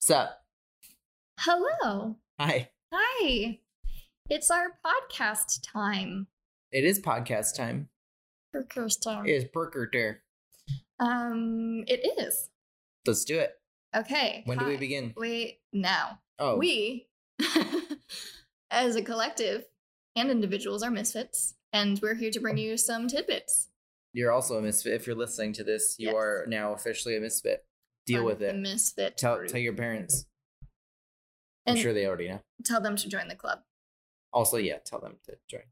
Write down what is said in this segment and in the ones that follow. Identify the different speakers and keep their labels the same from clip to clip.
Speaker 1: Sup?
Speaker 2: Hello.
Speaker 1: Hi.
Speaker 2: Hi. It's our podcast time.
Speaker 1: It is podcast time.
Speaker 2: Burger Star.
Speaker 1: It is Burger Dare.
Speaker 2: Um, it is.
Speaker 1: Let's do it.
Speaker 2: Okay.
Speaker 1: When do we
Speaker 2: hi.
Speaker 1: begin?
Speaker 2: Wait, now.
Speaker 1: Oh,
Speaker 2: We, as a collective and individuals, are misfits, and we're here to
Speaker 1: Oh.
Speaker 2: bring you some tidbits.
Speaker 1: you're also a misfit. If you're listening to this, you
Speaker 2: Yes.
Speaker 1: are now officially a misfit. Deal
Speaker 2: from
Speaker 1: with
Speaker 2: the
Speaker 1: it.
Speaker 2: misfit.
Speaker 1: tell
Speaker 2: group.
Speaker 1: tell your parents.
Speaker 2: and
Speaker 1: I'm sure they already know.
Speaker 2: tell them to join the club.
Speaker 1: Also, yeah, tell them to join.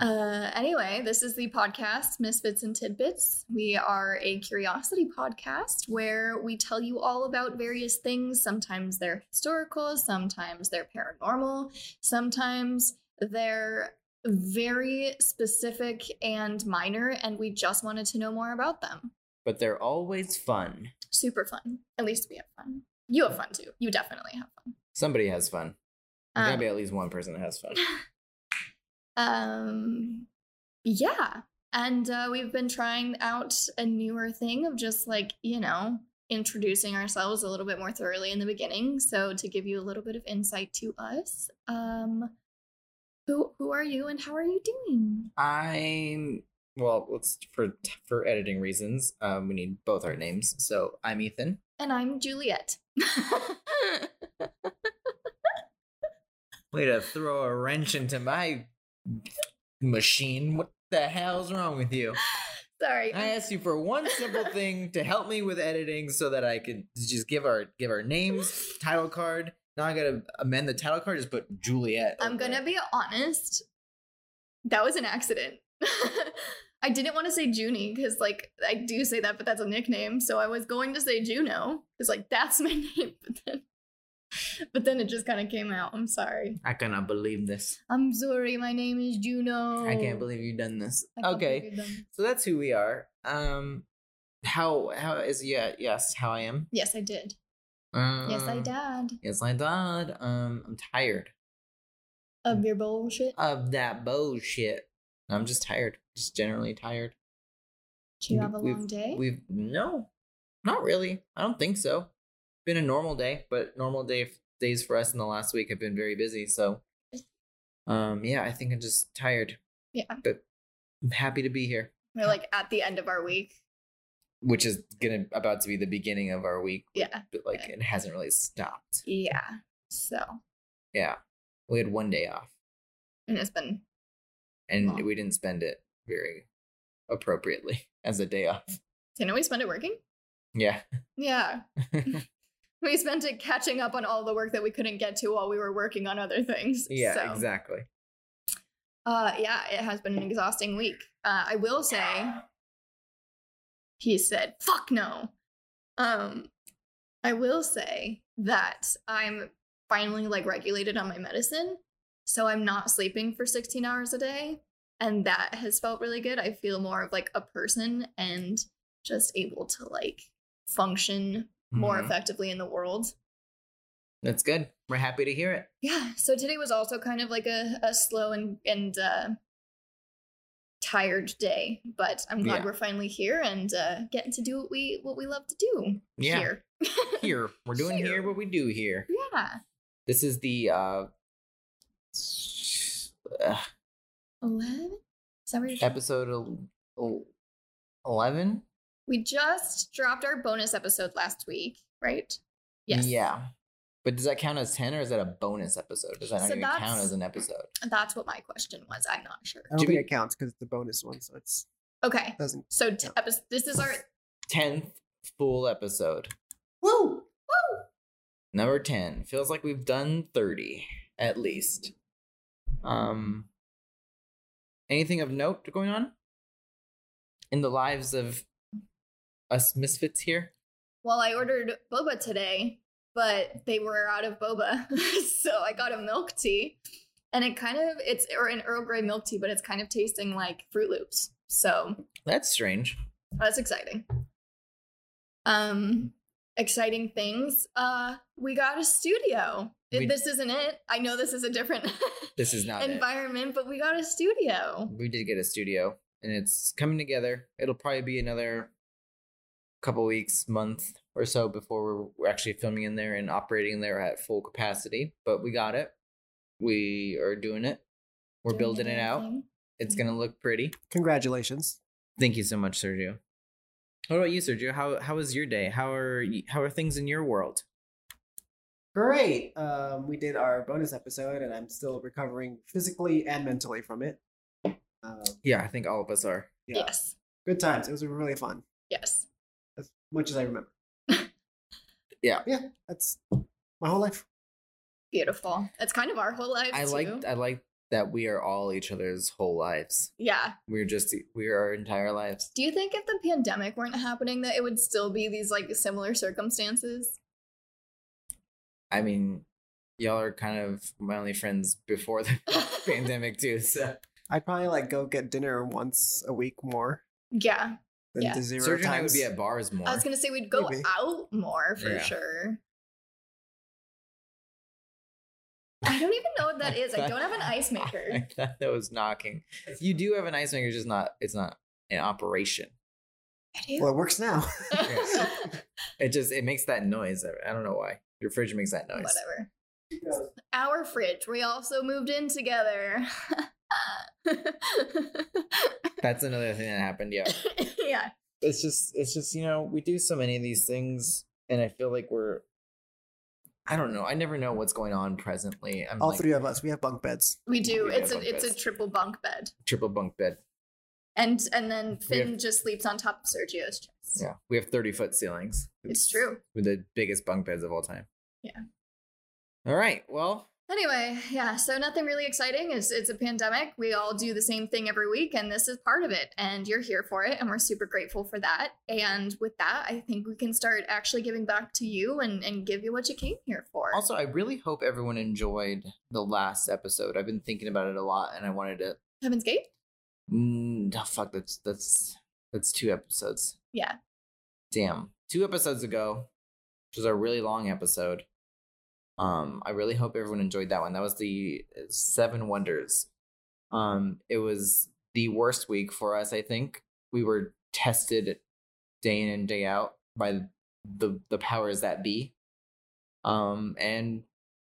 Speaker 2: Uh, anyway, this is the podcast, Misfits and Tidbits. We are a curiosity podcast where we tell you all about various things. Sometimes they're historical, sometimes they're paranormal, sometimes they're very specific and minor, and we just wanted to know more about them.
Speaker 1: But they're always fun.
Speaker 2: Super fun. At least we have fun. You have fun too. You definitely have fun.
Speaker 1: Somebody has fun. There's
Speaker 2: Um,
Speaker 1: gotta be at least one person that has fun.
Speaker 2: Um, yeah. And uh, we've been trying out a newer thing of just like, you know, introducing ourselves a little bit more thoroughly in the beginning. So to give you a little bit of insight to us, um, who who are you and how are you doing?
Speaker 1: I'm well. Let's for for editing reasons. Um, we need both our names. So I'm Ethan.
Speaker 2: And I'm Juliet.
Speaker 1: Way to throw a wrench into my machine. What the hell's wrong with you?
Speaker 2: Sorry.
Speaker 1: I asked you for one simple thing to help me with editing so that I could just give our give our names, title card. Now I gotta amend the title card, just put Juliet.
Speaker 2: I'm
Speaker 1: over
Speaker 2: gonna
Speaker 1: it.
Speaker 2: be honest. That was an accident. I didn't want to say Junie because, like, I do say that, but that's a nickname. So I was going to say Juno because, like, that's my name. But then, but then it just kind of came out. I'm sorry.
Speaker 1: I cannot believe this.
Speaker 2: I'm sorry. My name is Juno.
Speaker 1: I can't believe you've done this.
Speaker 2: Oh. I can't
Speaker 1: Okay.
Speaker 2: believe them.
Speaker 1: So that's who we are. Um how how is yeah, yes, how I am.
Speaker 2: Yes, I did.
Speaker 1: Um,
Speaker 2: Yes, I did.
Speaker 1: Yes, I did. Um, I'm tired
Speaker 2: Of your bullshit.
Speaker 1: of that bullshit. I'm just tired. Just generally tired.
Speaker 2: Do you have a
Speaker 1: we've-
Speaker 2: long day?
Speaker 1: We've no, not really. I don't think so. Been a normal day, but normal day days for us in the last week have been very busy. So, um, yeah, I think I'm just tired.
Speaker 2: yeah.
Speaker 1: I'm happy to be here,
Speaker 2: We're like at the end of our week.
Speaker 1: which is gonna about to be the beginning of our week,
Speaker 2: Yeah.
Speaker 1: but like it hasn't really stopped.
Speaker 2: Yeah. So,
Speaker 1: Yeah, we had one day off,
Speaker 2: and it's been
Speaker 1: and
Speaker 2: Wow.
Speaker 1: we didn't spend it very appropriately as a day off.
Speaker 2: didn't we spend it working?
Speaker 1: Yeah,
Speaker 2: Yeah. we spent it catching up on all the work that we couldn't get to while we were working on other things.
Speaker 1: yeah,
Speaker 2: So,
Speaker 1: exactly.
Speaker 2: Uh, yeah, it has been an exhausting week. Uh, I will say, he said, fuck no. Um, I will say that I'm finally like regulated on my medicine. So I'm not sleeping for 16 hours a day. And that has felt really good. I feel more of like a person and just able to like function more
Speaker 1: Mhm.
Speaker 2: effectively in the world.
Speaker 1: That's good. We're happy to hear it.
Speaker 2: Yeah. So today was also kind of like a, a slow and and uh, tired day, but I'm glad
Speaker 1: Yeah.
Speaker 2: we're finally here and uh, getting to do what we what we love to do
Speaker 1: Yeah.
Speaker 2: here.
Speaker 1: here. We're doing here.
Speaker 2: Here.
Speaker 1: what we do here.
Speaker 2: Yeah.
Speaker 1: This is the uh, uh
Speaker 2: Eleven. Is that where you're
Speaker 1: episode el- el- 11?
Speaker 2: We just dropped our bonus episode last week, right? Yes.
Speaker 1: Yeah. But does that count as 10 or is that a bonus episode? Does that not
Speaker 2: So
Speaker 1: even count
Speaker 2: that's-
Speaker 1: as an episode?
Speaker 2: That's what my question was. I'm not sure.
Speaker 3: I don't
Speaker 1: Do
Speaker 3: think
Speaker 1: we-
Speaker 3: it counts because it's a bonus one, so it's
Speaker 2: Okay.
Speaker 3: doesn't.
Speaker 2: So t- episode, this is our
Speaker 1: 10th full episode.
Speaker 2: woo woo.
Speaker 1: Number 10. Feels like we've done 30 at least. Um anything of note going on in the lives of us misfits here?
Speaker 2: Well, I ordered boba today, but they were out of boba. so I got a milk tea. And it kind of it's or an Earl Grey milk tea, but it's kind of tasting like Fruit Loops. So
Speaker 1: That's strange.
Speaker 2: that's exciting. Um exciting things. Uh we got a studio.
Speaker 1: We-
Speaker 2: this isn't it. I know this is a different
Speaker 1: This is not it.
Speaker 2: environment, but we got a studio.
Speaker 1: we did get a studio and it's coming together. It'll probably be another couple weeks, month or so before we're, we're actually filming in there and operating there at full capacity. But we got it. We are doing it. We're
Speaker 2: Doing
Speaker 1: building
Speaker 2: the
Speaker 1: it
Speaker 2: damn
Speaker 1: out.
Speaker 2: thing.
Speaker 1: It's gonna look pretty.
Speaker 3: Congratulations.
Speaker 1: Thank you so much, Sergio. What about you, Sergio? How how was your day? How are y- how are things in your world?
Speaker 3: Great. Um, we did our bonus episode, and I'm still recovering physically and mentally from it. Um,
Speaker 1: Yeah, I think all of us are.
Speaker 3: yeah.
Speaker 2: Yes.
Speaker 3: Good times. It was really fun,
Speaker 2: Yes.
Speaker 3: as much as I remember.
Speaker 1: Yeah.
Speaker 3: Yeah. That's my whole life.
Speaker 2: Beautiful. That's kind of our whole lives.
Speaker 1: I like
Speaker 2: too.
Speaker 1: I like that we are all each other's whole lives.
Speaker 2: Yeah.
Speaker 1: We're just we're our entire lives.
Speaker 2: Do you think if the pandemic weren't happening that it would still be these like similar circumstances?
Speaker 1: I mean, y'all are kind of my only friends before the pandemic too. So
Speaker 3: I'd probably like go get dinner once a week more
Speaker 2: Yeah.
Speaker 3: than
Speaker 2: Yeah.
Speaker 3: the zero
Speaker 1: Sergio and I would
Speaker 3: times.
Speaker 1: be at bars more.
Speaker 2: I was gonna say we'd go
Speaker 3: Maybe.
Speaker 2: out more for
Speaker 1: Yeah.
Speaker 2: sure. I don't even know what that is. I don't have an ice
Speaker 1: I
Speaker 2: maker.
Speaker 1: thought that was knocking. You do have an ice maker, it's just not it's not in operation.
Speaker 2: I do.
Speaker 3: well, it works now.
Speaker 1: It just it makes that noise. I don't know why. Your fridge makes that noise.
Speaker 2: Whatever. Our fridge. We also moved in together.
Speaker 1: That's another thing that happened, yeah.
Speaker 2: yeah.
Speaker 1: it's just it's just you know we do so many of these things and i feel like we're i don't know i never know what's going on presently i'm
Speaker 3: All
Speaker 1: like
Speaker 3: three of us, we have bunk beds.
Speaker 2: We do.
Speaker 1: We
Speaker 2: it's
Speaker 1: have
Speaker 2: a
Speaker 1: bunk
Speaker 2: it's a
Speaker 1: beds.
Speaker 2: triple bunk bed.
Speaker 1: triple bunk bed
Speaker 2: And and then Finn
Speaker 1: have-
Speaker 2: just sleeps on top of Sergio's chest.
Speaker 1: yeah we have 30 foot ceilings
Speaker 2: It's true.
Speaker 1: with the biggest bunk beds of all time
Speaker 2: Yeah.
Speaker 1: all right well
Speaker 2: Anyway, yeah, so nothing really exciting. It's it's a pandemic. We all do the same thing every week and this is part of it and you're here for it and we're super grateful for that. And with that, I think we can start actually giving back to you and and give you what you came here for.
Speaker 1: also i really hope everyone enjoyed the last episode i've been thinking about it a lot and i wanted to
Speaker 2: Heaven's Gate?
Speaker 1: mm, oh, fuck that's that's that's two episodes
Speaker 2: Yeah.
Speaker 1: damn two episodes ago which was a really long episode um i really hope everyone enjoyed that one that was the uh, seven wonders um it was the worst week for us i think we were tested day in and day out by the the powers that be um and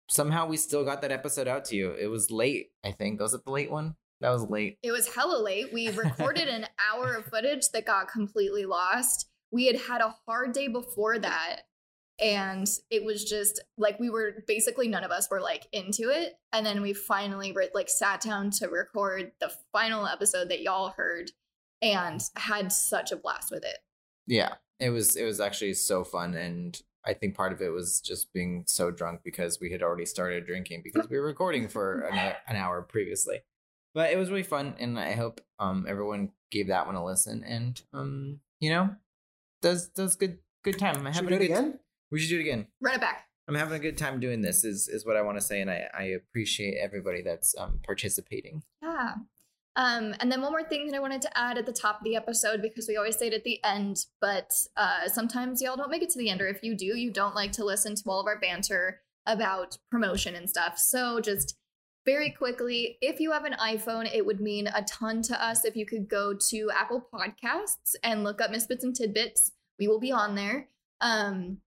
Speaker 1: somehow we still got that episode out to you it was late i think was it the late one that was late
Speaker 2: It was hella late. We recorded an hour of footage that got completely lost. We had had a hard day before that. And it was just like we were basically none of us were like into it. And then we finally re- like sat down to record the final episode that y'all heard and had such a blast with it.
Speaker 1: yeah it was it was actually so fun and i think part of it was just being so drunk because we had already started drinking because we were recording for an, uh, an hour previously but it was really fun and i hope um everyone gave that one a listen and um you know does does good good time i'm
Speaker 3: Should
Speaker 1: having
Speaker 3: we do
Speaker 1: a
Speaker 3: it
Speaker 1: good
Speaker 3: again?
Speaker 1: we should do it again
Speaker 2: Run it back.
Speaker 1: i'm having a good time doing this is is what i want to say and i i appreciate everybody that's um participating
Speaker 2: Yeah. Um, and then one more thing that I wanted to add at the top of the episode because we always say it at the end, but uh, sometimes y'all don't make it to the end, or if you do, you don't like to listen to all of our banter about promotion and stuff. So just very quickly, if you have an iPhone, it would mean a ton to us if you could go to Apple Podcasts and look up Misfits and Tidbits. We will be on there. Um,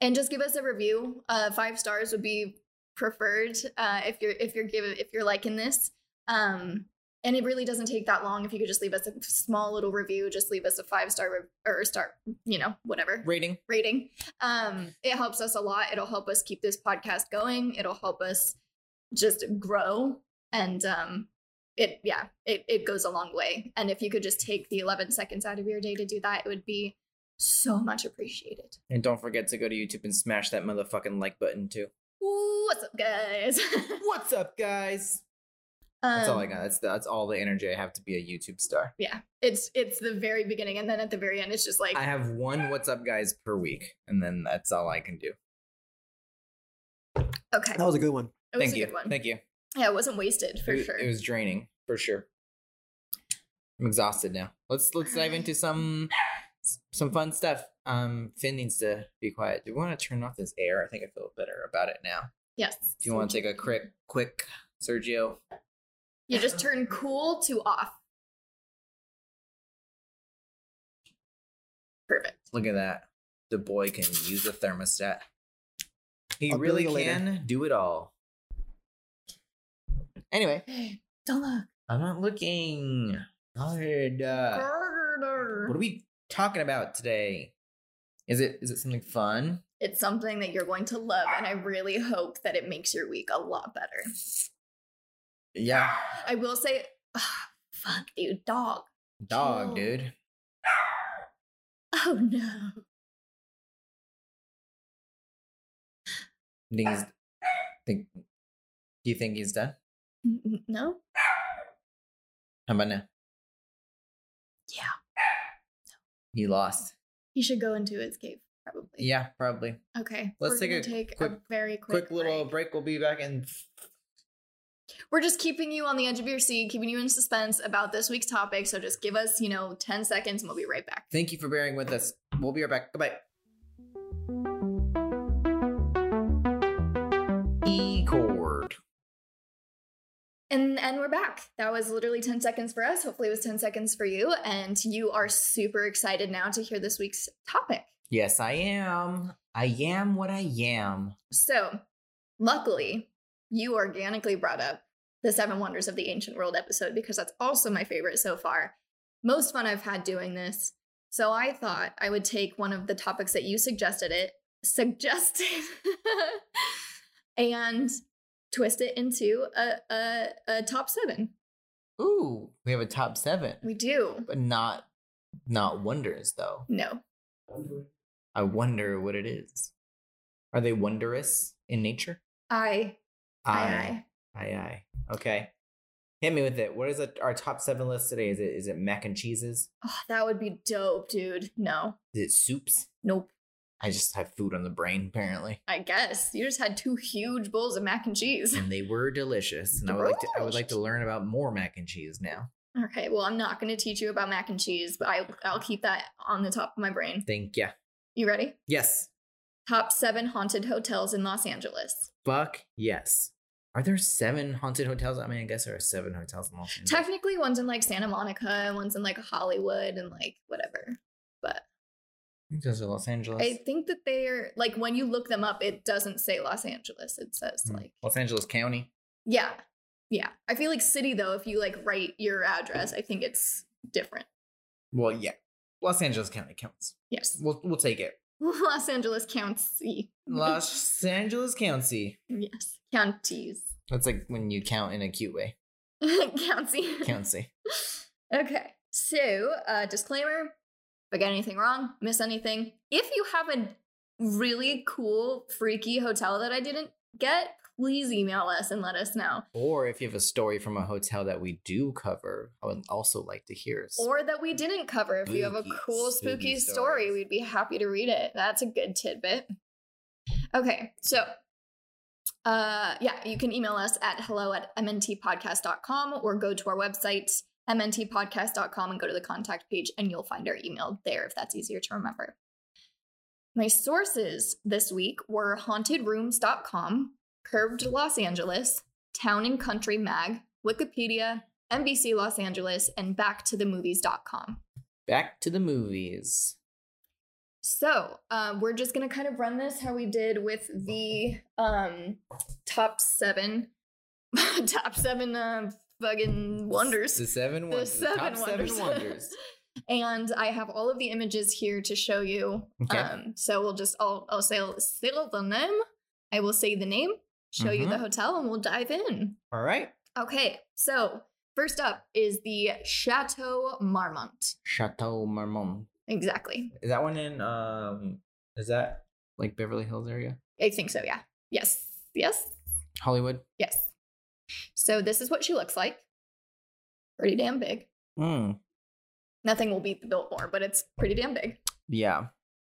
Speaker 2: and just give us a review. Uh, five stars would be preferred uh, if you're if you're giving if you're liking this. Um, and it really doesn't take that long if you could just leave us a small little review, just leave us a five star rev- or star, you know, whatever
Speaker 1: rating
Speaker 2: rating. Um, it helps us a lot. It'll help us keep this podcast going. It'll help us just grow. And um, it, yeah, it, it goes a long way. And if you could just take the 11 seconds out of your day to do that, it would be so much appreciated.
Speaker 1: and don't forget to go to youtube and smash that motherfucking like button too
Speaker 2: Ooh, what's up, guys?
Speaker 1: what's up guys That's all I
Speaker 2: Um,
Speaker 1: got. That's that's all the energy I have to be a YouTube star.
Speaker 2: Yeah, it's it's the very beginning, and then at the very end, it's just like
Speaker 1: I have one "What's Up, guys" per week, and then that's all I can do.
Speaker 2: okay.
Speaker 3: That was a good one.
Speaker 2: It was
Speaker 1: Thank
Speaker 2: a
Speaker 1: you,
Speaker 2: good one.
Speaker 1: thank you.
Speaker 2: yeah, it wasn't wasted for
Speaker 1: it,
Speaker 2: sure.
Speaker 1: it was draining for sure. I'm exhausted now. Let's let's dive into
Speaker 2: Um,
Speaker 1: some some fun stuff. Um, Finn needs to be quiet. Do you want to turn off this air? I think I feel better about it now.
Speaker 2: yes.
Speaker 1: Do you want to take a quick quick Sergio?
Speaker 2: You just turn cool to off. Perfect.
Speaker 1: Look at that. The boy can use a thermostat. He
Speaker 3: I'll bill
Speaker 1: really
Speaker 3: you later.
Speaker 1: can do it all. Anyway,
Speaker 2: Don't look.
Speaker 1: I'm not looking. Hard. uh, What are we talking about today? Is it is it something fun?
Speaker 2: It's something that you're going to love, and I really hope that it makes your week a lot better.
Speaker 1: Yeah.
Speaker 2: I will say, ah, fuck, dude, dog.
Speaker 1: Dog,
Speaker 2: Chill.
Speaker 1: dude.
Speaker 2: Oh no.
Speaker 1: Think he's, think, do you think he's done?
Speaker 2: N- n- No?
Speaker 1: How about now?
Speaker 2: Yeah.
Speaker 1: He lost.
Speaker 2: He should go into his cave, probably.
Speaker 1: Yeah, probably.
Speaker 2: Okay.
Speaker 1: Let's
Speaker 2: we're
Speaker 1: take
Speaker 2: gonna
Speaker 1: a
Speaker 2: take a
Speaker 1: quick-
Speaker 2: very
Speaker 1: Quick,
Speaker 2: quick,
Speaker 1: little
Speaker 2: break.
Speaker 1: break. We'll be back in
Speaker 2: We're just keeping you on the edge of your seat, keeping you in suspense about this week's topic. So just give us, you know, 10 seconds and we'll be right back.
Speaker 1: Thank you for bearing with us. We'll be right back. Goodbye. E chord.
Speaker 2: And and we're back. That was literally 10 seconds for us. Hopefully it was 10 seconds for you. And you are super excited now to hear this week's topic.
Speaker 1: Yes, I am. I am what I am.
Speaker 2: So luckily, you organically brought up the Seven Wonders of the Ancient World episode because that's also my favorite so far. Most fun I've had doing this. So I thought I would take one of the topics that you suggested it suggested and twist it into a, a a top seven.
Speaker 1: Ooh, we have a top seven,
Speaker 2: We do.
Speaker 1: but not not wonders though.
Speaker 2: No.
Speaker 1: I wonder what it is. Are they wondrous in nature?
Speaker 2: I I
Speaker 1: Aye, aye. Okay. Hit me with it. What is it, our top seven list today? Is it is it mac and cheeses?
Speaker 2: Oh, that would be dope, dude. No.
Speaker 1: Is it soups?
Speaker 2: Nope.
Speaker 1: I just have food on the brain, apparently.
Speaker 2: I guess. You just had two huge bowls of mac and cheese.
Speaker 1: and they were delicious. And I would like to I would like to learn about more mac and cheese now.
Speaker 2: Okay, well, I'm not going to teach you about mac and cheese, but I, I'll keep that on the top of my brain.
Speaker 1: Thank ya.
Speaker 2: You ready?
Speaker 1: Yes.
Speaker 2: Top seven haunted hotels in Los Angeles.
Speaker 1: Fuck yes. Are there seven haunted hotels? I mean, I guess there are seven hotels in Los Angeles.
Speaker 2: Technically, one's in like Santa Monica, and one's in like Hollywood, and like whatever.
Speaker 1: I think those are Los Angeles.
Speaker 2: I think that they're like when you look them up, it doesn't say Los Angeles. It says
Speaker 1: Hmm.
Speaker 2: like,
Speaker 1: Los Angeles County.
Speaker 2: yeah, yeah. I feel like city though, if you like write your address, I think it's different.
Speaker 1: Well, yeah. Los Angeles County counts.
Speaker 2: Yes.
Speaker 1: We'll we'll take it.
Speaker 2: Los Angeles County.
Speaker 1: Los Angeles County.
Speaker 2: Yes. Counties.
Speaker 1: That's like when you count in a cute way.
Speaker 2: County.
Speaker 1: County.
Speaker 2: Okay. So, uh, disclaimer if I get anything wrong, miss anything, if you have a really cool, freaky hotel that I didn't get, please email us and let us know.
Speaker 1: or if you have a story from a hotel that we do cover, I would also like to hear.
Speaker 2: Or that we didn't cover. If you have a
Speaker 1: Spooky,
Speaker 2: cool, spooky,
Speaker 1: spooky
Speaker 2: story,
Speaker 1: stories.
Speaker 2: we'd be happy to read it. That's a good tidbit. Okay. So, uh, yeah, you can email us at hello at mntpodcast.com or go to our website, mntpodcast.com, and go to the contact page, and you'll find our email there if that's easier to remember. My sources this week were hauntedrooms.com, Curved Los Angeles, Town and Country Mag, Wikipedia, NBC Los Angeles, and backtothemovies.com.
Speaker 1: Back to the movies.
Speaker 2: So uh, we're just gonna kind of run this how we did with the um, top seven, top seven uh, fucking wonders.
Speaker 1: The seven
Speaker 2: The
Speaker 1: wonders. The
Speaker 2: seven
Speaker 1: top
Speaker 2: wonders.
Speaker 1: seven wonders.
Speaker 2: And I have all of the images here to show you.
Speaker 1: Okay.
Speaker 2: Um, so we'll just I'll I'll say say the name. I will say the name, show you the
Speaker 1: Mhm.
Speaker 2: hotel, and we'll dive in.
Speaker 1: All right.
Speaker 2: Okay. So first up is the Chateau Marmont.
Speaker 1: Chateau Marmont.
Speaker 2: Exactly.
Speaker 1: Is that one in um is that like Beverly Hills area?
Speaker 2: I think so. Yeah. Yes. Yes.
Speaker 1: Hollywood?
Speaker 2: Yes. So this is what she looks like. Pretty damn big.
Speaker 1: Mm.
Speaker 2: Nothing will beat the Biltmore, but it's pretty damn big.
Speaker 1: Yeah.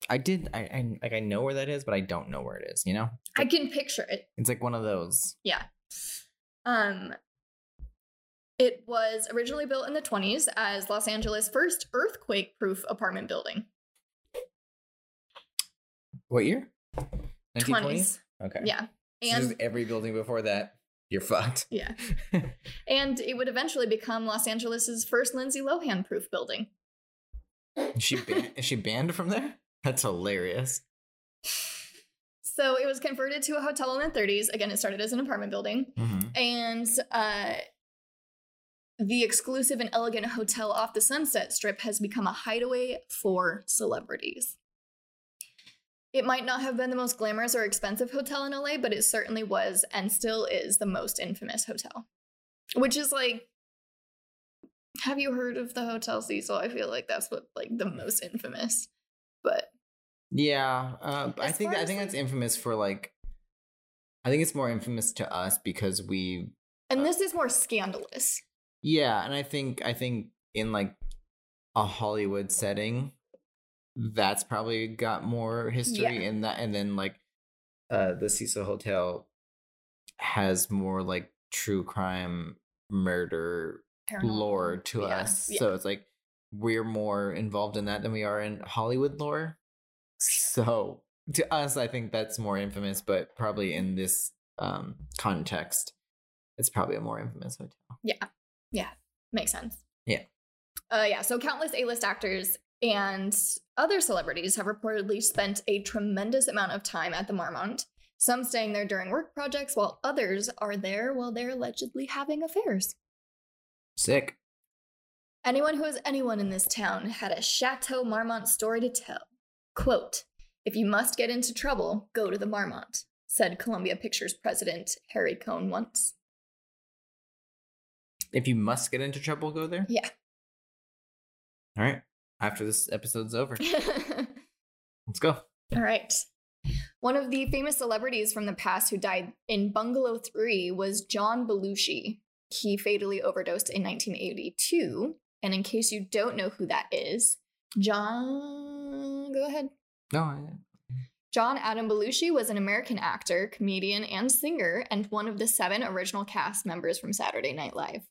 Speaker 1: I did I, I like I know where that is, but I don't know where it is, you know?
Speaker 2: I can picture it.
Speaker 1: It's like one of those.
Speaker 2: Um it was originally built in the 20s as Los Angeles' first earthquake-proof apartment building.
Speaker 1: What year? 1920s?
Speaker 2: 20s.
Speaker 1: Okay.
Speaker 2: Yeah.
Speaker 1: So this is
Speaker 2: And
Speaker 1: every building before that, you're fucked.
Speaker 2: yeah. And it would eventually become Los Angeles' first Lindsay Lohan proof building.
Speaker 1: is she ban- is she banned from there? That's hilarious.
Speaker 2: So it was converted to a hotel in the 30s. Again, it started as an apartment building.
Speaker 1: Mhm.
Speaker 2: And uh, the exclusive and elegant hotel off the Sunset Strip has become a hideaway for celebrities. It might not have been the most glamorous or expensive hotel in LA, but it certainly was and still is the most infamous hotel. Which is like, have you heard of the Hotel Cecil? I feel like that's what, like, the most infamous. But
Speaker 1: Yeah, uh, I
Speaker 2: As
Speaker 1: think
Speaker 2: far
Speaker 1: I
Speaker 2: as,
Speaker 1: think
Speaker 2: like-
Speaker 1: that's infamous for like. I think it's more infamous to us because we
Speaker 2: And this is more scandalous.
Speaker 1: yeah, and I think I think in like a Hollywood setting, that's probably got more history in that, and then like uh the Cecil Hotel has more like true crime murder lore to
Speaker 2: Yeah,
Speaker 1: us.
Speaker 2: yeah.
Speaker 1: So it's like we're more involved in that than we are in Hollywood lore. So to us, I think that's more infamous, but probably in this um, context, it's probably a more infamous hotel.
Speaker 2: Makes sense.
Speaker 1: Yeah.
Speaker 2: Uh, yeah. So countless A-list actors and other celebrities have reportedly spent a tremendous amount of time at the Marmont. Some staying there during work projects, while others are there while they're allegedly having affairs.
Speaker 1: Sick.
Speaker 2: Anyone who is anyone in this town had a Chateau Marmont story to tell. Quote, if you must get into trouble, go to the Marmont, said Columbia Pictures president Harry Cohn once.
Speaker 1: If you must get into trouble, go there.
Speaker 2: Yeah.
Speaker 1: All right. After this episode's over, let's go.
Speaker 2: All right. One of the famous celebrities from the past who died in Bungalow 3 was John Belushi. He fatally overdosed in 1982. And in case you don't know who that is, John, go ahead.
Speaker 1: No, I-
Speaker 2: John Adam Belushi was an American actor, comedian, and singer, and one of the seven original cast members from Saturday Night Live.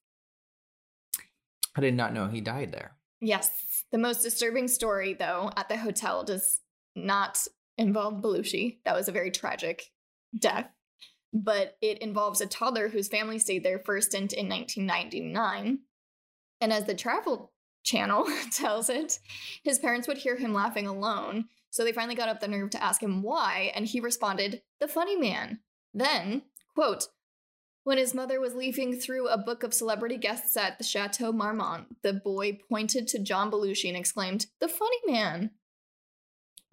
Speaker 1: I did not know he died there.
Speaker 2: Yes. The most disturbing story, though, at the hotel does not involve Belushi. That was a very tragic death. But it involves a toddler whose family stayed there first stint in 1999. And as the travel channel tells it, his parents would hear him laughing alone. So they finally got up the nerve to ask him why. And he responded, The funny man. Then, quote, when his mother was leafing through a book of celebrity guests at the Chateau Marmont, the boy pointed to John Belushi and exclaimed, The funny man.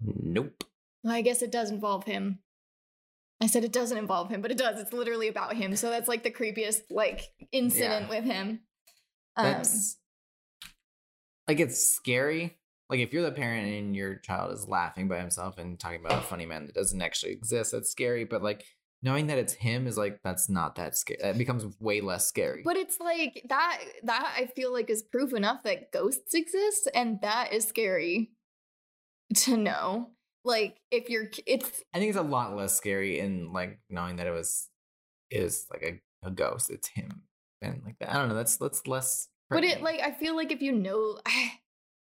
Speaker 1: Nope.
Speaker 2: Well, I guess it does involve him. I said it doesn't involve him, but it does. It's literally about him. So that's like the creepiest like incident with him. Um,
Speaker 1: That's Um, like it's scary. Like if you're the parent and your child is laughing by himself and talking about a funny man that doesn't actually exist, that's scary. But like knowing that it's him is like that's not that scary. That becomes way less scary.
Speaker 2: Um, but it's like that that I feel like is proof enough that ghosts exist and that is scary to know. Like if you're it's
Speaker 1: I think it's a lot less scary in like knowing that it was is like a, a ghost. It's him and like that. I don't know. That's that's less.
Speaker 2: But it
Speaker 1: frightening.
Speaker 2: like I feel like if you know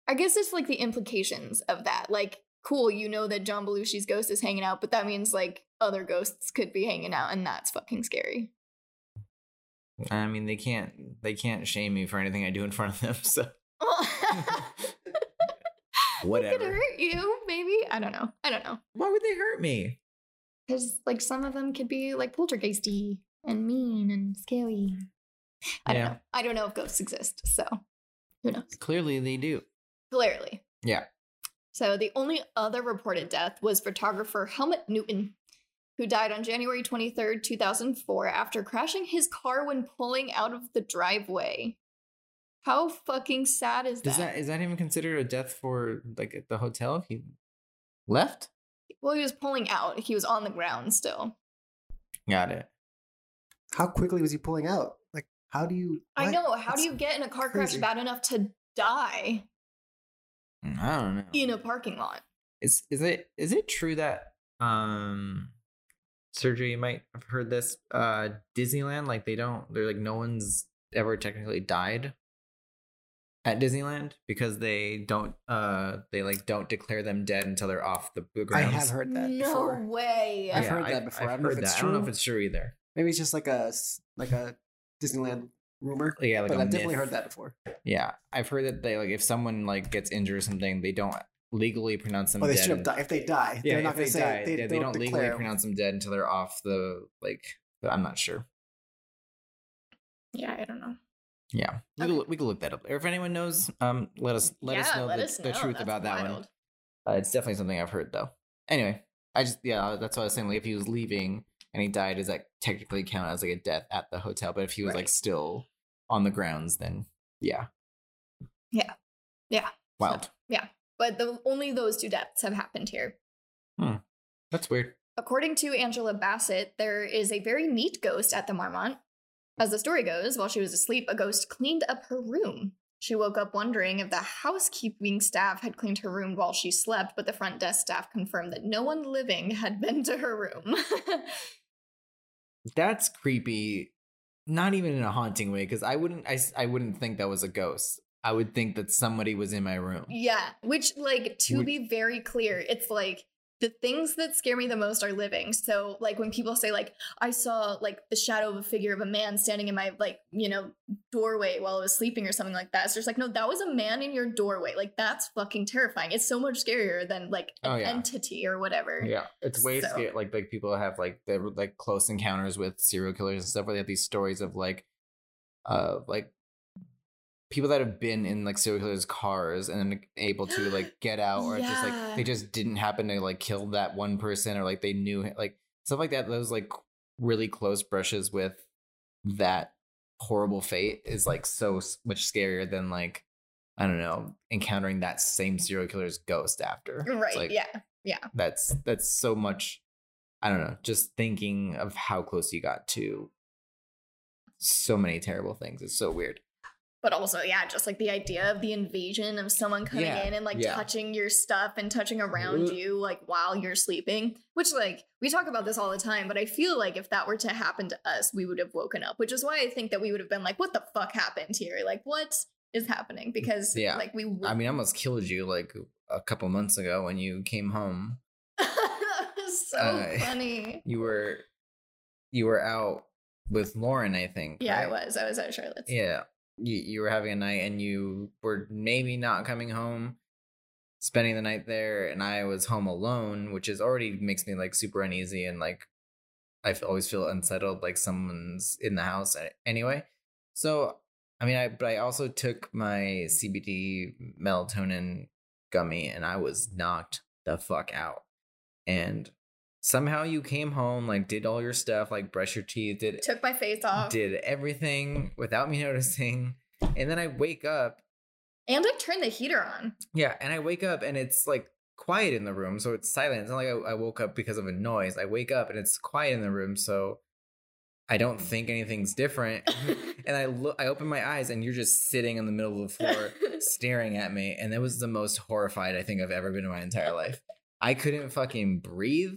Speaker 2: I guess it's like the implications of that. Like, cool, you know that John Belushi's ghost is hanging out, but that means like other ghosts could be hanging out and that's fucking scary.
Speaker 1: I mean they can't they can't shame me for anything I do in front of them. So
Speaker 2: it could
Speaker 1: whatever.
Speaker 2: hurt you, maybe. I don't know. I don't know.
Speaker 1: Why would they hurt me?
Speaker 2: Because like some of them could be like poltergeisty and mean and scary. I
Speaker 1: Yeah.
Speaker 2: don't know. I don't know if ghosts exist, so who knows?
Speaker 1: Clearly they do.
Speaker 2: Clearly.
Speaker 1: Yeah.
Speaker 2: So the only other reported death was photographer Helmut Newton, who died on January 23rd, 2004, after crashing his car when pulling out of the driveway. How fucking sad is that?
Speaker 1: Does that is that even considered a death for like at the hotel? if He left.
Speaker 2: well, he was pulling out. He was on the ground still.
Speaker 1: Got it.
Speaker 3: How quickly was he pulling out? Like, how do you?
Speaker 2: I
Speaker 3: what?
Speaker 2: know. How do
Speaker 3: That's
Speaker 2: you get in a car crash
Speaker 3: crazy.
Speaker 2: bad enough to die
Speaker 3: Mm,
Speaker 1: I don't know.
Speaker 2: in a parking lot?
Speaker 1: is is it is it true that um, surgery? You might have heard this. Uh, Disneyland, like they don't. They're like no one's ever technically died at Disneyland because they don't. Uh, they like don't declare them dead until they're off the grounds.
Speaker 3: I have heard that.
Speaker 2: No
Speaker 3: before.
Speaker 2: way.
Speaker 3: I've heard that before. I don't know if it's
Speaker 1: that. I don't know
Speaker 3: true.
Speaker 1: if it's true either.
Speaker 3: Maybe it's just like a s- like a Disneyland rumor.
Speaker 1: Yeah, like
Speaker 3: but
Speaker 1: a
Speaker 3: I've definitely
Speaker 1: myth.
Speaker 3: heard that before.
Speaker 1: Yeah, I've heard that they like if someone like gets injured or something, they don't legally pronounce them
Speaker 3: Oh, they
Speaker 1: dead.
Speaker 3: straight up
Speaker 1: and-
Speaker 3: die. If they die,
Speaker 1: Yeah,
Speaker 3: they're not
Speaker 1: if
Speaker 3: going
Speaker 1: they
Speaker 3: to say
Speaker 1: die,
Speaker 3: They,
Speaker 1: yeah,
Speaker 3: don't,
Speaker 1: legally
Speaker 3: declare.
Speaker 1: pronounce them dead until they're off the like. But I'm not sure.
Speaker 2: Yeah, I don't know.
Speaker 1: Yeah, we
Speaker 2: Okay.
Speaker 1: could, we could look that up. Or if anyone knows, um, let us let us know the, the truth
Speaker 2: That's
Speaker 1: about that one.
Speaker 2: wild.
Speaker 1: Uh, it's definitely something I've heard though. Anyway, I just yeah, uh, that's what I was saying. Like, if he was leaving and he died, does that technically count as like a death at the hotel? But if he was like
Speaker 2: Right.
Speaker 1: still on the grounds, then yeah,
Speaker 2: Yeah. Yeah.
Speaker 1: wild.
Speaker 2: But the only those two deaths have happened here.
Speaker 1: That's weird.
Speaker 2: According to Angela Bassett, there is a very neat ghost at the Marmont. As the story goes, while she was asleep, a ghost cleaned up her room. She woke up wondering if the housekeeping staff had cleaned her room while she slept, but the front desk staff confirmed that no one living had been to her room.
Speaker 1: That's creepy. Not even in a haunting way, because I wouldn't I s- I wouldn't think that was a ghost. I would think that somebody was in my room.
Speaker 2: yeah, which, like, to
Speaker 1: Would-
Speaker 2: be very clear, it's like the things that scare me the most are living. So, like, when people say, like, I saw, like, the shadow of a figure of a man standing in my, like, you know, doorway while I was sleeping or something like that, it's just like, no, that was a man in your doorway. Like, that's fucking terrifying. It's so much scarier than, like, an
Speaker 1: Oh, yeah.
Speaker 2: entity or whatever.
Speaker 1: Yeah, it's way
Speaker 2: So-
Speaker 1: scary. Like like people have like the like close encounters with serial killers and stuff where they have these stories of like, uh, like people that have been in like serial killers' cars and then able to like get out, or just like
Speaker 2: Yeah.
Speaker 1: they just didn't happen to like kill that one person, or like they knew like stuff like that. Those like really close brushes with that horrible fate is like so s- much scarier than like. I don't know, encountering that same serial killer's ghost after. It's
Speaker 2: Right.
Speaker 1: like-
Speaker 2: yeah.
Speaker 1: that's that's so much i don't know just thinking of how close you got to so many terrible things it's so weird
Speaker 2: but also yeah just like the idea of the invasion of someone coming
Speaker 1: Yeah,
Speaker 2: in and like
Speaker 1: yeah.
Speaker 2: touching your stuff and touching around
Speaker 1: Ugh.
Speaker 2: you like while you're sleeping which like we talk about this all the time but i feel like if that were to happen to us we would have woken up which is why i think that we would have been like what the fuck happened here like what is happening because
Speaker 1: Yeah.
Speaker 2: like we
Speaker 1: i mean I almost killed you like a couple months ago when you came home
Speaker 2: that was so
Speaker 1: Uh,
Speaker 2: funny
Speaker 1: you were you were out with lauren i think
Speaker 2: yeah i
Speaker 1: right?
Speaker 2: was i was at charlotte's
Speaker 1: yeah you, you were having a night and you were maybe not coming home spending the night there and i was home alone which is already makes me like super uneasy and like i f- always feel unsettled like someone's in the house a- anyway so i mean i but i also took my cbd melatonin gummy and i was knocked the fuck out and somehow you came home like did all your stuff like brush your teeth did
Speaker 2: took my face off
Speaker 1: did everything without me noticing. And then I wake up.
Speaker 2: and i turned the heater on
Speaker 1: Yeah, and I wake up and it's like quiet in the room, so it's silent. It's not like I, I woke up because of a noise. I wake up and it's quiet in the room, so I don't think anything's different. and I look I open my eyes and you're just sitting in the middle of the floor staring at me. And that was the most horrified I think I've ever been in my entire life. I couldn't fucking breathe.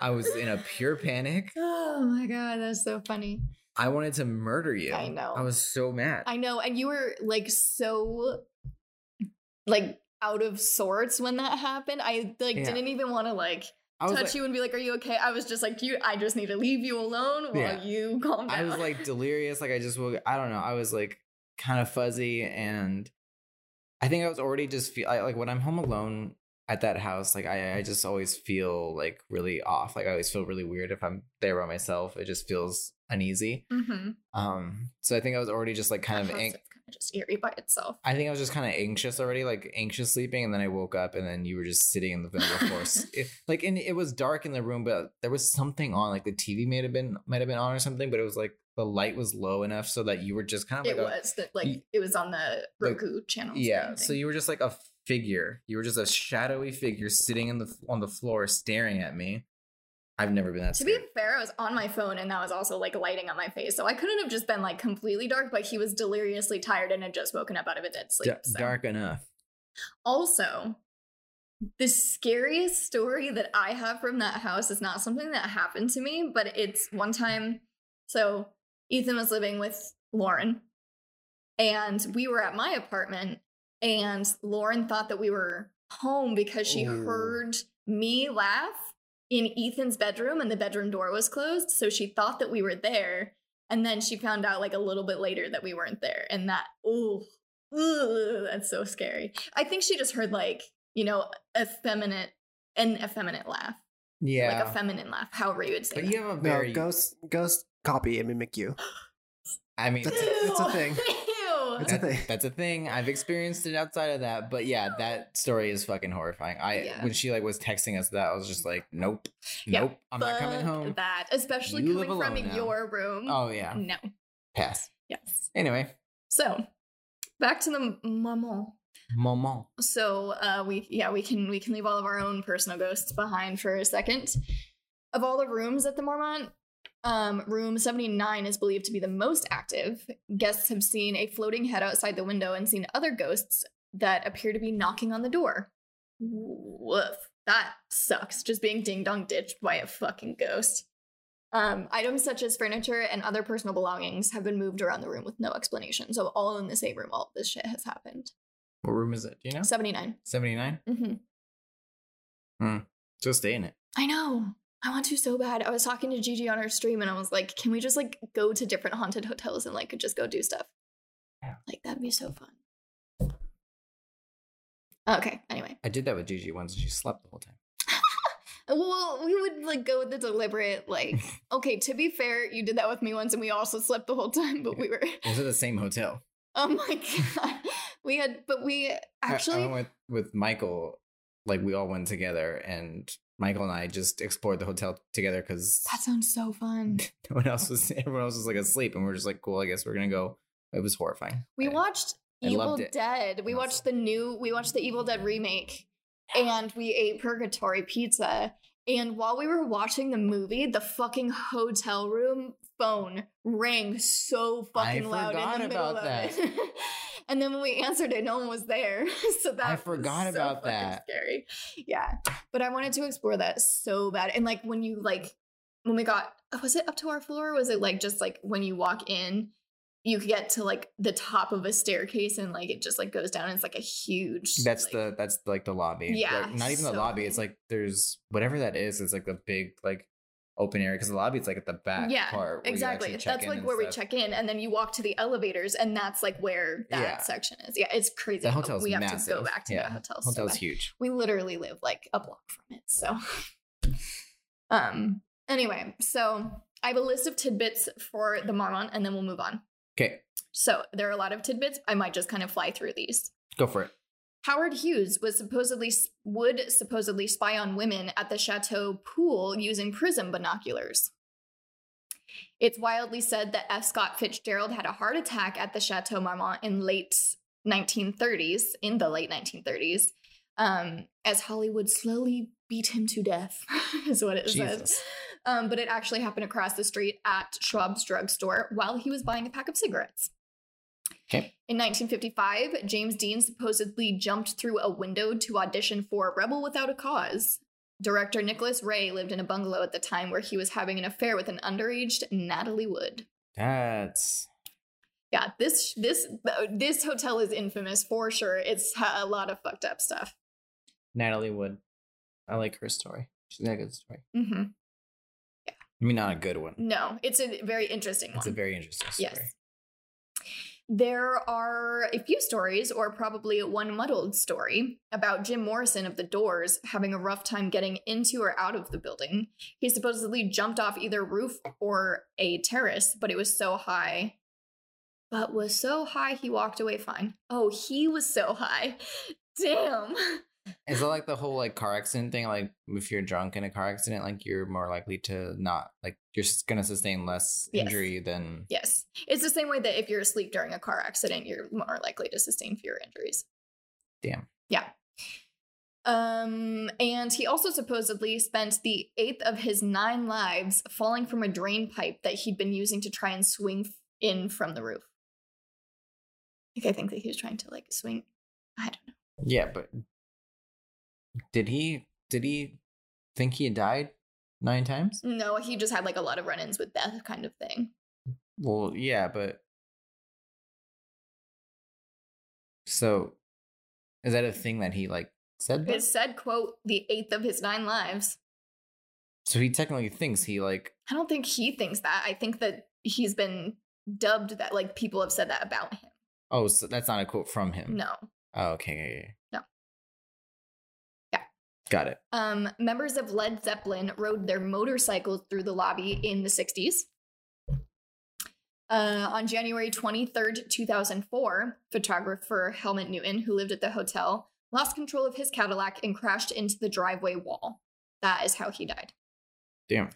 Speaker 1: I was in a pure panic.
Speaker 2: oh my god that's so funny
Speaker 1: I wanted to murder you.
Speaker 2: I know.
Speaker 1: I was so mad.
Speaker 2: I know, and you were like so like out of sorts when that happened. I like
Speaker 1: Yeah.
Speaker 2: didn't even want to like
Speaker 1: I was
Speaker 2: touch
Speaker 1: like-
Speaker 2: you and be like, "Are you okay?" I was just like, "You, I just need to leave you alone while
Speaker 1: Yeah.
Speaker 2: you calm down."
Speaker 1: I was like delirious. Like I just woke. I don't know. I was like kind of fuzzy, and I think I was already just feel I, like when I'm home alone at that house, like I I just always feel like really off. Like I always feel really weird if I'm there by myself. It just feels uneasy.
Speaker 2: mm-hmm.
Speaker 1: Um. So I think I was already just like kind of. Ang-
Speaker 2: kind of just eerie by itself.
Speaker 1: I think I was just kind of anxious already, like anxious sleeping, and then I woke up, and then you were just sitting in the middle of the floor, s- it, like, and it was dark in the room, but there was something on, like the TV might have been might have been on or something, but it was like the light was low enough so that you were just kind of
Speaker 2: it
Speaker 1: like, a-
Speaker 2: was that like
Speaker 1: Oh y-
Speaker 2: it was on the
Speaker 1: like-
Speaker 2: Roku channel.
Speaker 1: yeah, so
Speaker 2: thing.
Speaker 1: you were just like a figure, you were just a shadowy figure sitting in the on the floor staring at me. I've never been that.
Speaker 2: To be
Speaker 1: scared.
Speaker 2: fair, I was on my phone and that was also like lighting on my face. So I couldn't have just been like completely dark, but he was deliriously tired and had just woken up out of a dead sleep.
Speaker 1: Da-
Speaker 2: so.
Speaker 1: dark enough.
Speaker 2: Also, the scariest story that I have from that house is not something that happened to me, but it's one time. So, Ethan was living with Lauren, and we were at my apartment, and Lauren thought that we were home because she
Speaker 3: Ooh.
Speaker 2: heard me laugh in Ethan's bedroom, and the bedroom door was closed. So, she thought that we were there. And then she found out like a little bit later that we weren't there. And that, oh, Ugh, that's so scary. I think she just heard like you know, effeminate an effeminate laugh.
Speaker 1: Yeah.
Speaker 2: Like a feminine laugh, however you would say
Speaker 1: but
Speaker 2: that.
Speaker 1: you have a
Speaker 3: No,
Speaker 1: very.
Speaker 3: ghost ghost copy and mimic you.
Speaker 1: I mean,
Speaker 3: That's- it's a thing.
Speaker 2: Ew.
Speaker 3: It's a
Speaker 1: That-
Speaker 3: thing.
Speaker 1: That's a thing. I've experienced it outside of that, but yeah, that story is fucking horrifying. I
Speaker 2: Yeah.
Speaker 1: when she like was texting us that, I was just like, nope,
Speaker 2: Yeah,
Speaker 1: nope, I'm not coming
Speaker 2: Fuck
Speaker 1: home.
Speaker 2: That, Mm. especially
Speaker 1: You live
Speaker 2: coming from
Speaker 1: alone now.
Speaker 2: your room.
Speaker 1: Oh yeah,
Speaker 2: No.
Speaker 1: pass.
Speaker 2: Yes.
Speaker 1: Anyway,
Speaker 2: So, back to the maman.
Speaker 1: maman.
Speaker 2: So, uh, we yeah we can we can leave all of our own personal ghosts behind for a second. Of all the rooms at the Mormont, um, room seventy nine is believed to be the most active. Guests have seen a floating head outside the window and seen other ghosts that appear to be knocking on the door. Woof. That sucks. Just being ding dong ditched by a fucking ghost. Um, items such as furniture and other personal belongings have been moved around the room with no explanation. So all in the same room, all of this shit has happened.
Speaker 1: What room is it? Do you know?
Speaker 2: Seventy nine.
Speaker 1: Seventy nine.
Speaker 2: Mm-hmm.
Speaker 1: So stay in it.
Speaker 2: I know. I want to so bad. I was talking to Gigi on her stream and I was like, can we just like go to different haunted hotels and like just go do stuff?
Speaker 1: Yeah.
Speaker 2: Like that'd be so fun. Okay, anyway.
Speaker 1: I did that with Gigi once, and she slept the whole time.
Speaker 2: Well, we would like go with the deliberate, like, okay, to be fair, you did that with me once and we also slept the whole time, but we were,
Speaker 1: It was at the same hotel.
Speaker 2: oh my God. We had, but we
Speaker 1: I- I,
Speaker 2: actually,
Speaker 1: went with, with Michael. Like we all went together, and Michael and I just explored the hotel together because
Speaker 2: that sounds so fun.
Speaker 1: no one else was everyone else was like asleep, and we are just like, cool. I guess we're gonna go. It was horrifying.
Speaker 2: We
Speaker 1: I-
Speaker 2: watched
Speaker 1: I
Speaker 2: Evil
Speaker 1: loved it.
Speaker 2: Dead. We
Speaker 1: Awesome.
Speaker 2: watched the new. We watched the Evil Dead remake, and we ate Purgatory pizza. And while we were watching the movie, the fucking hotel room phone rang so fucking loud in
Speaker 1: forgot
Speaker 2: the middle
Speaker 1: about
Speaker 2: of it. and then when we answered it, no one was there. so that
Speaker 1: I
Speaker 2: was
Speaker 1: forgot
Speaker 2: so
Speaker 1: about
Speaker 2: fucking
Speaker 1: that.
Speaker 2: Scary. Yeah, but I wanted to explore that so bad. And like when you like when we got was it up to our floor? Or was it like just like when you walk in, you could get to like the top of a staircase and like it just like goes down and it's like a huge
Speaker 1: That's
Speaker 2: like-
Speaker 1: the that's like the lobby.
Speaker 2: Yeah,
Speaker 1: Like, not even the
Speaker 2: so
Speaker 1: lobby. It's like there's whatever that is. It's like the big like open area because the lobby is like at the back
Speaker 2: yeah
Speaker 1: part. where you
Speaker 2: exactly
Speaker 1: actually check
Speaker 2: that's
Speaker 1: in
Speaker 2: like
Speaker 1: and
Speaker 2: where we
Speaker 1: stuff.
Speaker 2: check in and then you walk to the elevators and that's like where that
Speaker 1: Yeah.
Speaker 2: section is yeah it's crazy
Speaker 1: The hotel's
Speaker 2: we have
Speaker 1: massive.
Speaker 2: to go back to
Speaker 1: yeah.
Speaker 2: that hotel so
Speaker 1: Hotel's
Speaker 2: bad.
Speaker 1: Oh, huge.
Speaker 2: we literally live like a block from it so um anyway so i have a list of tidbits for the marmont and then we'll move on
Speaker 1: Okay,
Speaker 2: so there are a lot of tidbits i might just kind of fly through these
Speaker 1: go for it.
Speaker 2: Howard Hughes was supposedly would supposedly spy on women at the chateau pool using prism binoculars. It's wildly said that F. Scott Fitzgerald had a heart attack at the Chateau Marmont in late 1930s, in the late 1930s, um, as Hollywood slowly beat him to death, is what it says.
Speaker 1: Jesus.
Speaker 2: Um, but it actually happened across the street at Schwab's drugstore while he was buying a pack of cigarettes.
Speaker 1: Okay.
Speaker 2: In 1955, James Dean supposedly jumped through a window to audition for Rebel Without a Cause. Director Nicholas Ray lived in a bungalow at the time where he was having an affair with an underage Natalie Wood.
Speaker 1: That's
Speaker 2: Yeah, this this this hotel is infamous for sure. It's a lot of fucked up stuff.
Speaker 1: Natalie Wood. I like her story. She's got a good story.
Speaker 2: hmm
Speaker 1: I mean, not a good one.
Speaker 2: No, it's a very interesting
Speaker 1: It's a
Speaker 2: one.
Speaker 1: very interesting story.
Speaker 2: Yes. There are a few stories, or probably one muddled story, about Jim Morrison of the Doors having a rough time getting into or out of the building. He supposedly jumped off either roof or a terrace, but it was so high. But was so high he walked away fine. Oh, he was so high. Damn.
Speaker 1: Is that like the whole like car accident thing? Like if you're drunk in a car accident, like you're more likely to not like you're s- gonna sustain less
Speaker 2: Yes.
Speaker 1: injury than
Speaker 2: Yes. It's the same way that if you're asleep during a car accident, you're more likely to sustain fewer injuries.
Speaker 1: Damn.
Speaker 2: Yeah. Um, and he also supposedly spent the eighth of his nine lives falling from a drain pipe that he'd been using to try and swing f- in from the roof. Like I think that he was trying to like swing. I don't know.
Speaker 1: Yeah, but did he did he think he had died nine times?
Speaker 2: No, he just had like a lot of run-ins with death, kind of thing.
Speaker 1: Well, yeah, but so is that a thing that he like said? that?
Speaker 2: It said, "quote the eighth of his nine lives."
Speaker 1: So he technically thinks he like
Speaker 2: I don't think he thinks that. I think that he's been dubbed that, like people have said that about him.
Speaker 1: oh so that's not a quote from him.
Speaker 2: No.
Speaker 1: Oh, okay. yeah, yeah, yeah. Got it.
Speaker 2: Um, members of Led Zeppelin rode their motorcycles through the lobby in the 60s. Uh, on January 23rd, 2004, photographer Helmut Newton, who lived at the hotel, lost control of his Cadillac and crashed into the driveway wall. That is how he died.
Speaker 1: Damn.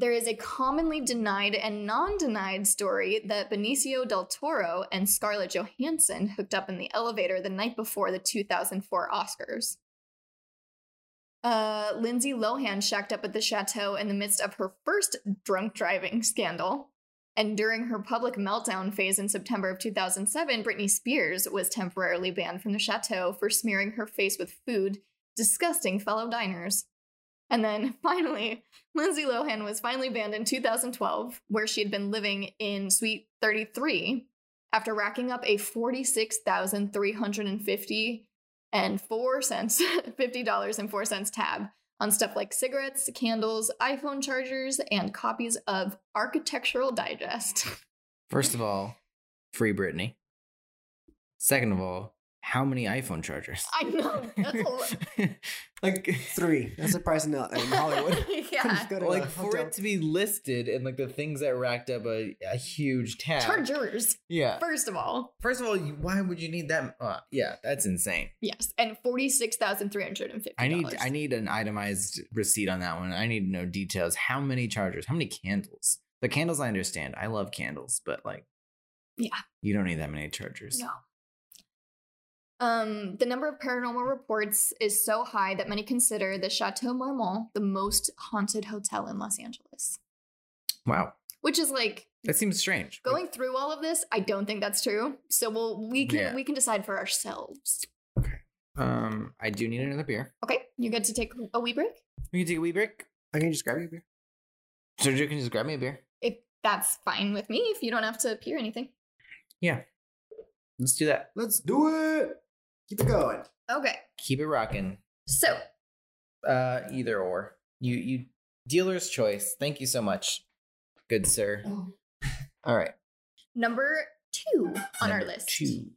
Speaker 2: There is a commonly denied and non denied story that Benicio del Toro and Scarlett Johansson hooked up in the elevator the night before the 2004 Oscars. Uh, Lindsay Lohan shacked up at the chateau in the midst of her first drunk driving scandal. And during her public meltdown phase in September of 2007, Britney Spears was temporarily banned from the chateau for smearing her face with food, disgusting fellow diners. And then finally, Lindsay Lohan was finally banned in 2012, where she had been living in Suite 33 after racking up a 46,350 and four cents, fifty dollars and four cents tab on stuff like cigarettes, candles, iPhone chargers, and copies of Architectural Digest.
Speaker 1: First of all, free Britney. Second of all, how many iPhone chargers?
Speaker 2: I know that's a lot.
Speaker 1: like
Speaker 3: Three. That's a price in, uh, in Hollywood.
Speaker 2: yeah,
Speaker 3: Go to a
Speaker 1: like for
Speaker 3: hotel.
Speaker 1: it to be listed and like the things that racked up a, a huge tab.
Speaker 2: chargers.
Speaker 1: Yeah.
Speaker 2: First of all,
Speaker 1: First of all, you- why would you need that? Uh, yeah, that's insane.
Speaker 2: yes, and forty six thousand three hundred and fifty.
Speaker 1: I need I need an itemized receipt on that one. I need to know details. How many chargers? How many candles? The candles I understand. I love candles, but like,
Speaker 2: Yeah.
Speaker 1: you don't need that many chargers.
Speaker 2: No. Um, the number of paranormal reports is so high that many consider the Chateau Marmont the most haunted hotel in Los Angeles,
Speaker 1: Wow,
Speaker 2: which is like
Speaker 1: that seems strange.
Speaker 2: going through all of this i don't think that's true so we'll we can
Speaker 1: Yeah.
Speaker 2: we can decide for ourselves
Speaker 1: Um, I do need another beer.
Speaker 2: okay you get to take a wee break
Speaker 1: We can take a wee break.
Speaker 3: I can just grab you.
Speaker 1: Sergio can just grab me a beer.
Speaker 2: if that's fine with me if you don't have to pee or anything
Speaker 1: Let's do that.
Speaker 3: Let's do it. Keep it going.
Speaker 2: okay
Speaker 1: Keep it rocking.
Speaker 2: so
Speaker 1: Uh, either or. You you dealer's choice. Thank you so much, good sir. All right.
Speaker 2: number two on our
Speaker 1: number
Speaker 2: list
Speaker 1: Two.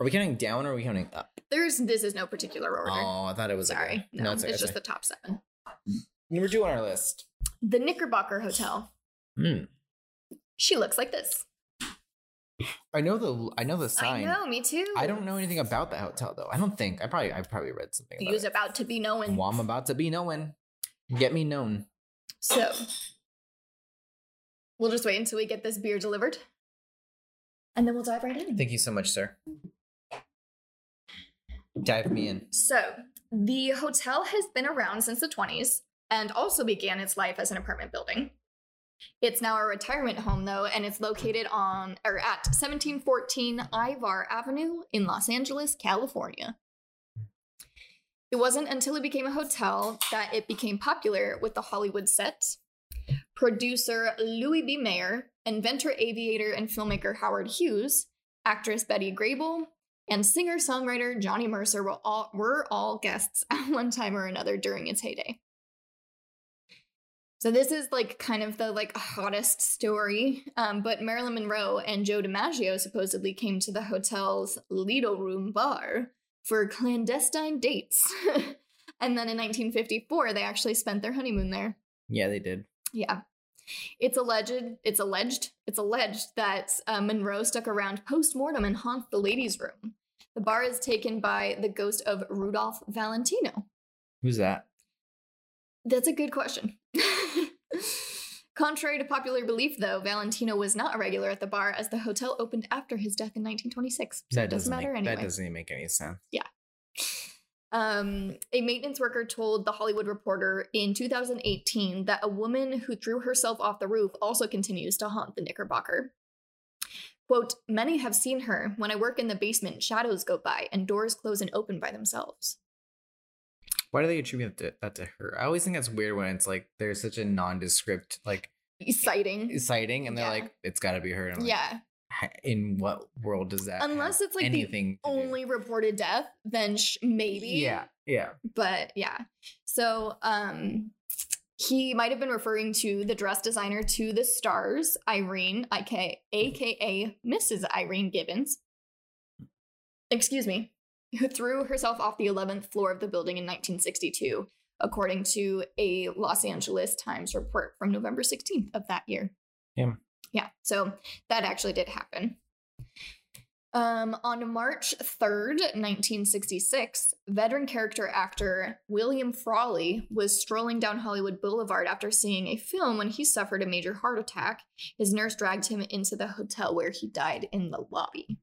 Speaker 1: Are we counting down or are we counting up?
Speaker 2: there's this is no particular order
Speaker 1: Oh, I thought it was like a-
Speaker 2: sorry no,
Speaker 1: no,
Speaker 2: it's,
Speaker 1: it's okay.
Speaker 2: just
Speaker 1: Just
Speaker 2: the top seven
Speaker 1: Number two on our list.
Speaker 2: the knickerbocker hotel
Speaker 1: Hmm.
Speaker 2: she looks like this
Speaker 1: I know the I know the sign.
Speaker 2: i know me too
Speaker 1: I don't know anything about that hotel though. I don't think I probably I probably read something. About
Speaker 2: he was
Speaker 1: it.
Speaker 2: about to be known
Speaker 1: Well, I'm about to be known. Get me known.
Speaker 2: so we'll just wait until we get this beer delivered and then we'll dive right in
Speaker 1: Thank you so much, sir. Dive me in.
Speaker 2: So, the hotel has been around since the 20s and also began its life as an apartment building. It's now a retirement home, though, and it's located on or at 1714 Ivar Avenue in Los Angeles, California. It wasn't until it became a hotel that it became popular with the Hollywood set. Producer Louis B. Mayer, inventor, aviator, and filmmaker Howard Hughes, actress Betty Grable, and singer-songwriter Johnny Mercer were all were all guests at one time or another during its heyday. So this is like kind of the like hottest story, um, but Marilyn Monroe and Joe DiMaggio supposedly came to the hotel's Lido Room bar for clandestine dates, and then in 1954 they actually spent their honeymoon there.
Speaker 1: Yeah, they did.
Speaker 2: Yeah. It's alleged, it's alleged, it's alleged that uh, Monroe stuck around post-mortem and haunts the ladies' room. The bar is taken by the ghost of Rudolph Valentino.
Speaker 1: Who's that?
Speaker 2: That's a good question. Contrary to popular belief, though, Valentino was not a regular at the bar as the hotel opened after his death in 1926. So it doesn't, matter
Speaker 1: make,
Speaker 2: anyway.
Speaker 1: That doesn't even make any sense.
Speaker 2: Um, a maintenance worker told the Hollywood Reporter in 2018 that a woman who threw herself off the roof also continues to haunt the Knickerbocker. Quote, many have seen her. When I work in the basement, shadows go by and doors close and open by themselves.
Speaker 1: Why do they attribute that- that to her? I always think that's weird when it's like there's such a nondescript like
Speaker 2: Sighting.
Speaker 1: sighting, and they're
Speaker 2: Yeah.
Speaker 1: like, "It's got to be her." And I'm like,
Speaker 2: Yeah.
Speaker 1: "Ha- In what world does that? have
Speaker 2: Unless it's like the
Speaker 1: anything to do?"
Speaker 2: only reported death, then sh- maybe.
Speaker 1: Yeah, yeah.
Speaker 2: but yeah so um he might have been referring to the dress designer to the stars irene aka aka mrs irene gibbons excuse me who threw herself off the 11th floor of the building in 1962, according to a Los Angeles Times report from November 16th of that year.
Speaker 1: Damn.
Speaker 2: Yeah, so that actually did happen. Um, on March 3rd, 1966, veteran character actor William Frawley was strolling down Hollywood Boulevard after seeing a film when he suffered a major heart attack. His nurse dragged him into the hotel where he died in the lobby.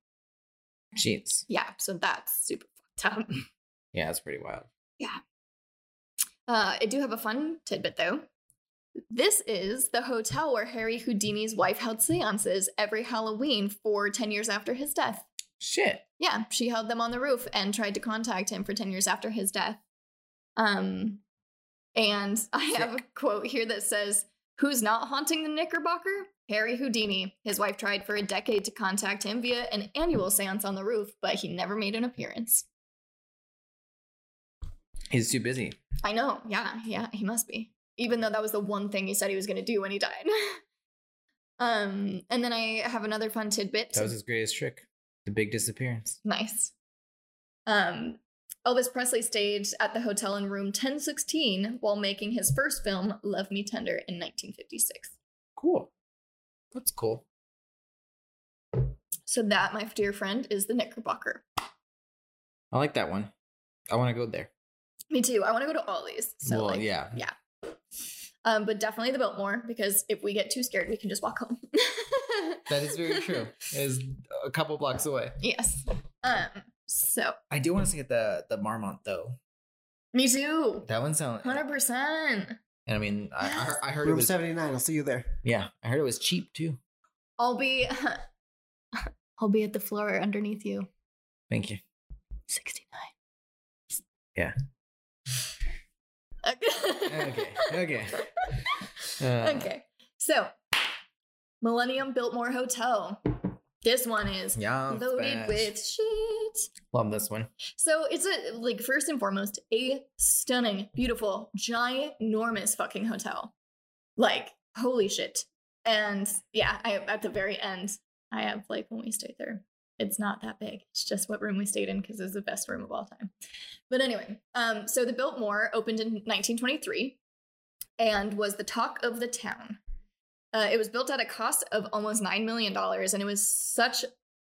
Speaker 1: Jeez.
Speaker 2: Yeah, so that's super fucked up.
Speaker 1: Yeah, that's pretty wild.
Speaker 2: Uh, I do have a fun tidbit though. This is the hotel where Harry Houdini's wife held seances every Halloween for 10 years after his death.
Speaker 1: Shit.
Speaker 2: Yeah, she held them on the roof and tried to contact him for 10 years after his death. Um, and I have a quote here that says, Who's not haunting the Knickerbocker? Harry Houdini. His wife tried for a decade to contact him via an annual seance on the roof, but he never made an appearance.
Speaker 1: He's too busy.
Speaker 2: I know. Yeah, yeah, he must be. Even though that was the one thing he said he was going to do when he died. um, and then I have another fun tidbit.
Speaker 1: That was his greatest trick. The big disappearance.
Speaker 2: Nice. Um, Elvis Presley stayed at the hotel in room 1016 while making his first film, Love Me Tender, in 1956.
Speaker 1: Cool. That's cool.
Speaker 2: So that, my dear friend, is the Knickerbocker.
Speaker 1: I like that one. I want to go there.
Speaker 2: Me too. I want to go to all these. So
Speaker 1: well,
Speaker 2: like,
Speaker 1: yeah.
Speaker 2: yeah. Um, but definitely the Biltmore because if we get too scared, we can just walk home.
Speaker 1: That is very true. it is a couple blocks away.
Speaker 2: yes. Um. So
Speaker 1: I do want to see the the Marmont though.
Speaker 2: me too.
Speaker 1: That one sounds.
Speaker 2: Hundred percent.
Speaker 1: And I mean, I, I heard- I heard it
Speaker 3: Room
Speaker 1: was.
Speaker 3: 79, I'll see you there.
Speaker 1: Yeah, I heard it was cheap too.
Speaker 2: I'll be. I'll be at the floor underneath you.
Speaker 1: Thank you.
Speaker 2: 69.
Speaker 1: Yeah.
Speaker 2: Okay.
Speaker 1: Okay. Okay. Uh,
Speaker 2: okay. So, Millennium Biltmore Hotel. This one is
Speaker 1: Yeah. I'm
Speaker 2: loaded
Speaker 1: fast.
Speaker 2: with shit.
Speaker 1: Love this one.
Speaker 2: So, it's a, like, first and foremost, a stunning, beautiful, ginormous fucking hotel. Like, holy shit. And yeah, I, at the very end, I have, like, when we stayed there, it's not that big. It's just what room we stayed in because it was the best room of all time. But anyway, um, so the Biltmore opened in 1923 and was the talk of the town. Uh, it was built at a cost of almost $9 million and it was such,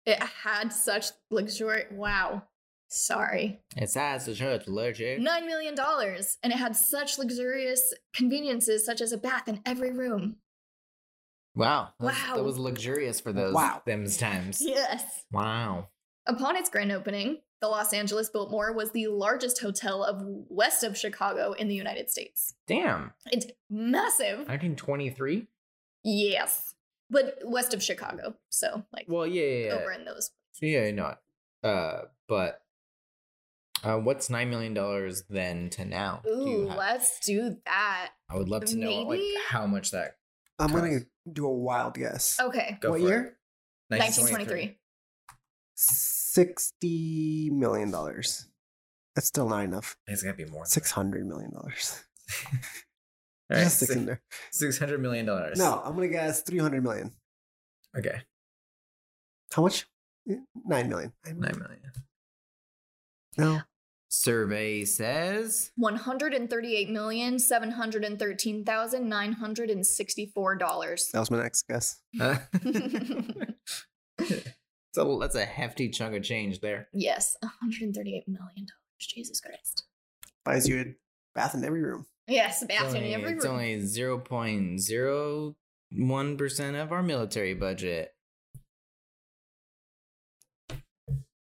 Speaker 2: it had such luxurious, wow, sorry,
Speaker 1: It says the church allergic.
Speaker 2: $9 million and it had such luxurious conveniences such as a bath in every room.
Speaker 1: Wow. That's-
Speaker 2: Wow.
Speaker 1: That was luxurious for those
Speaker 3: Wow.
Speaker 1: them times.
Speaker 2: Yes.
Speaker 1: Wow.
Speaker 2: Upon its grand opening, the Los Angeles Biltmore was the largest hotel of west of Chicago in the United States.
Speaker 1: Damn.
Speaker 2: It's massive.
Speaker 1: 1923?
Speaker 2: Yes. But west of Chicago. So, like,
Speaker 1: Well, yeah, yeah, yeah.
Speaker 2: over in those.
Speaker 1: Yeah, not. Uh, but uh, what's nine million dollars then to now? do you
Speaker 2: Ooh,
Speaker 1: have?
Speaker 2: let's do that.
Speaker 1: I would love to know like
Speaker 2: maybe?
Speaker 1: how much that.
Speaker 3: I'm going
Speaker 1: Correct.
Speaker 3: to do a wild guess.
Speaker 2: Okay.
Speaker 1: Go
Speaker 3: what
Speaker 1: for it.
Speaker 3: year?
Speaker 2: 1923.
Speaker 3: 60 million dollars. That's still not enough.
Speaker 1: It's gonna be more. than
Speaker 3: 600 million dollars.
Speaker 1: that. All right,
Speaker 3: Just stick in
Speaker 1: six
Speaker 3: there.
Speaker 1: six hundred million dollars.
Speaker 3: No, I'm going to guess 300 million.
Speaker 1: Okay.
Speaker 3: How much? 9 million. Nine million.
Speaker 1: Nine million.
Speaker 3: No.
Speaker 1: Survey says
Speaker 2: 138,713,964 dollars.
Speaker 3: That was my next guess.
Speaker 1: Uh, so that's a hefty chunk of change there.
Speaker 2: Yes, 138 million dollars. Jesus Christ.
Speaker 3: Buys you a bath in every room.
Speaker 2: Yes,
Speaker 1: It's
Speaker 2: bathroom in
Speaker 1: only-
Speaker 2: every
Speaker 1: It's
Speaker 2: room.
Speaker 1: only zero point zero one percent of our military budget.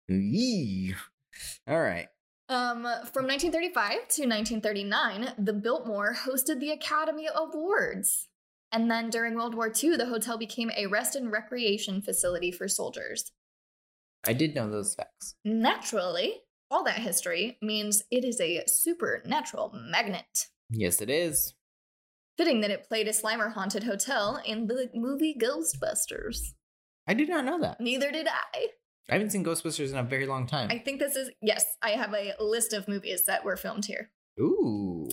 Speaker 1: Yee. All right.
Speaker 2: Um, from 1935 to 1939, the Biltmore hosted the Academy Awards. And then during World War II, the hotel became a rest and recreation facility for soldiers.
Speaker 1: I did know those facts.
Speaker 2: Naturally, all that history means it is a supernatural magnet.
Speaker 1: Yes, it is.
Speaker 2: Fitting that it played a Slimer haunted hotel in the movie Ghostbusters.
Speaker 1: I did not know that.
Speaker 2: Neither did I.
Speaker 1: I haven't seen Ghostbusters in a very long time.
Speaker 2: I think this is, yes, I have a list of movies that were filmed here.
Speaker 1: Ooh.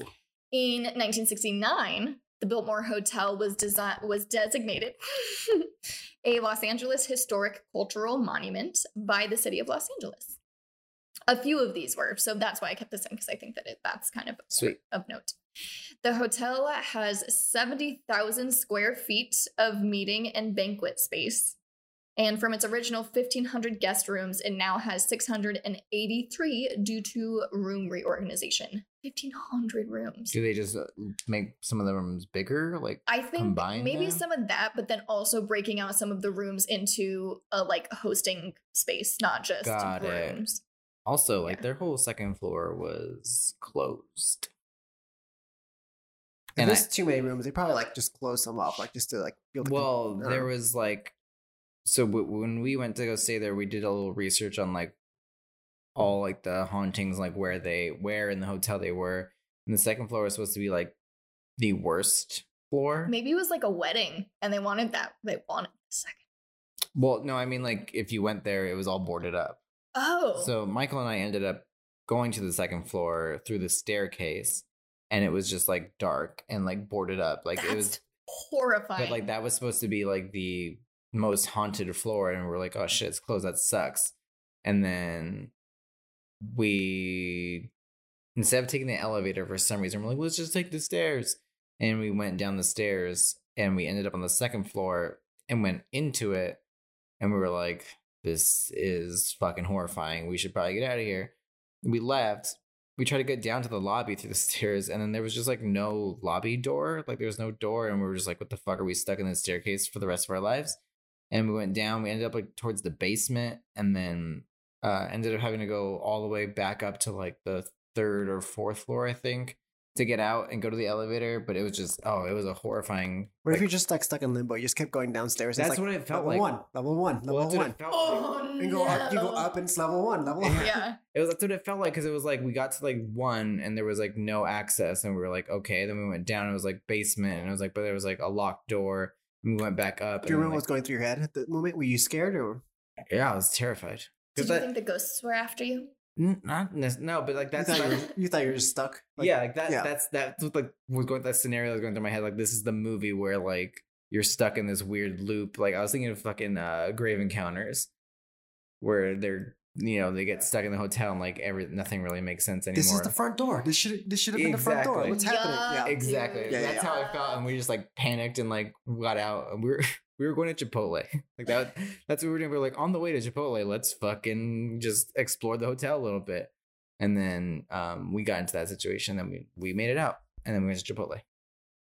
Speaker 2: In 1969, the Biltmore Hotel was desi- was designated a Los Angeles Historic Cultural Monument by the city of Los Angeles. a few of these were, so that's why I kept this in because I think that it, that's kind of
Speaker 1: Sweet.
Speaker 2: of note. The hotel has 70,000 square feet of meeting and banquet space. And from its original 1,500 guest rooms, it now has 683 due to room reorganization. 1,500 rooms.
Speaker 1: Do they just uh, make some of the rooms bigger? Like,
Speaker 2: I think
Speaker 1: combine
Speaker 2: maybe
Speaker 1: them?
Speaker 2: some of that, but then also breaking out some of the rooms into a like hosting space, not just
Speaker 1: Got it.
Speaker 2: rooms.
Speaker 1: also, like
Speaker 2: Yeah.
Speaker 1: their whole second floor was closed.
Speaker 3: If
Speaker 1: And
Speaker 3: there's
Speaker 1: I-
Speaker 3: too many rooms. They probably like just close them up, like just to like build.
Speaker 1: Well, there
Speaker 3: or-
Speaker 1: was like, so w- when we went to go stay there, we did a little research on like all like the hauntings, like where they, where in the hotel they were. And the second floor was supposed to be like the worst floor.
Speaker 2: Maybe it was like a wedding and they wanted that. They wanted the second.
Speaker 1: Well, no, I mean like if you went there, it was all boarded up.
Speaker 2: Oh.
Speaker 1: So Michael and I ended up going to the second floor through the staircase, and it was just like dark and like boarded up. Like
Speaker 2: That's
Speaker 1: it was,
Speaker 2: horrifying.
Speaker 1: but like that was supposed to be like the most haunted floor, and we are like, oh shit, it's closed. That sucks. And then we, instead of taking the elevator for some reason, we're like, let's just take the stairs. And we went down the stairs, and we ended up on the second floor, and went into it, and we were like, this is fucking horrifying. We should probably get out of here. We left. We tried to get down to the lobby through the stairs, and then there was just like no lobby door. Like there was no door, and we were just like, what the fuck are we stuck in this staircase for the rest of our lives? And we went down. We ended up like towards the basement, and then uh, ended up having to go all the way back up to like the third or fourth floor, I think, to get out and go to the elevator. But it was just oh, it was a horrifying.
Speaker 3: What if
Speaker 1: like-
Speaker 3: you're just like stuck in limbo? You just kept going downstairs.
Speaker 1: that's
Speaker 3: it's like,
Speaker 1: what it felt
Speaker 3: level
Speaker 1: like.
Speaker 3: one, level one,
Speaker 1: Well,
Speaker 3: level
Speaker 1: that's what
Speaker 3: one.
Speaker 1: it felt like.
Speaker 2: oh,
Speaker 3: And go up, you go up, and it's level one, level one.
Speaker 2: Yeah.
Speaker 1: It was that's what it felt like because it was like we got to like one and there was like no access and we were like okay then we went down and it was like basement and it was like but there was like a locked door and we went back up.
Speaker 3: Do you
Speaker 1: and
Speaker 3: remember
Speaker 1: then,
Speaker 3: what's going through your head at the moment? Were you scared or?
Speaker 1: like- yeah, I was terrified.
Speaker 2: Did
Speaker 1: 'Cause
Speaker 2: you
Speaker 1: that-
Speaker 2: think the ghosts were after you?
Speaker 1: n- not nec- no, but like
Speaker 3: You
Speaker 1: that's
Speaker 3: thought you,
Speaker 1: like,
Speaker 3: were, you thought you were just stuck. Like,
Speaker 1: yeah, like that
Speaker 3: yeah.
Speaker 1: that's that's what like was going that scenario was going through my head like this is the movie where like you're stuck in this weird loop. Like I was thinking of fucking uh, Grave Encounters, where they're you know they get stuck in the hotel and like every nothing really makes sense anymore.
Speaker 3: This is the front door. This should this should have been the front door.
Speaker 1: Exactly.
Speaker 3: What's happening?
Speaker 2: Yeah.
Speaker 3: Yeah.
Speaker 1: Exactly.
Speaker 2: dude.
Speaker 3: Yeah,
Speaker 1: That's
Speaker 3: yeah.
Speaker 1: how I felt, and we just like panicked and like got out. And we were we were going to Chipotle. Like that. That's what we were doing. We were like on the way to Chipotle. Let's fucking just explore the hotel a little bit. And then um, we got into that situation, and we we made it out, and then we went to Chipotle.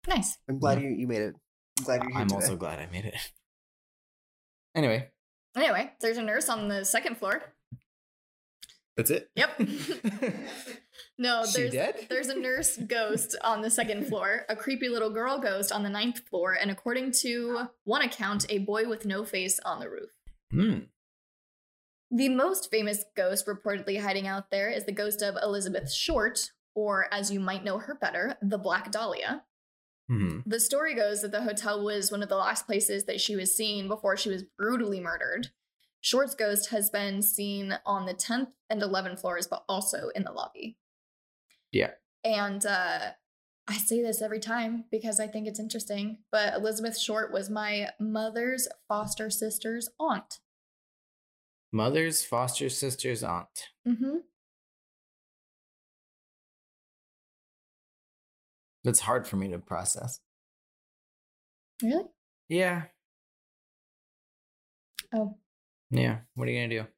Speaker 2: Nice.
Speaker 3: I'm glad you, you made it. I'm glad you're here
Speaker 1: I'm
Speaker 3: today.
Speaker 1: also glad I made it. Anyway,
Speaker 2: Anyway, there's a nurse on the second floor.
Speaker 1: that's it.
Speaker 2: Yep. no,
Speaker 1: She
Speaker 2: there's
Speaker 1: dead?
Speaker 2: there's a nurse ghost on the second floor, a creepy little girl ghost on the ninth floor, and according to one account, a boy with no face on the roof.
Speaker 1: Hmm.
Speaker 2: The most famous ghost reportedly hiding out there is the ghost of Elizabeth Short, or as you might know her better, the Black Dahlia.
Speaker 1: Mhm.
Speaker 2: The story goes that the hotel was one of the last places that she was seen before she was brutally murdered. Short's ghost has been seen on the 10th and 11th floors, but also in the lobby.
Speaker 1: Yeah.
Speaker 2: And uh, I say this every time because I think it's interesting, but Elizabeth Short was my mother's foster sister's aunt.
Speaker 1: Mother's foster sister's aunt.
Speaker 2: hmm
Speaker 1: That's hard for me to process.
Speaker 2: Really?
Speaker 1: Yeah.
Speaker 2: Oh,
Speaker 1: Yeah. What are you gonna do?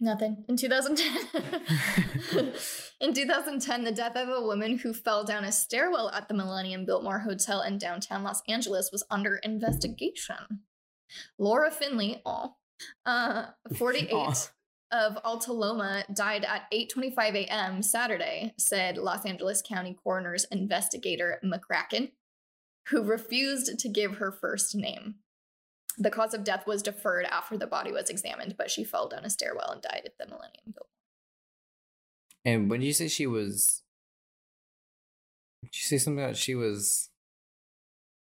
Speaker 2: Nothing. In 2010, in 2010, the death of a woman who fell down a stairwell at the Millennium Biltmore Hotel in downtown Los Angeles was under investigation. Laura Finley, aw, uh, 48,
Speaker 1: Aw.
Speaker 2: of Altaloma, died at 8:25 a.m. Saturday, said Los Angeles County Coroner's investigator McCracken, who refused to give her first name. The cause of death was deferred after the body was examined, but she fell down a stairwell and died at the Millennium Biltmore.
Speaker 1: And when you say she was, did you say something about she was?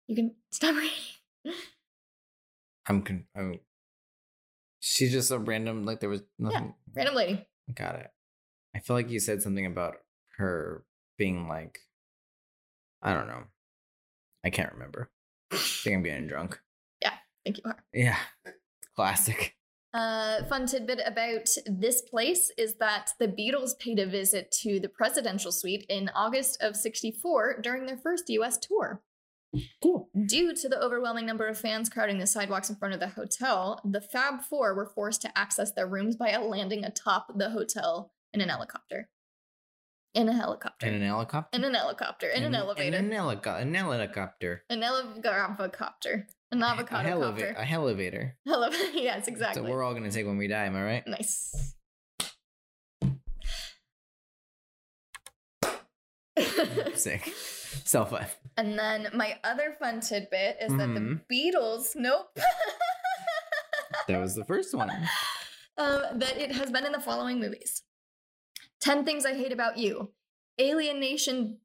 Speaker 2: You can stop reading.
Speaker 1: I'm, con- I'm. She's just a random. Like there was nothing.
Speaker 2: Random lady.
Speaker 1: Got it. I feel like you said something about her being like, I don't know. I can't remember. I think I'm getting drunk.
Speaker 2: Thank you. Are.
Speaker 1: Yeah, classic.
Speaker 2: Uh, fun tidbit about this place is that the Beatles paid a visit to the presidential suite in August of 64 during their first US tour.
Speaker 1: Cool.
Speaker 2: Due to the overwhelming number of fans crowding the sidewalks in front of the hotel, the Fab Four were forced to access their rooms by landing atop the hotel in an helicopter. In a helicopter.
Speaker 1: In an helicopter.
Speaker 2: In an helicopter. In an elevator.
Speaker 1: In an, helico- an helicopter.
Speaker 2: An helicopter. An avocado
Speaker 1: a,
Speaker 2: copter.
Speaker 1: heleva- a elevator.
Speaker 2: Hello- yes, exactly.
Speaker 1: So we're all gonna take when we die. Am I right?
Speaker 2: Nice.
Speaker 1: Sick. Self five.
Speaker 2: and then my other fun tidbit is that
Speaker 1: Mhm.
Speaker 2: the Beatles, nope,
Speaker 1: That was the first one.
Speaker 2: um, that it has been in the following movies 10 Things I Hate About You, Alien Nation,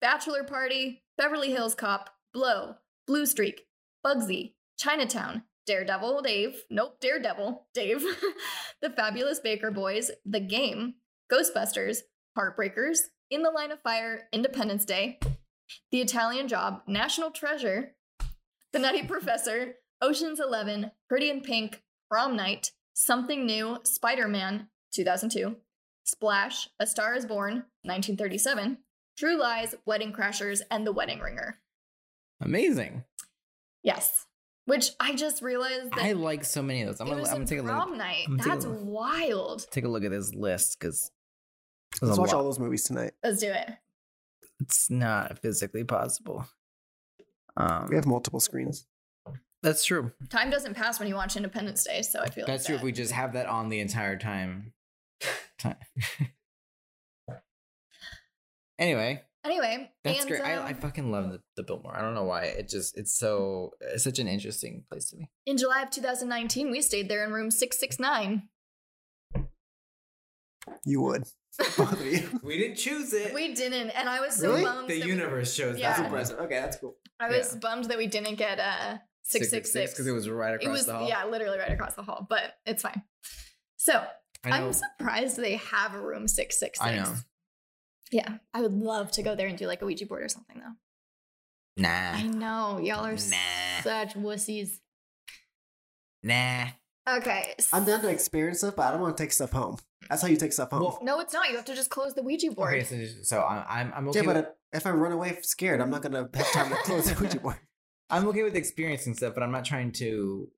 Speaker 2: Bachelor Party, Beverly Hills Cop, Blow, Blue Streak, Bugsy, Chinatown, Daredevil Dave, nope, Daredevil Dave, The Fabulous Baker Boys, The Game, Ghostbusters, Heartbreakers, In the Line of Fire, Independence Day, The Italian Job, National Treasure, The Nutty Professor, Ocean's Eleven, Pretty in Pink, Prom Night, Something New, Spider Man, 2002, Splash, A Star is Born, 1937, True Lies, Wedding Crashers, and The Wedding Ringer.
Speaker 1: Amazing.
Speaker 2: Yes. Which I just realized that
Speaker 1: I like so many of those. I'm
Speaker 2: it
Speaker 1: gonna,
Speaker 2: was
Speaker 1: I'm gonna
Speaker 2: a
Speaker 1: take a
Speaker 2: prom
Speaker 1: look.
Speaker 2: night.
Speaker 1: I'm gonna take a
Speaker 2: That's
Speaker 1: look.
Speaker 2: wild.
Speaker 1: Take a look at this list because
Speaker 3: Let's watch all those movies tonight.
Speaker 2: Let's do it.
Speaker 1: it's not physically possible. Um,
Speaker 3: We have multiple screens.
Speaker 1: that's true.
Speaker 2: Time doesn't pass when you watch Independence Day, so I feel like
Speaker 1: That's true. If
Speaker 2: that.
Speaker 1: we just have that on the entire time. Time. anyway,
Speaker 2: Anyway,
Speaker 1: that's
Speaker 2: and,
Speaker 1: great.
Speaker 2: um,
Speaker 1: I, I fucking love the, the Biltmore. I don't know why. It just it's so it's such an interesting place to me.
Speaker 2: in July of 2019, we stayed there in room 669.
Speaker 3: You would. Both of you.
Speaker 1: We didn't choose it.
Speaker 2: We didn't, and I was so
Speaker 3: Really?
Speaker 2: bummed. that we-
Speaker 1: chose
Speaker 2: Yeah.
Speaker 3: That's
Speaker 2: That's
Speaker 3: impressive. Okay, that's cool.
Speaker 2: I was bummed that we didn't get uh 666
Speaker 1: because it was right
Speaker 2: It
Speaker 1: across
Speaker 2: was-
Speaker 1: the hall.
Speaker 2: yeah, literally right across the hall, but it's fine. So
Speaker 1: I know.
Speaker 2: I'm surprised they have a room 666.
Speaker 1: I know.
Speaker 2: Yeah, I would love to go there and do like a Ouija board or something though.
Speaker 1: Nah,
Speaker 2: I know y'all are
Speaker 1: Nah.
Speaker 2: such wussies.
Speaker 1: nah.
Speaker 2: Okay.
Speaker 3: I'm down to experience stuff, but I don't want to take stuff home. That's how you take stuff home.
Speaker 1: Well,
Speaker 2: No, it's not. You have to just close the Ouija board.
Speaker 1: Okay, so, so I'm I'm I'm okay.
Speaker 3: yeah,
Speaker 1: with,
Speaker 3: but if I run away scared, I'm not gonna have time to close the Ouija board.
Speaker 1: I'm okay with experiencing stuff, but I'm not trying to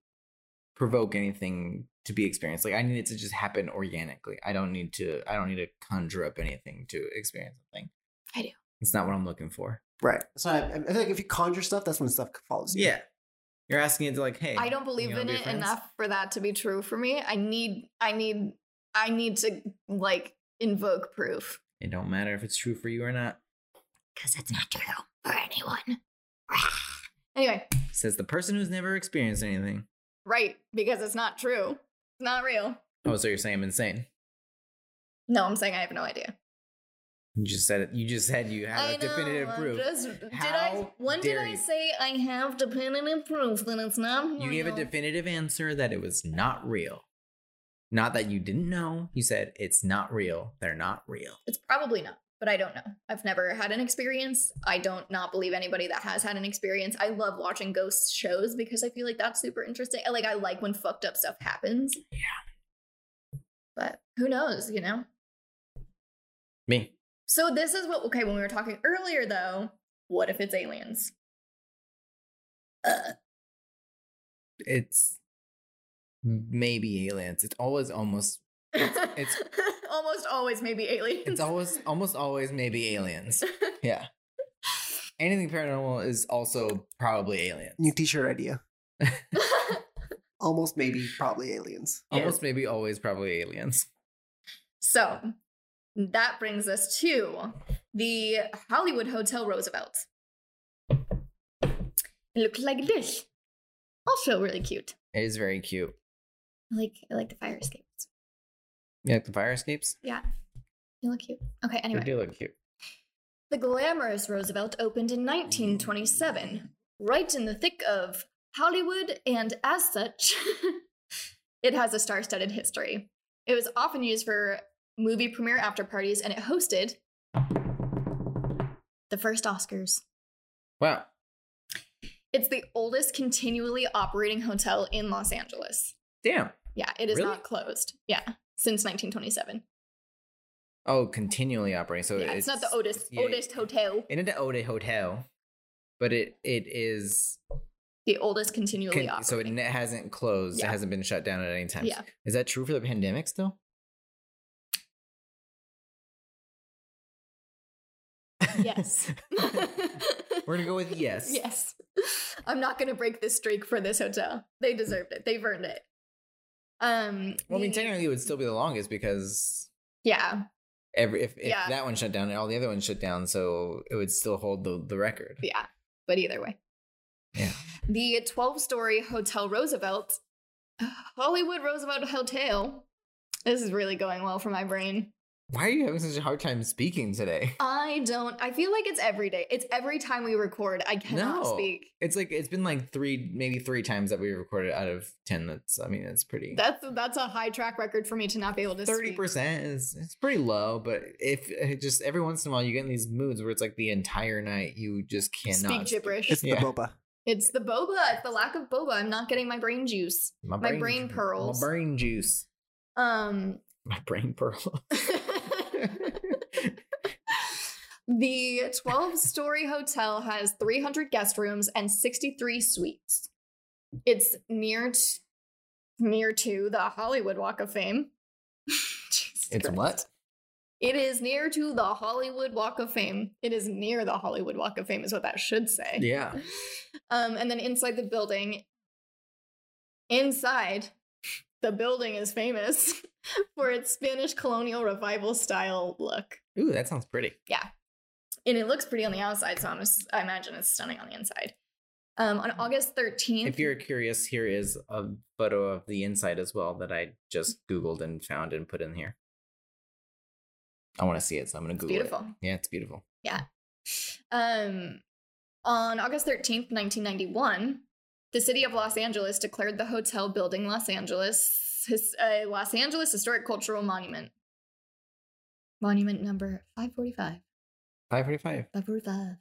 Speaker 1: provoke anything to be experienced. Like I need it to just happen organically. I don't need to. I don't need to conjure up anything to experience something.
Speaker 2: I do.
Speaker 1: It's not what I'm looking for.
Speaker 3: Right. So I, I feel like if you conjure stuff, that's when stuff follows you.
Speaker 1: you're asking it to like, hey,
Speaker 2: I don't believe
Speaker 1: you wanna
Speaker 2: in
Speaker 1: be
Speaker 2: it
Speaker 1: friends?
Speaker 2: enough for that to be true for me. I need, I need, I need to like invoke proof
Speaker 1: It don't matter if it's true for you or not.
Speaker 2: because it's not true for anyone. anyway,
Speaker 1: Says the person who's never experienced anything.
Speaker 2: right? Because it's not true. It's not real.
Speaker 1: Oh, so you're saying I'm insane?
Speaker 2: No, I'm saying I have no idea.
Speaker 1: You just said it. You just said you have
Speaker 2: I
Speaker 1: a definitive
Speaker 2: know, I'm
Speaker 1: proof.
Speaker 2: just- did I?
Speaker 1: How
Speaker 2: When did
Speaker 1: dare
Speaker 2: I
Speaker 1: you.
Speaker 2: say I have definitive proof that it's not?
Speaker 1: You gave a
Speaker 2: real?
Speaker 1: definitive answer that it was not real. Not that you didn't know. You said it's not real. They're not real.
Speaker 2: It's probably not, but I don't know. I've never had an experience. I don't not believe anybody that has had an experience. I love watching ghost shows because I feel like that's super interesting. Like I like when fucked up stuff happens. Yeah. But who knows, you know?
Speaker 1: Me.
Speaker 2: So this is what okay, when we were talking earlier though, what if it's aliens? Uh,
Speaker 1: It's maybe aliens. It's always almost
Speaker 2: it's almost always maybe aliens.
Speaker 1: it's always almost always maybe aliens. Yeah. Anything paranormal is also probably aliens.
Speaker 3: New T-shirt idea. Almost, maybe, probably aliens.
Speaker 1: Almost maybe always probably aliens.
Speaker 2: So that brings us to the Hollywood Hotel Roosevelt. It looks like this. Also really cute.
Speaker 1: It is very cute.
Speaker 2: I like I like the fire escapes.
Speaker 1: You like the fire escapes?
Speaker 2: They look cute. Okay, anyway.
Speaker 1: They do look cute.
Speaker 2: The glamorous Roosevelt opened in 1927, right in the thick of Hollywood, and as such, it has a star studded history. It was often used for movie premiere after parties, and it hosted the first Oscars.
Speaker 1: Wow.
Speaker 2: It's the oldest continually operating hotel in Los Angeles.
Speaker 1: Damn.
Speaker 2: Yeah, it is
Speaker 1: Really?
Speaker 2: not closed. Yeah, since 1927.
Speaker 1: Oh, continually operating. So
Speaker 2: yeah, it's, not the oldest
Speaker 1: yeah,
Speaker 2: oldest hotel,
Speaker 1: It is an Otis hotel, but it it is
Speaker 2: the oldest continually
Speaker 1: con-
Speaker 2: operating.
Speaker 1: so it ne- hasn't closed.
Speaker 2: Yeah.
Speaker 1: It hasn't been shut down at any time.
Speaker 2: Yeah.
Speaker 1: Is that true for the pandemic still?
Speaker 2: yes.
Speaker 1: We're gonna go with yes.
Speaker 2: Yes. I'm not gonna break this streak for this hotel. They deserved it. They've earned it. Um.
Speaker 1: Well, I mean,
Speaker 2: the-
Speaker 1: technically, it would still be the longest because
Speaker 2: Yeah.
Speaker 1: every if, if
Speaker 2: Yeah.
Speaker 1: that one shut down, all the other ones shut down, so it would still hold the the record.
Speaker 2: Yeah. But either way.
Speaker 1: Yeah.
Speaker 2: The 12 story Hotel Roosevelt, Hollywood Roosevelt Hotel. This is really going well for my brain.
Speaker 1: Why are you having such a hard time speaking today?
Speaker 2: I don't, I feel like it's every day. It's every time we record. I cannot
Speaker 1: No.
Speaker 2: speak.
Speaker 1: It's like it's been like three, maybe three times that we recorded out of ten. That's I mean, it's pretty.
Speaker 2: That's that's a high track record for me to not be able to
Speaker 1: Thirty
Speaker 2: speak.
Speaker 1: percent is it's pretty low, but if it just every once in a while you get in these moods where it's like the entire night you just
Speaker 2: Speak
Speaker 1: cannot.
Speaker 2: gibberish.
Speaker 3: It's
Speaker 2: It's,
Speaker 1: Yeah.
Speaker 3: the boba.
Speaker 2: the boba. It's the lack of boba. I'm not getting my brain juice. my brain pearls.
Speaker 1: My brain juice.
Speaker 2: Um,
Speaker 1: My brain pearl.
Speaker 2: the 12 story hotel has 300 guest rooms and 63 suites. It's near t- near to the Hollywood Walk of Fame. Jesus
Speaker 1: It's
Speaker 2: Christ.
Speaker 1: what?
Speaker 2: It is near to the Hollywood Walk of Fame. It is near the Hollywood Walk of Fame is what that should say.
Speaker 1: Yeah.
Speaker 2: Um, and then inside the building, inside the building is famous for its Spanish colonial revival style look.
Speaker 1: Ooh, that sounds pretty.
Speaker 2: And it looks pretty on the outside, so I'm ass- I imagine it's stunning on the inside. Um, on August 13th,
Speaker 1: Mm-hmm. If you're curious, here is a photo of the inside as well that I just Googled and found and put in here. I want to see it, so I'm going to Google
Speaker 2: beautiful.
Speaker 1: it. Yeah, it's beautiful.
Speaker 2: Um, on August 13th, 1991, the city of Los Angeles declared the hotel building Los Angeles his, a Los Angeles Historic Cultural Monument. Monument number 545.
Speaker 1: 545.
Speaker 2: Baburtha.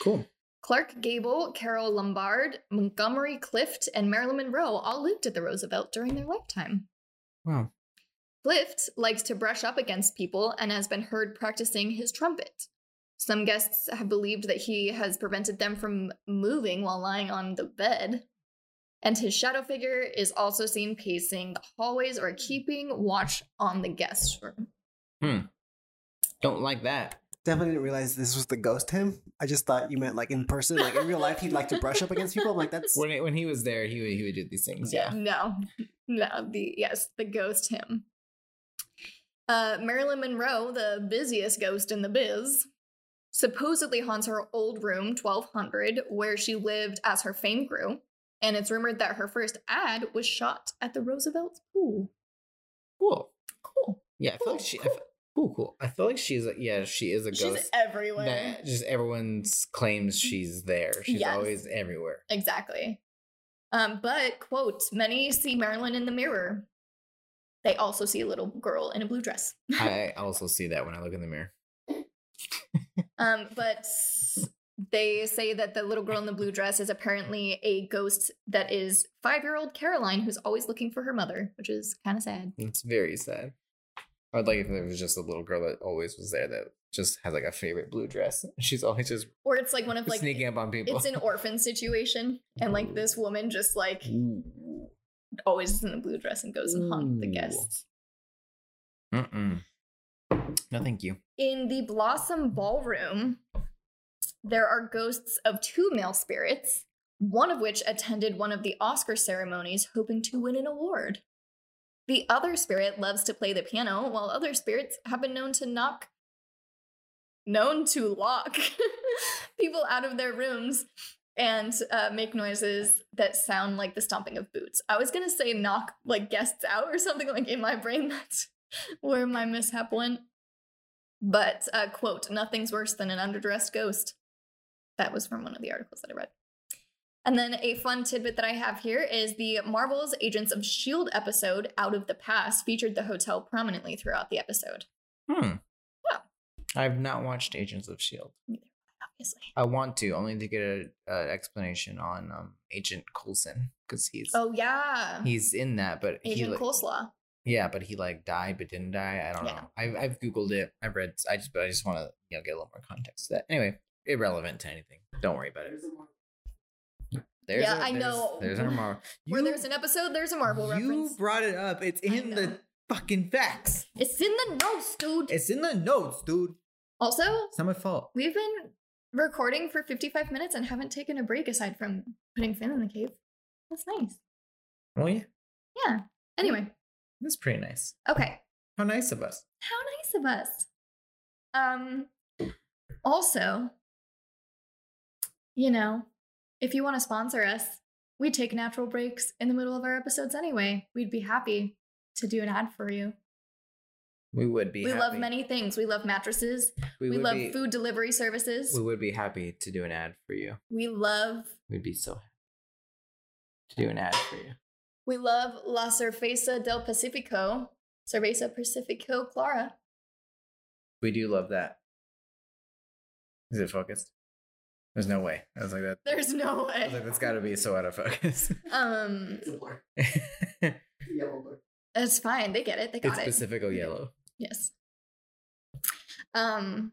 Speaker 1: Cool.
Speaker 2: Clark Gable, Carol Lombard, Montgomery Clift, and Marilyn Monroe all lived at the Roosevelt during their lifetime.
Speaker 1: Wow.
Speaker 2: Clift likes to brush up against people and has been heard practicing his trumpet. Some guests have believed that he has prevented them from moving while lying on the bed. And his shadow figure is also seen pacing the hallways or keeping watch on the guest room.
Speaker 1: Don't like that.
Speaker 3: Definitely didn't realize this was the ghost him. I just thought you meant like in person, like in real life. He'd like to brush up against people. I'm like, that's
Speaker 1: When, it, when he was there, he would, he would do these things. Yeah.
Speaker 2: No, no. The yes, the ghost him. Uh, Marilyn Monroe, the busiest ghost in the biz, supposedly haunts her old room, 1200, where she lived as her fame grew. And it's rumored that her first ad was shot at the Roosevelt pool.
Speaker 1: Cool.
Speaker 2: Cool.
Speaker 1: Yeah, I feel like she. I feel, cool, cool. I feel like she's like yeah, she is a
Speaker 2: She's
Speaker 1: ghost.
Speaker 2: everywhere.
Speaker 1: that just everyone's claims she's there. She's
Speaker 2: Yes.
Speaker 1: always everywhere.
Speaker 2: Exactly. Um, but, quote, many see Marilyn in the mirror. They also see a little girl in a blue dress.
Speaker 1: I also see that when I look in the mirror.
Speaker 2: Um, but they say that the little girl in the blue dress is apparently a ghost that is five year old Caroline, who's always looking for her mother, which is kind of sad.
Speaker 1: It's very sad. I'd like if there was just a little girl that always was there that just has like a favorite blue dress. She's always just
Speaker 2: Or it's like one of like
Speaker 1: sneaking up on people.
Speaker 2: it's an orphan situation, and like this woman just like
Speaker 1: Ooh.
Speaker 2: always is in a blue dress and goes and haunts the
Speaker 1: Ooh.
Speaker 2: guests.
Speaker 1: Mm-mm. No, thank you.
Speaker 2: In the Blossom Ballroom, there are ghosts of two male spirits, one of which attended one of the Oscar ceremonies hoping to win an award. The other spirit loves to play the piano, while other spirits have been known to knock, known to lock people out of their rooms and uh, make noises that sound like the stomping of boots. I was gonna say knock like guests out or something like in my brain. That's where my mishap went. But uh, quote, nothing's worse than an underdressed ghost. That was from one of the articles that I read. And then a fun tidbit that I have here is the Marvel's Agents of S.H.I.E.L.D. E episode, Out of the Past, featured the hotel prominently throughout the episode.
Speaker 1: Hmm.
Speaker 2: Yeah.
Speaker 1: I've not watched Agents of Shield.
Speaker 2: obviously.
Speaker 1: E I want to only to get an explanation on um, Agent Coulson because he's
Speaker 2: Oh yeah,
Speaker 1: he's in that, but he
Speaker 2: Agent
Speaker 1: like,
Speaker 2: Coleslaw.
Speaker 1: yeah, but he like died but didn't die. I don't
Speaker 2: Yeah.
Speaker 1: know. I've I've googled it. I've read. I just but I just want to you know get a little more context to that. Anyway, irrelevant to anything. Don't worry about it. There's
Speaker 2: Yeah,
Speaker 1: a-
Speaker 2: I
Speaker 1: there's-
Speaker 2: know.
Speaker 1: There's our Marvel.
Speaker 2: Where there's an episode, there's a Marvel
Speaker 1: you
Speaker 2: reference.
Speaker 1: brought it up. It's
Speaker 2: I
Speaker 1: in the
Speaker 2: know.
Speaker 1: fucking facts.
Speaker 2: It's in the notes, dude.
Speaker 1: It's in the notes, dude.
Speaker 2: also,
Speaker 1: It's not my fault.
Speaker 2: we've been recording for 55 minutes and haven't taken a break aside from putting Finn in the cave. That's nice.
Speaker 1: Oh yeah,
Speaker 2: Yeah. Anyway,
Speaker 1: that's pretty nice.
Speaker 2: okay.
Speaker 1: How nice of us.
Speaker 2: How nice of us. Um also, you know, if you want to sponsor us, we take natural breaks in the middle of our episodes anyway. We'd be happy to do an ad for you.
Speaker 1: We would be.
Speaker 2: we
Speaker 1: happy.
Speaker 2: love many things. We love mattresses. We,
Speaker 1: would
Speaker 2: love
Speaker 1: be-
Speaker 2: food delivery services.
Speaker 1: We would be happy to do an ad for you.
Speaker 2: we love
Speaker 1: We'd be so happy to do an ad for you.
Speaker 2: We love La Cerveza del Pacifico, Cerveza Pacifico Clara.
Speaker 1: We do love that. Is it focused? There's no way. I was like that.
Speaker 2: There's no
Speaker 1: I was like,
Speaker 2: way.
Speaker 1: that's got to be so out of focus.
Speaker 2: Um,
Speaker 3: It's a blur.
Speaker 1: it's
Speaker 3: Yellow blur.
Speaker 2: it's fine. They get it. They got it.
Speaker 1: Pacifico yellow.
Speaker 2: Yes. Um,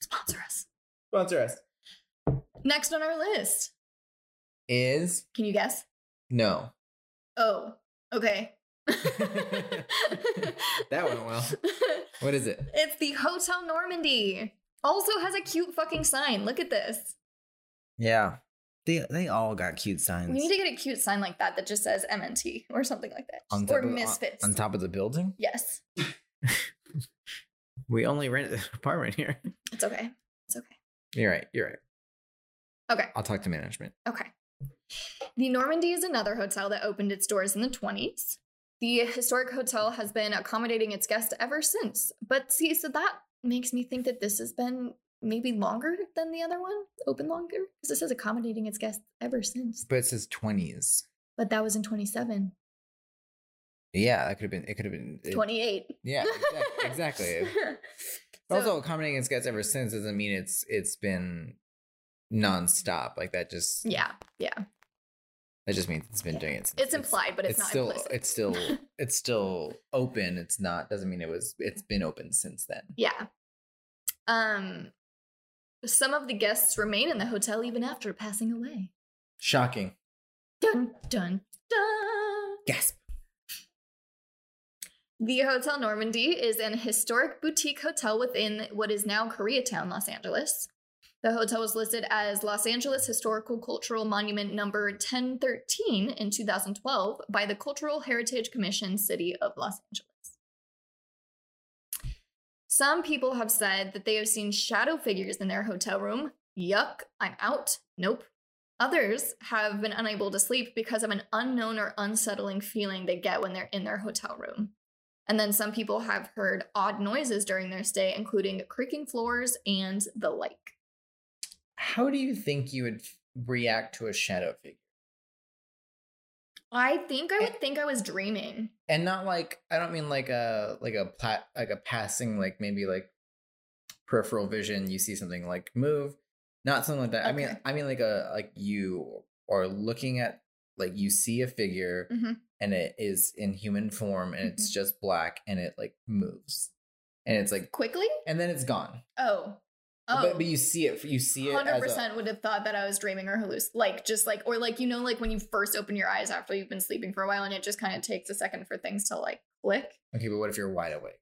Speaker 2: sponsor us.
Speaker 1: Sponsor us.
Speaker 2: Next on our list,
Speaker 1: Is
Speaker 2: can you guess?
Speaker 1: no.
Speaker 2: Oh, okay.
Speaker 1: That went well. What is it?
Speaker 2: It's the Hotel Normandy. Also has a cute fucking sign. Look at this.
Speaker 1: Yeah, they they all got cute signs
Speaker 2: We need to get a cute sign like that that just says MNT or something like that.
Speaker 1: On top
Speaker 2: or
Speaker 1: of- on-
Speaker 2: Misfits.
Speaker 1: on top of the building.
Speaker 2: yes.
Speaker 1: We only rented an apartment here.
Speaker 2: It's okay. It's okay.
Speaker 1: You're right. You're right.
Speaker 2: Okay.
Speaker 1: I'll talk to management.
Speaker 2: Okay. The Normandy is another hotel that opened its doors in the 20s. The historic hotel has been accommodating its guests ever since. But see, so that makes me think that this has been maybe longer than the other one, open longer, because it says accommodating its guests ever since.
Speaker 1: But it says twenties.
Speaker 2: But that was in 27,
Speaker 1: Yeah, that could have been. It could have been it-
Speaker 2: 28.
Speaker 1: Yeah, exac- exactly.
Speaker 2: So-
Speaker 1: also, accommodating its guests ever since doesn't mean it's it's been nonstop. Like that just
Speaker 2: yeah,
Speaker 1: that just means it's been doing it. Since.
Speaker 2: it's implied, but it's, not
Speaker 1: still
Speaker 2: implicit.
Speaker 1: it's still it's still open. It's not doesn't mean it was it's been open since then.
Speaker 2: Yeah. Um, some of the guests remain in the hotel even after passing away.
Speaker 1: Shocking.
Speaker 2: Dun dun dun.
Speaker 1: Gasp.
Speaker 2: The Hotel Normandy is an historic boutique hotel within what is now Koreatown, Los Angeles. The hotel was listed as Los Angeles Historical Cultural Monument number 1013 in 2012 by the Cultural Heritage Commission City of Los Angeles. Some people have said that they have seen shadow figures in their hotel room. Yuck, I'm out. Nope. Others have been unable to sleep because of an unknown or unsettling feeling they get when they're in their hotel room. And then some people have heard odd noises during their stay, including creaking floors and the like.
Speaker 1: How do you think you would f- react to a shadow figure?
Speaker 2: I think I
Speaker 1: Eh.
Speaker 2: would think I was dreaming.
Speaker 1: and not like i don't mean like a like a plat like a passing like maybe like peripheral vision you see something like move not something like that i mean
Speaker 2: Okay.
Speaker 1: i mean like a like you are looking at like you see a figure
Speaker 2: Mhm.
Speaker 1: and it is in human form and
Speaker 2: Mm-hmm.
Speaker 1: it's just black and it like moves and it's like
Speaker 2: Quickly?
Speaker 1: and then it's gone
Speaker 2: Oh. Oh.
Speaker 1: but, but you see it you see it
Speaker 2: Hundred
Speaker 1: 100%
Speaker 2: percent would have thought that I was dreaming or halluc, like just like or like you know like when you first open your eyes after you've been sleeping for a while and it just kind of takes a second for things to like click
Speaker 1: okay but what if you're wide awake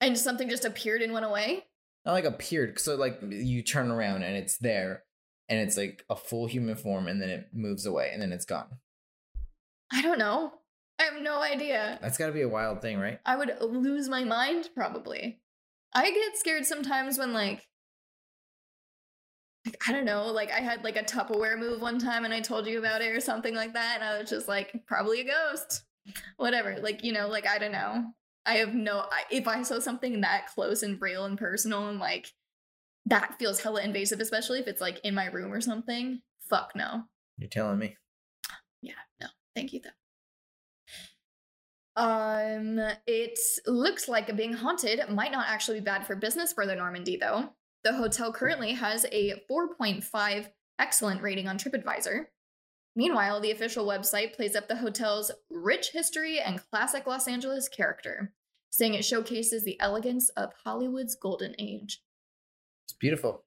Speaker 2: and something just appeared and went away.
Speaker 1: not like appeared so like you turn around and it's there and it's like a full human form and then it moves away and then it's gone
Speaker 2: I don't know. I have no idea.
Speaker 1: That's got to be a wild thing, right?
Speaker 2: I would uh, lose my mind probably. I get scared sometimes when like like, I don't know, like I had like a Tupperware move one time and I told you about it or something like that and I was just like probably a ghost. Whatever. Like, you know, like I don't know. I have no I, if I saw something that close and real and personal and like that feels hella invasive especially if it's like in my room or something. Fuck no.
Speaker 1: You're telling me.
Speaker 2: Yeah, no. Thank you though. Um, it looks like being haunted might not actually be bad for business for the Normandy though. The hotel currently has a 4.5 excellent rating on TripAdvisor. Meanwhile, the official website plays up the hotel's rich history and classic Los Angeles character, saying it showcases the elegance of Hollywood's golden age.
Speaker 1: It's beautiful.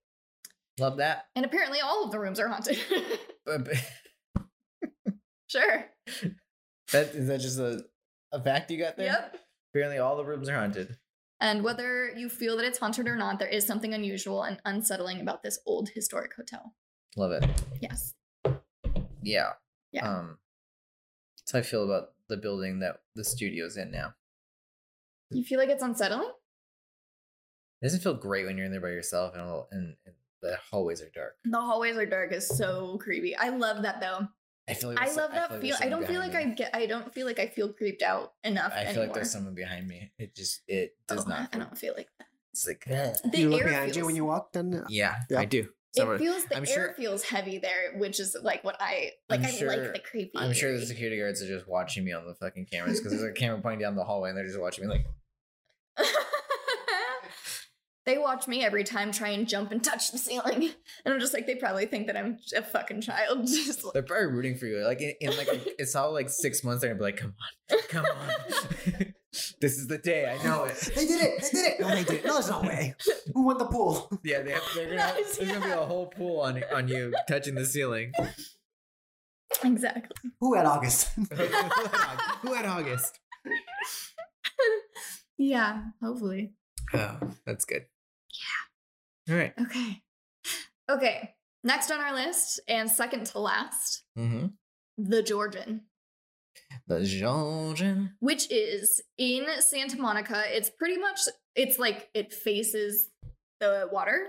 Speaker 1: Love that.
Speaker 2: And apparently, all of the rooms are haunted.
Speaker 1: But, but
Speaker 2: sure.
Speaker 1: that is that just a, a fact you got there?
Speaker 2: Yep.
Speaker 1: Apparently all the rooms are haunted.
Speaker 2: And whether you feel that it's haunted or not, there is something unusual and unsettling about this old historic hotel.
Speaker 1: Love it.
Speaker 2: Yes.
Speaker 1: Yeah.
Speaker 2: Yeah.
Speaker 1: Um that's how I feel about the building that the studio's in now.
Speaker 2: You feel like it's unsettling?
Speaker 1: It doesn't feel great when you're in there by yourself and all and, and the hallways are dark.
Speaker 2: The hallways are dark is so creepy. I love that though.
Speaker 1: I feel like
Speaker 2: I
Speaker 1: there's-
Speaker 2: love that
Speaker 1: like
Speaker 2: feel.
Speaker 1: there's
Speaker 2: I don't
Speaker 1: someone
Speaker 2: feel like I
Speaker 1: behind me.
Speaker 2: get. I don't feel like I feel creeped out enough
Speaker 1: I feel
Speaker 2: anymore.
Speaker 1: like there's someone behind me. It just it does
Speaker 2: Oh,
Speaker 1: not
Speaker 2: I
Speaker 1: feel,
Speaker 2: don't feel like that.
Speaker 1: it's like "Ugh."
Speaker 2: The
Speaker 3: you
Speaker 2: air
Speaker 3: look behind
Speaker 2: feels,
Speaker 3: you when you walk, then uh,
Speaker 1: Yeah,
Speaker 3: Yeah.
Speaker 1: I do.
Speaker 2: It
Speaker 1: Someone-
Speaker 2: feels the
Speaker 1: I'm
Speaker 2: air
Speaker 1: sure-
Speaker 2: feels heavy there, which is like what I like.
Speaker 1: I'm
Speaker 2: i
Speaker 1: sure-
Speaker 2: like the creepy.
Speaker 1: I'm sure the
Speaker 2: eerie.
Speaker 1: security guards are just watching me on the fucking cameras because there's a camera pointing down the hallway and they're just watching me like
Speaker 2: they watch me every time try and jump and touch the ceiling. And I'm just like, they probably think that I'm a fucking child. Just like,
Speaker 1: They're probably rooting for you. Like in, in like a- it's all like six months. They're gonna be like, "Come on, come on, this is the day." I know it.
Speaker 3: they did it. They did it. No, they did it. No, there's no way. Who won the pool?
Speaker 1: Yeah, they have, they're gonna. Have,
Speaker 2: Nice,
Speaker 1: There's gonna be a
Speaker 2: yeah.
Speaker 1: whole pool on on you touching the ceiling.
Speaker 2: exactly.
Speaker 3: Who had August?
Speaker 1: who, had, who had August?
Speaker 2: Yeah, hopefully.
Speaker 1: Oh, that's good. Yeah. All right.
Speaker 2: Okay. Okay. Next on our list, and second to last,
Speaker 1: Mm-hmm.
Speaker 2: the Georgian,
Speaker 1: The Georgian.
Speaker 2: which is in Santa Monica. It's pretty much, it's like it faces the water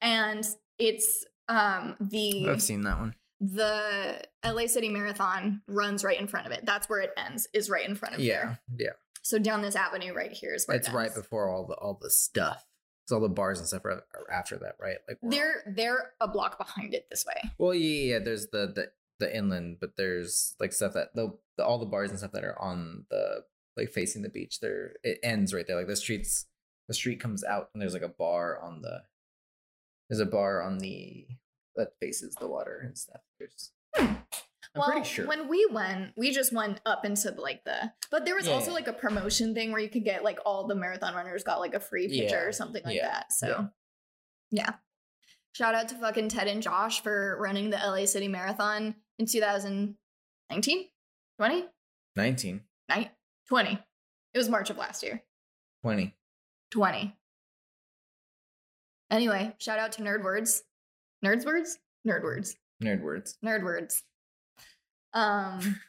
Speaker 2: and it's um the
Speaker 1: I've seen that one.
Speaker 2: the LA City Marathon runs right in front of it. That's where it ends, is right in front of
Speaker 1: Yeah,
Speaker 2: there.
Speaker 1: yeah.
Speaker 2: So down this avenue right here is where
Speaker 1: It's
Speaker 2: it
Speaker 1: right
Speaker 2: ends.
Speaker 1: before all the all the stuff. It's all the bars and stuff are, are after that, right? Like we're-
Speaker 2: They're they're a block behind it this way.
Speaker 1: Well, yeah, yeah, yeah. There's the the the inland, but there's like stuff that the, the all the bars and stuff that are on the like facing the beach. There, it ends right there. Like the streets, the street comes out, and there's like a bar on the. There's a bar on the that faces the water and stuff. There's, I'm
Speaker 2: well,
Speaker 1: pretty sure.
Speaker 2: when we went, we just went up into like the but there was
Speaker 1: Yeah,
Speaker 2: also
Speaker 1: yeah.
Speaker 2: like a promotion thing where you could get like all the marathon runners got like a free picture
Speaker 1: Yeah,
Speaker 2: or something like
Speaker 1: yeah,
Speaker 2: that. So
Speaker 1: yeah.
Speaker 2: yeah. Shout out to fucking Ted and Josh for running the LA City Marathon in 2019, 20,
Speaker 1: 19,
Speaker 2: Nine- 20. It was March of last year.
Speaker 1: 20.
Speaker 2: 20. Anyway, shout out to Nerd Words. Nerds Words? Nerd Words.
Speaker 1: nerd words.
Speaker 2: Nerd Words. Um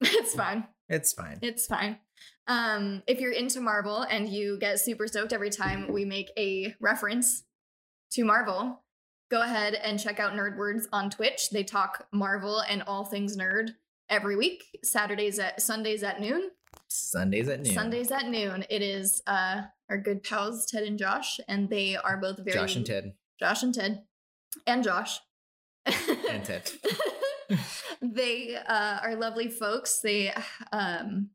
Speaker 2: it's fine.
Speaker 1: It's fine.
Speaker 2: It's fine. Um if you're into Marvel and you get super stoked every time we make a reference to Marvel, go ahead and check out Nerd Words on Twitch. They talk Marvel and all things nerd every week, Saturdays at Sundays at noon.
Speaker 1: Sundays at noon.
Speaker 2: Sundays at noon. It is uh, our good pals Ted and Josh, and they are both very
Speaker 1: Josh and Ted.
Speaker 2: Josh and Ted, and Josh
Speaker 1: And Ted.
Speaker 2: they uh, are lovely folks. They um,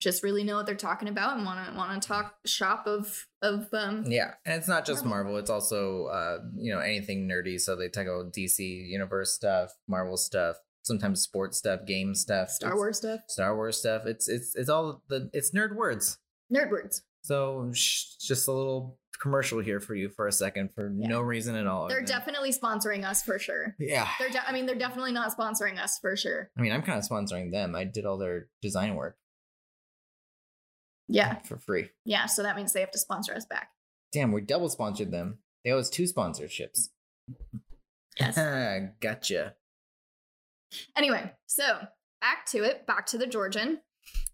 Speaker 2: just really know what they're talking about and want to want to talk shop of of um,
Speaker 1: Yeah, and it's not just
Speaker 2: Marvel.
Speaker 1: Marvel; it's also uh, you know anything nerdy. So they talk about DC universe stuff, Marvel stuff, sometimes sports stuff, game stuff,
Speaker 2: Star
Speaker 1: It's-
Speaker 2: Wars stuff,
Speaker 1: Star Wars stuff. It's it's it's all the it's nerd words.
Speaker 2: nerd words.
Speaker 1: So sh- just a little commercial here for you for a second for
Speaker 2: Yeah.
Speaker 1: no reason at all.
Speaker 2: They're
Speaker 1: And then-
Speaker 2: definitely sponsoring us for sure.
Speaker 1: yeah.
Speaker 2: They're de- I mean, they're definitely not sponsoring us for sure.
Speaker 1: I mean, I'm kind of sponsoring them. I did all their design work
Speaker 2: Yeah,
Speaker 1: for free.
Speaker 2: yeah. So that means they have to sponsor us back.
Speaker 1: Damn, we double sponsored them. They owe us two sponsorships.
Speaker 2: Yes.
Speaker 1: gotcha.
Speaker 2: Anyway, so back to it, back to the Georgian.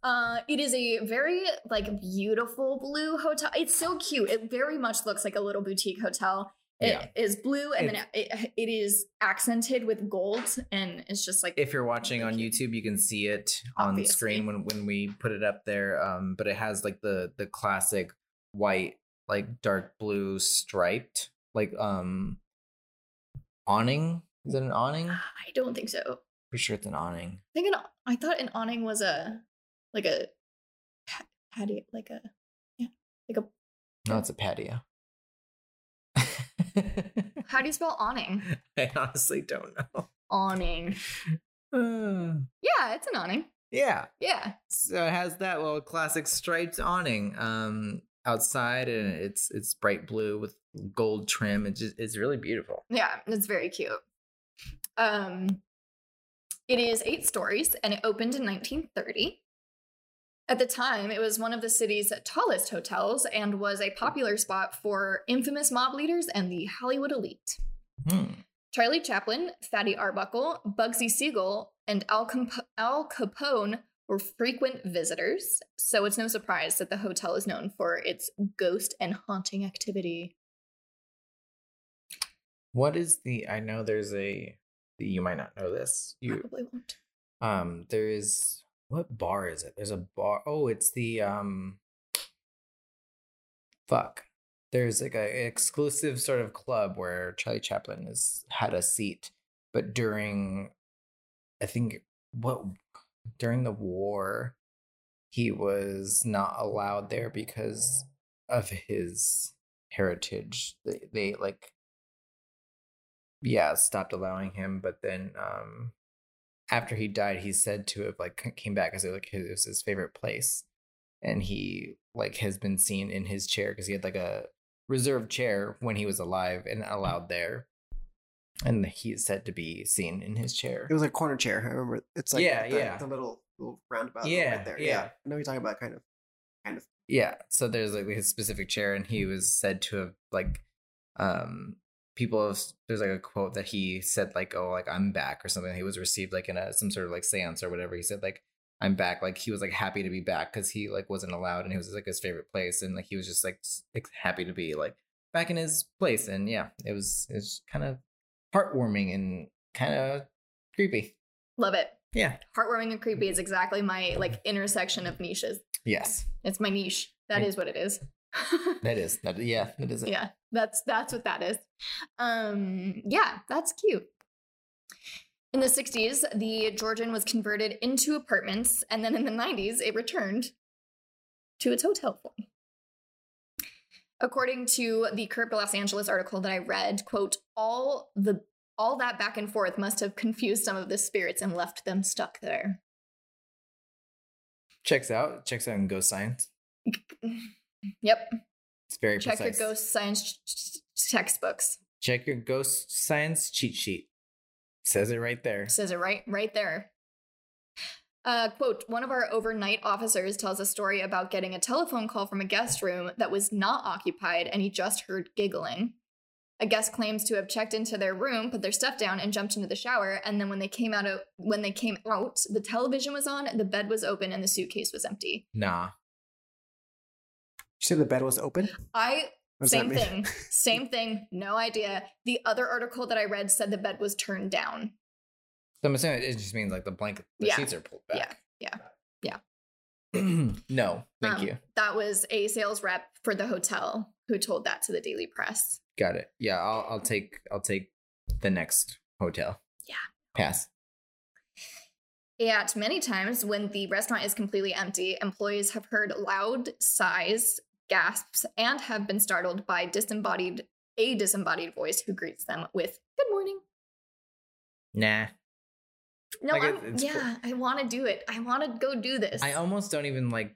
Speaker 2: Uh, it is a very like beautiful blue hotel. It's so cute. It very much looks like a little boutique hotel. It is
Speaker 1: Yeah.
Speaker 2: blue and then it, it is accented with gold and it's just like
Speaker 1: if you're watching on YouTube, you can see it on the
Speaker 2: Obviously.
Speaker 1: screen when when we put it up there. Um, but it has like the the classic white, like dark blue striped, like um, awning. Is it an awning?
Speaker 2: I don't think so. I
Speaker 1: Pretty sure it's an awning.
Speaker 2: think an, I thought an awning was a like a pa- patio like a yeah like a
Speaker 1: No, it's a patio.
Speaker 2: How do you spell awning?
Speaker 1: I honestly don't
Speaker 2: Awning.
Speaker 1: know. Uh,
Speaker 2: Yeah, it's an awning.
Speaker 1: yeah.
Speaker 2: Yeah.
Speaker 1: So it has that little classic striped awning um outside and it's it's bright blue with gold trim. It just it's really beautiful.
Speaker 2: Yeah, it's very cute. Um, it is eight stories and it opened in 1930. At the time, it was one of the city's tallest hotels and was a popular spot for infamous mob leaders and the Hollywood elite.
Speaker 1: Hmm.
Speaker 2: Charlie Chaplin, Fatty Arbuckle, Bugsy Siegel, and Al, Camp- Al Capone were frequent visitors, so it's no surprise that the hotel is known for its ghost and haunting activity.
Speaker 1: What is the I know there's a you might not know this. You
Speaker 2: Probably won't.
Speaker 1: um there is what bar is it? There's a bar. Oh, it's the um fuck. There's like a exclusive sort of club where Charlie Chaplin has had a seat, but during I think what during the war he was not allowed there because of his heritage. They they like yeah, stopped allowing him, but then um after he died, he said to have like c- came back as like his, it was his favorite place, and he like has been seen in his chair because he had like a reserved chair when he was alive and allowed there, and he is said to be seen in his chair.
Speaker 3: It was like corner chair. I remember. It's like
Speaker 1: Yeah,
Speaker 3: the,
Speaker 1: yeah.
Speaker 3: the little little roundabout.
Speaker 1: Yeah,
Speaker 3: right there.
Speaker 1: yeah.
Speaker 3: I know what you're talking about kind of.
Speaker 1: yeah, so there's like his specific chair, and he was said to have like, um, people have there's like a quote that he said like, oh, like I'm back or something. He was received like in a some sort of like séance or whatever. He said like. I'm back. Like he was like happy to be back because he like wasn't allowed, and it was like his favorite place, and like he was just like s- like, happy to be like back in his place, and yeah, it was it's kind of heartwarming and kind of creepy.
Speaker 2: Love it.
Speaker 1: Yeah.
Speaker 2: Heartwarming and creepy is exactly my like intersection of niches.
Speaker 1: Yes,
Speaker 2: It's my niche. That
Speaker 1: Mm.
Speaker 2: is what it is.
Speaker 1: that is that. Yeah, that is it.
Speaker 2: yeah, that's that's what that is. Um, yeah, that's cute. In the 60s, the Georgian was converted into apartments, and then in the 90s, it returned to its hotel form. According to the Curb Los Angeles article that I read, quote, all the all that back and forth must have confused some of the spirits and left them stuck there.
Speaker 1: Checks out. Checks out in ghost science.
Speaker 2: Yep.
Speaker 1: It's very
Speaker 2: Check
Speaker 1: precise.
Speaker 2: your ghost science ch- ch- textbooks.
Speaker 1: Check your ghost science cheat sheet. Says it right there.
Speaker 2: Says it right right there. Uh, quote, one of our overnight officers tells a story about getting a telephone call from a guest room that was not occupied and he just heard giggling. A guest claims to have checked into their room, put their stuff down, and jumped into the shower. And then when they came out, of, when they came out, the television was on, the bed was open, and the suitcase was empty.
Speaker 1: Nah.
Speaker 3: You said the bed was open.
Speaker 2: I
Speaker 3: What does that
Speaker 2: Same
Speaker 3: mean?
Speaker 2: thing. Same thing. No idea. The other article that I read said the bed was turned down.
Speaker 1: So I'm assuming it just means like the blanket, the
Speaker 2: Yeah.
Speaker 1: sheets are pulled
Speaker 2: Yeah.
Speaker 1: back. Yeah. no, thank
Speaker 2: Um,
Speaker 1: you.
Speaker 2: That was a sales rep for the hotel who told that to the Daily Press.
Speaker 1: Got it. Yeah, I'll I'll take I'll take the next hotel.
Speaker 2: Yeah.
Speaker 1: Pass.
Speaker 2: At many times, when the restaurant is completely empty, employees have heard loud sighs, gasps, and have been startled by disembodied a disembodied voice who greets them with "Good morning."
Speaker 1: Nah.
Speaker 2: No,
Speaker 1: Like, it-
Speaker 2: I'm,
Speaker 1: it's-
Speaker 2: yeah, I want to do it. I want to go do this.
Speaker 1: I almost don't even like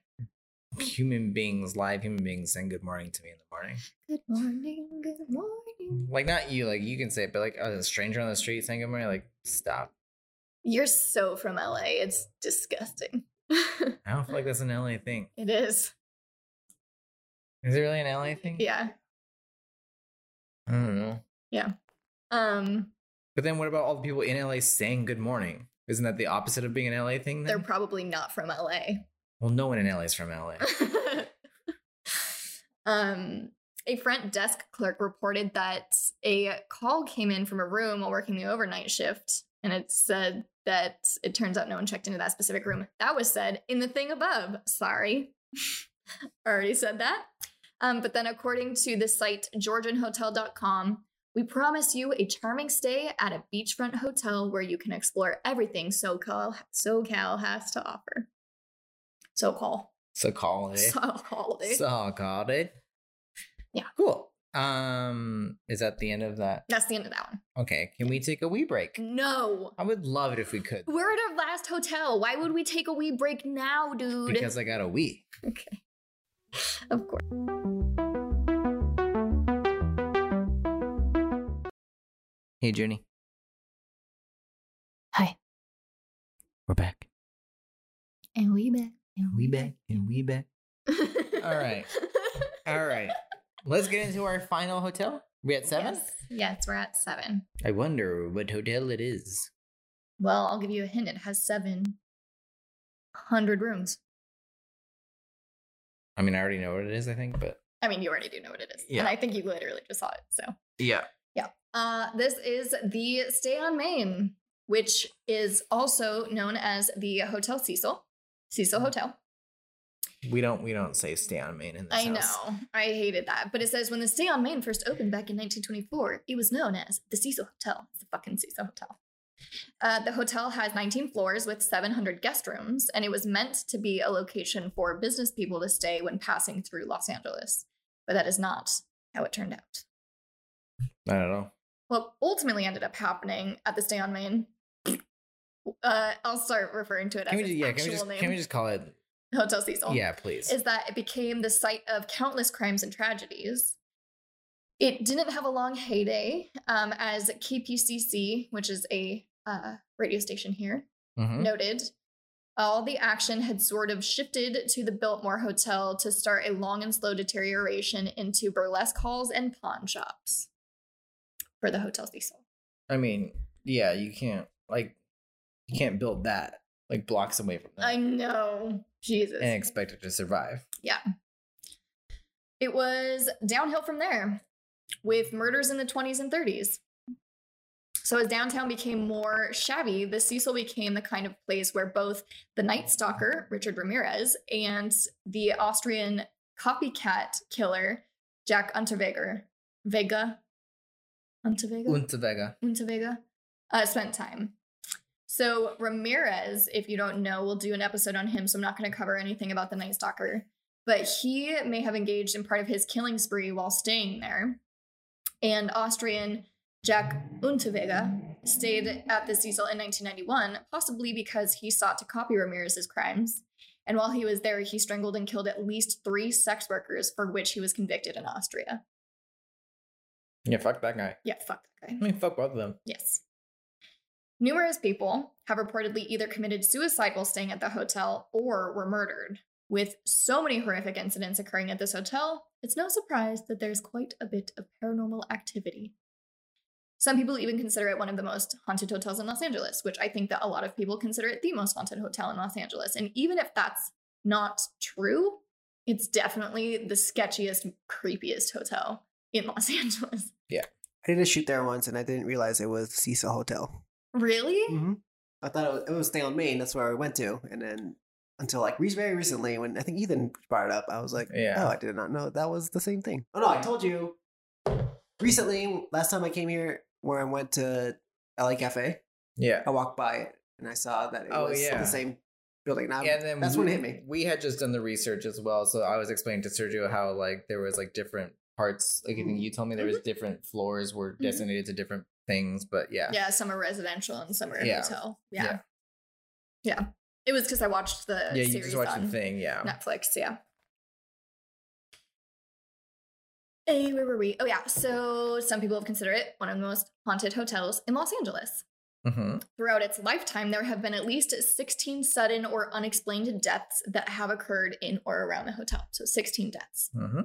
Speaker 1: human beings, live human beings saying good morning to me in the morning.
Speaker 2: good morning. Good morning.
Speaker 1: Like not you, like you can say it, but like a stranger on the street saying good morning, like stop.
Speaker 2: You're so from LA. It's disgusting. it
Speaker 1: I don't feel like that's an LA thing.
Speaker 2: is.
Speaker 1: Is it really an LA thing?
Speaker 2: Yeah.
Speaker 1: I don't know.
Speaker 2: Um
Speaker 1: But then what about all the people in LA saying good morning? Isn't that the opposite of being an LA thing?
Speaker 2: they're
Speaker 1: Then?
Speaker 2: probably not from LA.
Speaker 1: well, no one in LA is from LA.
Speaker 2: um a front desk clerk reported that a call came in from a room while working the overnight shift and it said that it turns out no one checked into that specific room. That was said in the thing above. Sorry. Already said that. Um, but then, according to the site georgianhotel.com, we promise you a charming stay at a beachfront hotel where you can explore everything SoCal, SoCal has to offer. SoCal.
Speaker 1: so call it.
Speaker 2: SoCal. dude.
Speaker 1: So call it.
Speaker 2: Yeah.
Speaker 1: Cool. Um, is that the end of that?
Speaker 2: That's the end of that one.
Speaker 1: Okay, can we take a wee break?
Speaker 2: Mm. No.
Speaker 1: I would love it if we could.
Speaker 2: We're at our last hotel. Why would we take a wee break now, dude?
Speaker 1: Because I got a wee.
Speaker 2: okay. Of course.
Speaker 1: Hey, Junie.
Speaker 2: Hi.
Speaker 1: We're back.
Speaker 2: And we back. And
Speaker 1: We back and we back.
Speaker 2: All
Speaker 1: right. All right. Let's get into our final hotel. We at seven?
Speaker 2: Yes. yes, we're at seven.
Speaker 1: I wonder what hotel it is.
Speaker 2: Well, I'll give you a hint. It has seven hundred rooms.
Speaker 1: I mean, I already know what it is, I think, but
Speaker 2: I mean, you already do know what it is.
Speaker 1: Yeah.
Speaker 2: And I think you literally just saw it. So,
Speaker 1: yeah.
Speaker 2: uh, this is the Stay on Main, which is also known as the Hotel Cecil, Cecil
Speaker 1: Mm.
Speaker 2: Hotel.
Speaker 1: We don't we don't say stay on main in this
Speaker 2: I
Speaker 1: house.
Speaker 2: know. I hated that. But it says when the Stay on Main first opened back in 1924, it was known as the Cecil Hotel. It's the fucking Cecil Hotel. Uh, the hotel has 19 floors with 700 guest rooms, and it was meant to be a location for business people to stay when passing through Los Angeles. But that is not how it turned out.
Speaker 1: I don't know.
Speaker 2: what ultimately ended up happening at the Stay on Main. Uh, I'll start referring to it
Speaker 1: Can
Speaker 2: as
Speaker 1: we
Speaker 2: its
Speaker 1: just, yeah,
Speaker 2: actual
Speaker 1: can we just
Speaker 2: name,
Speaker 1: can we just call it
Speaker 2: Hotel Cecil.
Speaker 1: Yeah, please.
Speaker 2: is that it became the site of countless crimes and tragedies. It didn't have a long heyday, um, as KPCC, which is a uh, radio station here,
Speaker 1: Mhm.
Speaker 2: noted. All the action had sort of shifted to the Biltmore Hotel to start a long and slow deterioration into burlesque halls and pawn shops for the Hotel Cecil.
Speaker 1: I mean, yeah, you can't like you can't build that like blocks away from that
Speaker 2: I know. Jesus.
Speaker 1: and expect it to survive.
Speaker 2: It was downhill from there with murders in the 20s and 30s. So as downtown became more shabby, the Cecil became the kind of place where both the Night Stalker, Richard Ramirez, and the Austrian copycat killer, Jack Unterweger, Vega, Unterweger?
Speaker 1: Unta Vega.
Speaker 2: Punta Vega, uh, spent time. So Ramirez, if you don't know, we'll do an episode on him. So I'm not going to cover anything about the Night Stalker, but he may have engaged in part of his killing spree while staying there. And Austrian Jack Unterweger stayed at the Cecil in 1991, possibly because he sought to copy Ramirez's crimes. And while he was there, he strangled and killed at least three sex workers for which he was convicted in Austria.
Speaker 1: Yeah, fuck that guy.
Speaker 2: Yeah, fuck that guy.
Speaker 1: I mean, fuck both of them.
Speaker 2: Yes. Numerous people have reportedly either committed suicide while staying at the hotel or were murdered. With so many horrific incidents occurring at this hotel, it's no surprise that there's quite a bit of paranormal activity. Some people even consider it one of the most haunted hotels in Los Angeles, which I think that a lot of people consider it the most haunted hotel in Los Angeles. And even if that's not true, it's definitely the sketchiest, creepiest hotel in Los Angeles.
Speaker 3: I did a shoot there once, and I didn't realize it was Cecil Hotel.
Speaker 2: Really?
Speaker 3: Mm-hmm. I thought it was, it was Stay on Main. That's where I went to, and then until like re- very recently, when I think Ethan brought it up, I was like,
Speaker 1: Yeah.
Speaker 3: "Oh, I did not know that was the same thing." Oh no, I told you recently. Last time I came here, where I went to LA Cafe,
Speaker 1: Yeah.
Speaker 3: I walked by it and I saw that it
Speaker 1: Oh,
Speaker 3: was
Speaker 1: yeah.
Speaker 3: the same building. And I-
Speaker 1: Yeah, and then
Speaker 3: that's
Speaker 1: we,
Speaker 3: when it hit me.
Speaker 1: We had just done the research as well, so I was explaining to Sergio how like there was like different parts. Like I think you told me there was different floors were
Speaker 2: Mhm.
Speaker 1: designated to different things, but yeah,
Speaker 2: Yeah, some are residential and some are
Speaker 1: Yeah.
Speaker 2: hotel. Yeah.
Speaker 1: Yeah.
Speaker 2: yeah. It was because I watched the
Speaker 1: yeah, you
Speaker 2: series
Speaker 1: just watch
Speaker 2: on
Speaker 1: the thing, yeah.
Speaker 2: Netflix, yeah. Hey, where were we? Oh yeah. So some people have considered it one of the most haunted hotels in Los Angeles.
Speaker 1: hmm
Speaker 2: Throughout its lifetime, there have been at least 16 sudden or unexplained deaths that have occurred in or around the hotel. So 16 deaths.
Speaker 1: hmm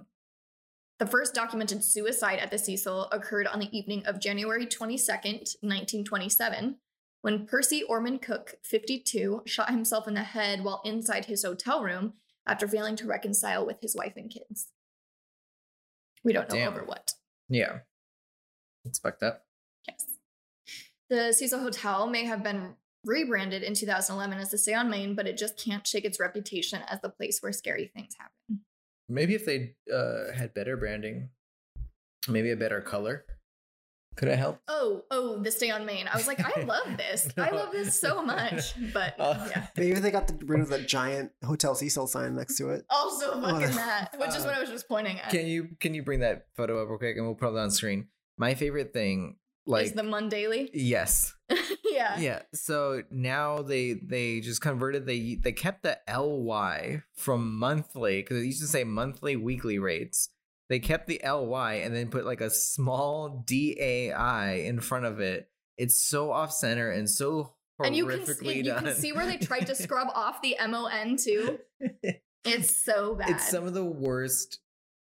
Speaker 2: The first documented suicide at the Cecil occurred on the evening of January 22nd, 1927, when Percy Orman Cook, 52, shot himself in the head while inside his hotel room after failing to reconcile with his wife and kids. We don't know
Speaker 1: Damn.
Speaker 2: over what.
Speaker 1: Yeah, it's fucked up.
Speaker 2: Yes. The Cecil Hotel may have been rebranded in 2011 as the Stay on Main, but it just can't shake its reputation as the place where scary things happen.
Speaker 1: Maybe if they uh, had better branding, maybe a better color. Could I help?
Speaker 2: Oh, oh, this day on Maine. I was like, I love this. I love this so much. But
Speaker 1: Oh.
Speaker 2: yeah.
Speaker 3: Maybe if they got the, rid of that giant Hotel Cecil sign next to it.
Speaker 2: Also fucking
Speaker 3: Oh,
Speaker 2: that. Which is what I was just pointing at.
Speaker 1: Can you can you bring that photo up real quick and we'll put it on screen? My favorite thing,
Speaker 2: is
Speaker 1: like
Speaker 2: the Mundaily.
Speaker 1: yes,
Speaker 2: yeah.
Speaker 1: yeah. So now they they just converted they they kept the ly from monthly because it used to say monthly weekly rates. They kept the ly and then put like a small dai in front of it. It's so off center and so horrifically
Speaker 2: And you can, see, you
Speaker 1: done.
Speaker 2: can see where they tried to scrub off the M O N too. It's so bad.
Speaker 1: It's some of the worst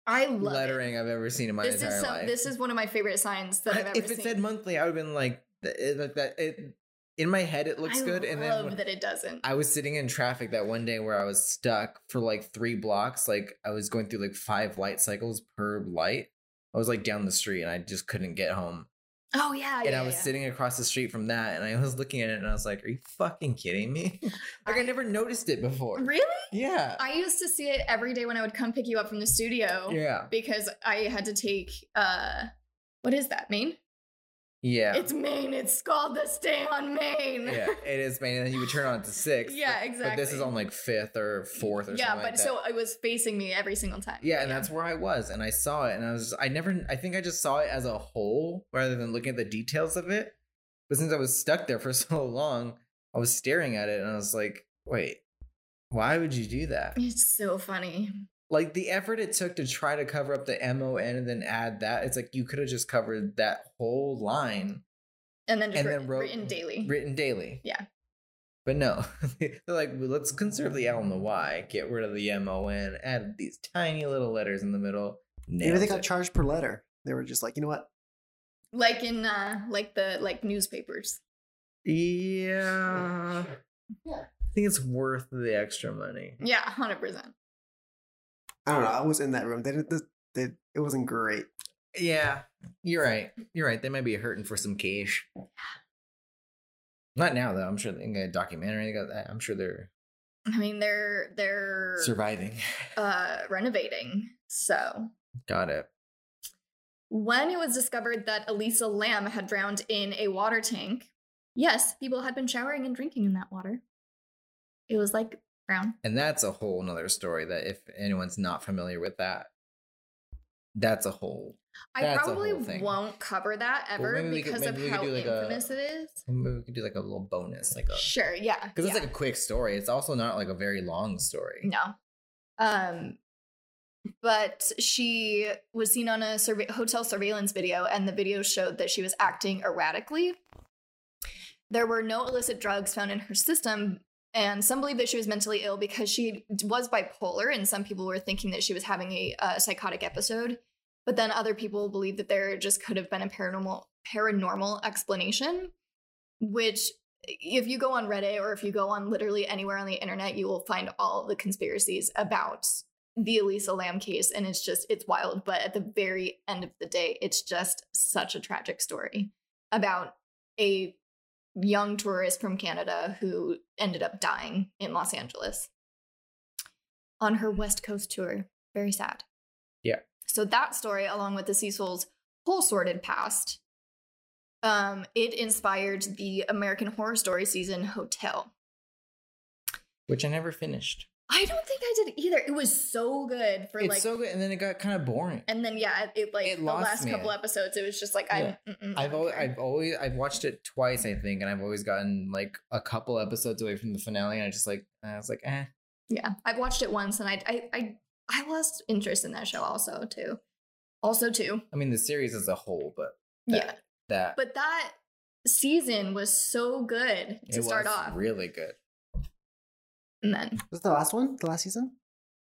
Speaker 2: I love it.
Speaker 1: lettering I've ever seen in my
Speaker 2: this
Speaker 1: entire
Speaker 2: is some,
Speaker 1: life.
Speaker 2: this is one of my favorite signs that I've ever
Speaker 1: if it
Speaker 2: seen.
Speaker 1: said monthly, I would have been like, th- it, like that. It in my head, it looks
Speaker 2: I
Speaker 1: good, and
Speaker 2: love
Speaker 1: then when-
Speaker 2: that it doesn't.
Speaker 1: I was sitting in traffic that one day where I was stuck for like three blocks. Like I was going through like five light cycles per light. I was like down the street and I just couldn't get home.
Speaker 2: oh yeah,
Speaker 1: and
Speaker 2: yeah,
Speaker 1: I was
Speaker 2: yeah.
Speaker 1: sitting across the street from that and I was looking at it and I was like, Are you fucking kidding me? like I never noticed it before.
Speaker 2: Really?
Speaker 1: Yeah.
Speaker 2: I used to see it every day when I would come pick you up from the studio
Speaker 1: yeah.
Speaker 2: because I had to take uh what is that, Maine?
Speaker 1: Yeah.
Speaker 2: It's Maine. It's called the Stay on Maine.
Speaker 1: yeah. It is man. And then you would turn on it to six.
Speaker 2: Yeah,
Speaker 1: But this is
Speaker 2: exactly.
Speaker 1: on like fifth or fourth or
Speaker 2: Yeah,
Speaker 1: something.
Speaker 2: but
Speaker 1: like that.
Speaker 2: so it was facing me every single time.
Speaker 1: yeah and that's where i was and i saw it and i was i never i think i just saw it as a whole rather than looking at the details of it but since i was stuck there for so long i was staring at it and i was like wait why would you do that
Speaker 2: it's so funny.
Speaker 1: like the effort it took to try to cover up the mon and then add that it's like you could have just covered that whole line
Speaker 2: And then just
Speaker 1: And
Speaker 2: writ-
Speaker 1: then wrote-
Speaker 2: written daily.
Speaker 1: written daily
Speaker 2: Yeah.
Speaker 1: but no they're like well, let's conserve the l and the y get rid of the mon add these tiny little letters in the middle
Speaker 3: Maybe they
Speaker 1: Nailed
Speaker 3: got
Speaker 1: it.
Speaker 3: charged per letter. They were just like, you know what?
Speaker 2: like in uh like the like newspapers.
Speaker 1: Yeah.
Speaker 3: Yeah.
Speaker 1: I think it's worth the extra money.
Speaker 2: Yeah, hundred percent.
Speaker 3: I don't know. I was in that room. They didn't. They, they, it wasn't great.
Speaker 1: Yeah. You're right. You're right. They might be hurting for some cash. Not now though. I'm sure they can get a documentary. They got that. I'm sure they're
Speaker 2: I mean they're they're
Speaker 1: surviving.
Speaker 2: uh renovating. So
Speaker 1: Got it.
Speaker 2: When it was discovered that Elisa Lamb had drowned in a water tank, yes, people had been showering and drinking in that water. It was like brown.
Speaker 1: And that's a whole nother story that if anyone's not familiar with that, that's a whole
Speaker 2: I
Speaker 1: That's a
Speaker 2: probably
Speaker 1: whole thing.
Speaker 2: won't cover that ever
Speaker 1: maybe we could-
Speaker 2: because
Speaker 1: maybe we
Speaker 2: of
Speaker 1: could
Speaker 2: how
Speaker 1: do, like, a-
Speaker 2: infamous it is.
Speaker 1: maybe we could do like a little bonus, like a
Speaker 2: Sure, yeah.
Speaker 1: because
Speaker 2: yeah.
Speaker 1: it's like a quick story. It's also not like a very long story.
Speaker 2: No. Um, but she was seen on a surve- hotel surveillance video, and the video showed that she was acting erratically. There were no illicit drugs found in her system, and some believe that she was mentally ill because she was bipolar, and some people were thinking that she was having a, uh psychotic episode. But then other people believe that there just could have been a paranormal paranormal explanation, which if you go on Reddit or if you go on literally anywhere on the internet, you will find all the conspiracies about the Elisa Lamb case. And it's just, it's wild. But at the very end of the day, it's just such a tragic story about a young tourist from Canada who ended up dying in Los Angeles on her West Coast tour. Very sad.
Speaker 1: Yeah.
Speaker 2: So that story, along with the Cecil's whole sordid past, um, it inspired the American Horror Story season Hotel.
Speaker 1: Which I never finished.
Speaker 2: I don't think I did either. It was so good for
Speaker 1: it's
Speaker 2: like,
Speaker 1: so good. And then it got kind of boring.
Speaker 2: and then yeah, it, it, like
Speaker 1: It
Speaker 2: the
Speaker 1: lost
Speaker 2: last
Speaker 1: me.
Speaker 2: couple episodes, it was just like mm,
Speaker 1: Yeah.
Speaker 2: I. Mm-mm,
Speaker 1: I've
Speaker 2: don't
Speaker 1: always,
Speaker 2: care.
Speaker 1: I've always I've watched it twice, I think, and I've always gotten like a couple episodes away from the finale, and I just like I was like, eh,
Speaker 2: yeah, I've watched it once, and I I I, I lost interest in that show also too, also too.
Speaker 1: I mean the series as a whole, but that,
Speaker 2: Yeah,
Speaker 1: that
Speaker 2: but that season was so good to
Speaker 1: it
Speaker 2: start
Speaker 1: was
Speaker 2: off,
Speaker 1: really good.
Speaker 2: and then
Speaker 3: Was it the last one? The last season?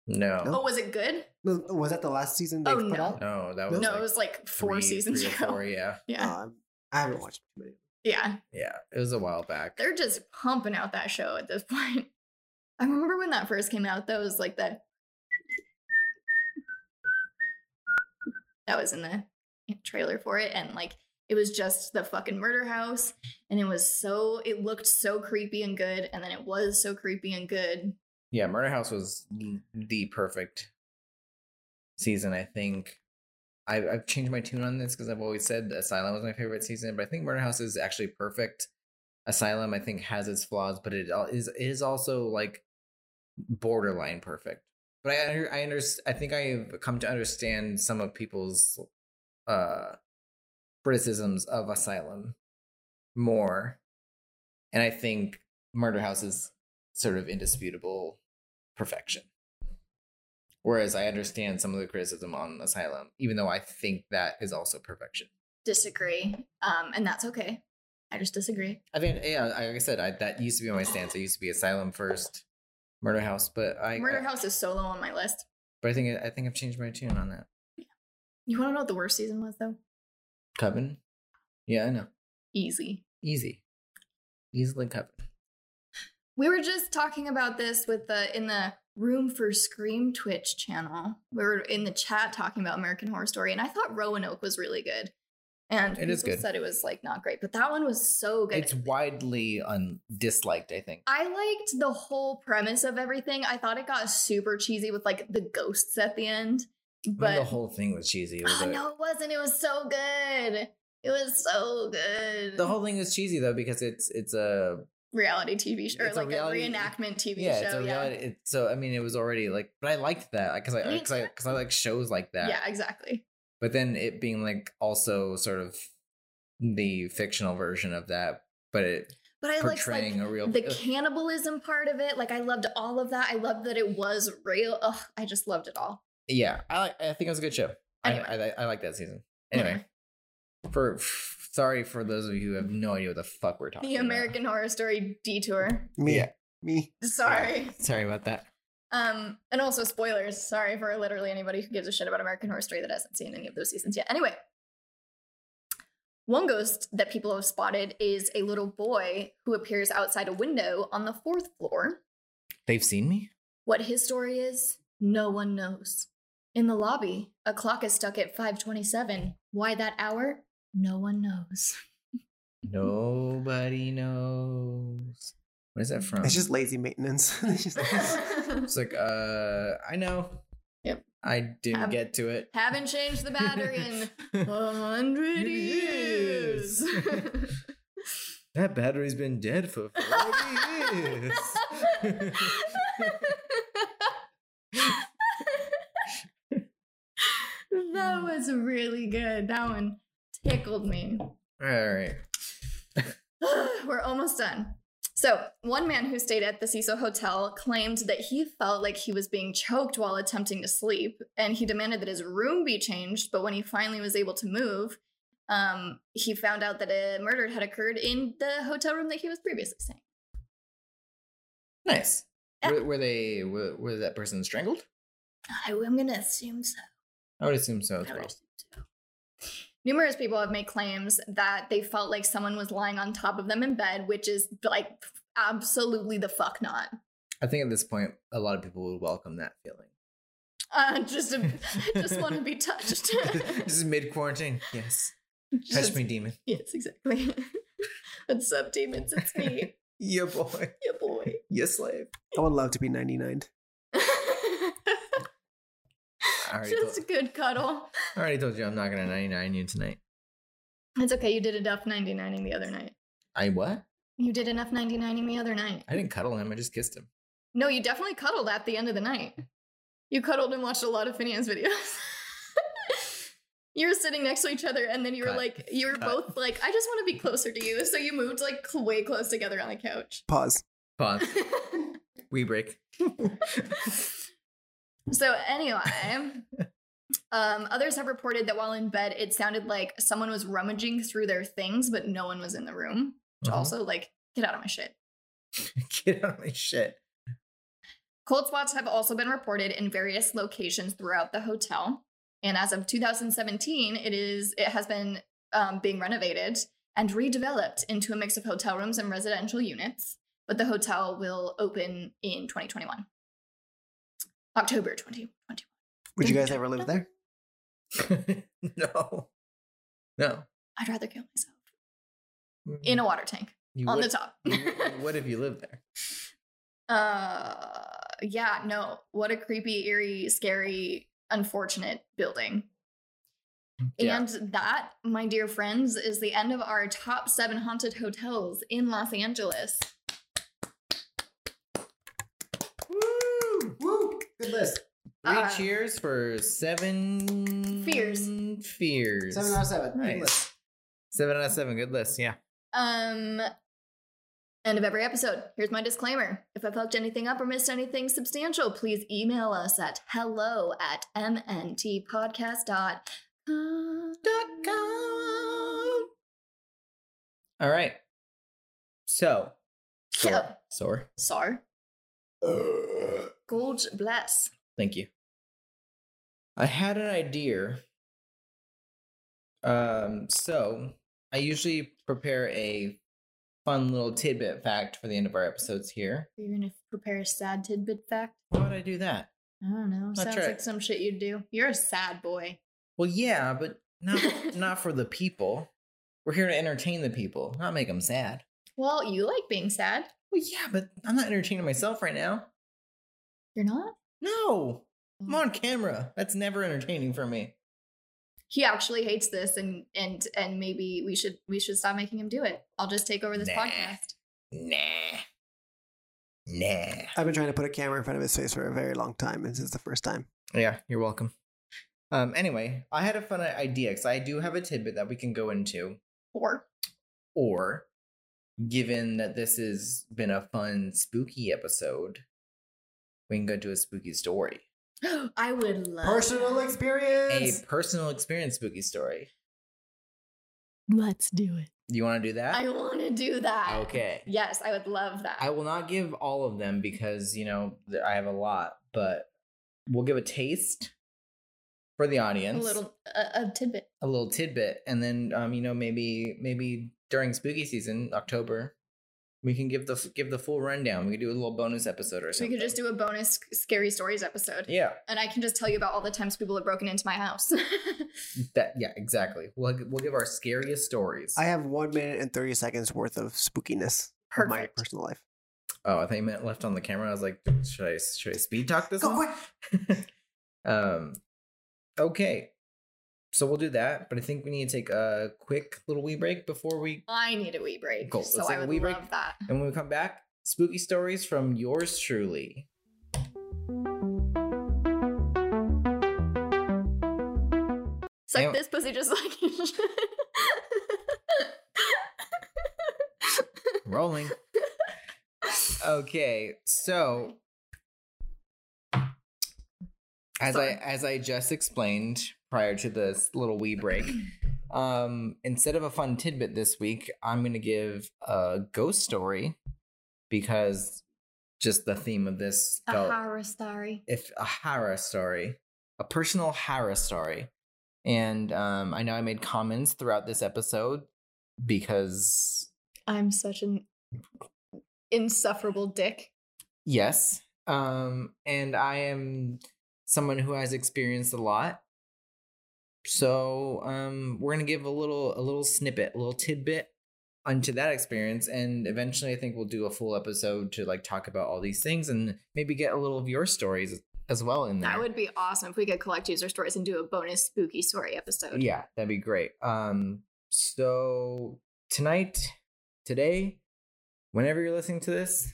Speaker 1: No,
Speaker 2: oh, was it good?
Speaker 3: No, Was that the last season they
Speaker 2: Oh,
Speaker 3: put
Speaker 2: no.
Speaker 3: out?
Speaker 1: no, that was
Speaker 2: no,
Speaker 1: like
Speaker 2: it was like four
Speaker 1: three-
Speaker 2: seasons
Speaker 1: three or
Speaker 2: ago.
Speaker 1: four, uh, yeah,
Speaker 2: Yeah,
Speaker 3: Um, I haven't watched too many.
Speaker 2: yeah.
Speaker 1: yeah, it was a while back.
Speaker 2: they're just pumping out that show at this point. I remember when that first came out, that was like that. That was in the trailer for it. And like, it was just the fucking murder house. And it was so, it looked so creepy and good. And then it was so creepy and good.
Speaker 1: yeah, Murder House was the perfect season, I think. I've, I've changed my tune on this because I've always said Asylum was my favorite season, but I think Murder House is actually perfect. Asylum, I think, has its flaws, but it al- is it is also like borderline perfect. But I under- I understand. I think I've come to understand some of people's uh criticisms of Asylum more, and I think Murder House is sort of indisputable perfection. Whereas I understand some of the criticism on Asylum, even though I think that is also perfection.
Speaker 2: Disagree. Um, and that's okay. I just disagree.
Speaker 1: I mean, yeah, like I said, I, that used to be my stance. I used to be Asylum first, Murder House, but I,
Speaker 2: Murder House is so low on my list.
Speaker 1: but I think I think I've changed my tune on that.
Speaker 2: You want to know what the worst season was, though?
Speaker 1: Coven, yeah, I know,
Speaker 2: Easy.
Speaker 1: easy, easily Coven.
Speaker 2: We were just talking about this with the in the room for Scream Twitch channel. We were in the chat talking about American Horror Story, and I thought Roanoke was really good. And
Speaker 1: It is
Speaker 2: people
Speaker 1: good.
Speaker 2: Said it was like not great, but that one was so good.
Speaker 1: It's widely un- disliked, I think.
Speaker 2: I liked the whole premise of everything. I thought it got super cheesy with like the ghosts at the end,
Speaker 1: I mean,
Speaker 2: but
Speaker 1: the whole thing was cheesy. It was
Speaker 2: oh
Speaker 1: like-
Speaker 2: no, it wasn't. It was so good. It was so good.
Speaker 1: The whole thing is cheesy though because it's it's a
Speaker 2: reality TV show, or
Speaker 1: It's a
Speaker 2: like a,
Speaker 1: reality-
Speaker 2: reenactment TV
Speaker 1: yeah,
Speaker 2: show.
Speaker 1: it's a
Speaker 2: yeah.
Speaker 1: reality. It, so I mean, it was already like, but I liked that because I
Speaker 2: Me
Speaker 1: because I,
Speaker 2: too.
Speaker 1: 'cause I like shows like that.
Speaker 2: yeah, exactly.
Speaker 1: But then it being like also sort of the fictional version of that, but it
Speaker 2: But I liked like
Speaker 1: portraying a real.
Speaker 2: the
Speaker 1: uh,
Speaker 2: cannibalism part of it like i loved all of that i loved that it was real Ugh, i just loved it all
Speaker 1: yeah, I like. I think it was a good show.
Speaker 2: Anyway.
Speaker 1: I, I I like that season. Anyway, for sorry for those of you who have no idea what the fuck we're talking.
Speaker 2: the
Speaker 1: about.
Speaker 2: american horror story detour
Speaker 3: Me.
Speaker 1: Yeah.
Speaker 3: Me.
Speaker 2: sorry
Speaker 1: Sorry about that.
Speaker 2: um and also spoilers sorry for literally anybody who gives a shit about american horror story that hasn't seen any of those seasons yet anyway one ghost that people have spotted is a little boy who appears outside a window on the fourth floor
Speaker 1: They've seen me.
Speaker 2: What his story is, no one knows. In the lobby, a clock is stuck at 527. Why that hour? No one knows. Mm-hmm.
Speaker 1: Nobody knows. What is that from?
Speaker 3: It's just lazy maintenance. It's just
Speaker 1: It's like, uh, I know.
Speaker 2: Yep.
Speaker 1: I didn't
Speaker 2: Have-
Speaker 1: get to it.
Speaker 2: Haven't changed the battery in a hundred years.
Speaker 1: that battery's been dead for 40 years.
Speaker 2: that was really good. That one tickled me.
Speaker 1: All right.
Speaker 2: We're almost done. So, one man who stayed at the Cecil Hotel claimed that he felt like he was being choked while attempting to sleep, and he demanded that his room be changed. But when he finally was able to move, um, he found out that a murder had occurred in the hotel room that he was previously staying.
Speaker 1: Nice. Were, were they, were, was that person strangled?
Speaker 2: I, am going to assume so.
Speaker 1: I would assume so as
Speaker 2: I would
Speaker 1: well.
Speaker 2: assume so. Numerous people have made claims that they felt like someone was lying on top of them in bed, which is like absolutely the fuck not.
Speaker 1: I think at this point, a lot of people would welcome that feeling.
Speaker 2: Uh, just a, just want to be touched.
Speaker 1: this is mid quarantine. Yes.
Speaker 2: Just-
Speaker 1: Touch me, demon.
Speaker 2: Yes, exactly. What's up, demons? It's me,
Speaker 1: Yeah, boy.
Speaker 2: your boy.
Speaker 1: Yeah, slave.
Speaker 3: I would love to be 99.
Speaker 1: I already,
Speaker 2: just a
Speaker 1: told,
Speaker 2: good cuddle.
Speaker 1: I already told you I'm not going to 99 you tonight.
Speaker 2: It's okay. You did enough 99ing the other night.
Speaker 1: I what?
Speaker 2: You did enough 99ing the other night.
Speaker 1: I didn't cuddle him. I just kissed him.
Speaker 2: No, you definitely cuddled at the end of the night. You cuddled and watched a lot of Finian's videos. you were sitting next to each other, and then you were
Speaker 1: Cut.
Speaker 2: like, you were
Speaker 1: Cut.
Speaker 2: both like, I just want to be closer to you. So you moved like cl- way close together on the couch.
Speaker 3: Pause.
Speaker 1: Pause. We break.
Speaker 2: so anyway, um, others have reported that while in bed, it sounded like someone was rummaging through their things, but no one was in the room. Which
Speaker 1: Mhm.
Speaker 2: also, like, get out of my shit.
Speaker 1: Get out of my shit.
Speaker 2: Cold spots have also been reported in various locations throughout the hotel, and as of 2017, it is it has been um, being renovated and redeveloped into a mix of hotel rooms and residential units. But the hotel will open in 2021, October 2021.
Speaker 3: Would you guys ever live there?
Speaker 1: no. No.
Speaker 2: I'd rather kill myself in a water tank
Speaker 1: you
Speaker 2: on
Speaker 1: would,
Speaker 2: the top.
Speaker 1: you- what if you lived there?
Speaker 2: uh, yeah, no. What a creepy, eerie, scary, unfortunate building.
Speaker 1: Yeah.
Speaker 2: And that, my dear friends, is the end of our top seven haunted hotels in Los Angeles.
Speaker 3: Woo! Woo! Good list.
Speaker 1: Three
Speaker 2: Uh,
Speaker 1: cheers for seven
Speaker 2: Fears.
Speaker 1: Fears.
Speaker 3: Seven out of seven. Good
Speaker 1: Nice.
Speaker 3: list.
Speaker 1: Seven out of seven. Good list. Yeah.
Speaker 2: Um, end of every episode. Here's my disclaimer. If I fucked anything up or missed anything substantial, please email us at hello at mntpodcast.com. Um.
Speaker 1: All right. So.
Speaker 2: So,
Speaker 1: Sore. Sore.
Speaker 2: sorry. God bless.
Speaker 1: Thank you. I had an idea. Um, so I usually prepare a fun little tidbit fact for the end of our episodes here.
Speaker 2: You're going to prepare a sad tidbit fact?
Speaker 1: Why would I do that?
Speaker 2: I don't know.
Speaker 1: That's
Speaker 2: Sounds
Speaker 1: right.
Speaker 2: like some shit you'd do. You're a sad boy.
Speaker 1: Well, yeah, but not not for the people. We're here to entertain the people, not make them sad.
Speaker 2: Well, you like being sad.
Speaker 1: Well, yeah, but I'm not entertaining myself right now.
Speaker 2: You're not?
Speaker 1: No, I'm on camera. That's never entertaining for me.
Speaker 2: He actually hates this and and and maybe we should we should stop making him do it. I'll just take over this
Speaker 1: Nah.
Speaker 2: podcast.
Speaker 1: Nah, nah.
Speaker 3: I've been trying to put a camera in front of his face for a very long time, and this is the first time.
Speaker 1: Yeah, you're welcome. Um, anyway, I had a fun idea because I do have a tidbit that we can go into,
Speaker 2: Or
Speaker 1: or given that this has been a fun spooky episode, we can go to a spooky story,
Speaker 2: I would love
Speaker 3: Personal
Speaker 1: a
Speaker 3: experience.
Speaker 1: personal experience spooky story.
Speaker 2: Let's do it.
Speaker 1: You want to do that?
Speaker 2: I want to do that.
Speaker 1: Okay.
Speaker 2: Yes, I would love that.
Speaker 1: I will not give all of them because, you know, th- I have a lot, but we'll give a taste for the
Speaker 2: a
Speaker 1: audience.
Speaker 2: little a, a tidbit.
Speaker 1: a little tidbit and then um you know maybe maybe during spooky season, October, we can give the f- give the full rundown. We could do a little bonus episode or
Speaker 2: So we
Speaker 1: something.
Speaker 2: could just do a bonus sc- scary stories episode.
Speaker 1: Yeah.
Speaker 2: And I can just tell you about all the times people have broken into my house.
Speaker 1: That yeah, exactly. We'll g- we'll give our scariest stories.
Speaker 3: I have one minute and thirty seconds worth of spookiness of my
Speaker 2: Perfect.
Speaker 3: personal life.
Speaker 1: oh, I thought you meant left on the camera. I was like, should I should I speed talk this?
Speaker 3: Go
Speaker 1: one?
Speaker 3: quick.
Speaker 1: um okay so we'll do that but i think we need to take a quick little wee break before we
Speaker 2: I need a wee break.
Speaker 1: Cool.
Speaker 2: So
Speaker 1: Let's take
Speaker 2: I
Speaker 1: a
Speaker 2: would
Speaker 1: wee break.
Speaker 2: love that.
Speaker 1: and when we come back spooky stories from yours truly
Speaker 2: Suck
Speaker 1: Anyway-
Speaker 2: this pussy just like you should.
Speaker 1: rolling okay so as
Speaker 2: Sorry.
Speaker 1: i as i just explained prior to this little wee break um instead of a fun tidbit this week i'm gonna give a ghost story because just the theme of this
Speaker 2: A
Speaker 1: felt
Speaker 2: horror story.
Speaker 1: if a horror story, a personal horror story. And um, I know I made comments throughout this episode because
Speaker 2: I'm such an insufferable dick.
Speaker 1: yes, um, and I am someone who has experienced a lot. So um, we're gonna give a little a little snippet, a little tidbit onto that experience, and eventually I think we'll do a full episode to like talk about all these things and maybe get a little of your stories as well in there.
Speaker 2: That would be awesome if we could collect user stories and do a bonus spooky story episode.
Speaker 1: Yeah, that'd be great. Um, so tonight, today, whenever you're listening to this,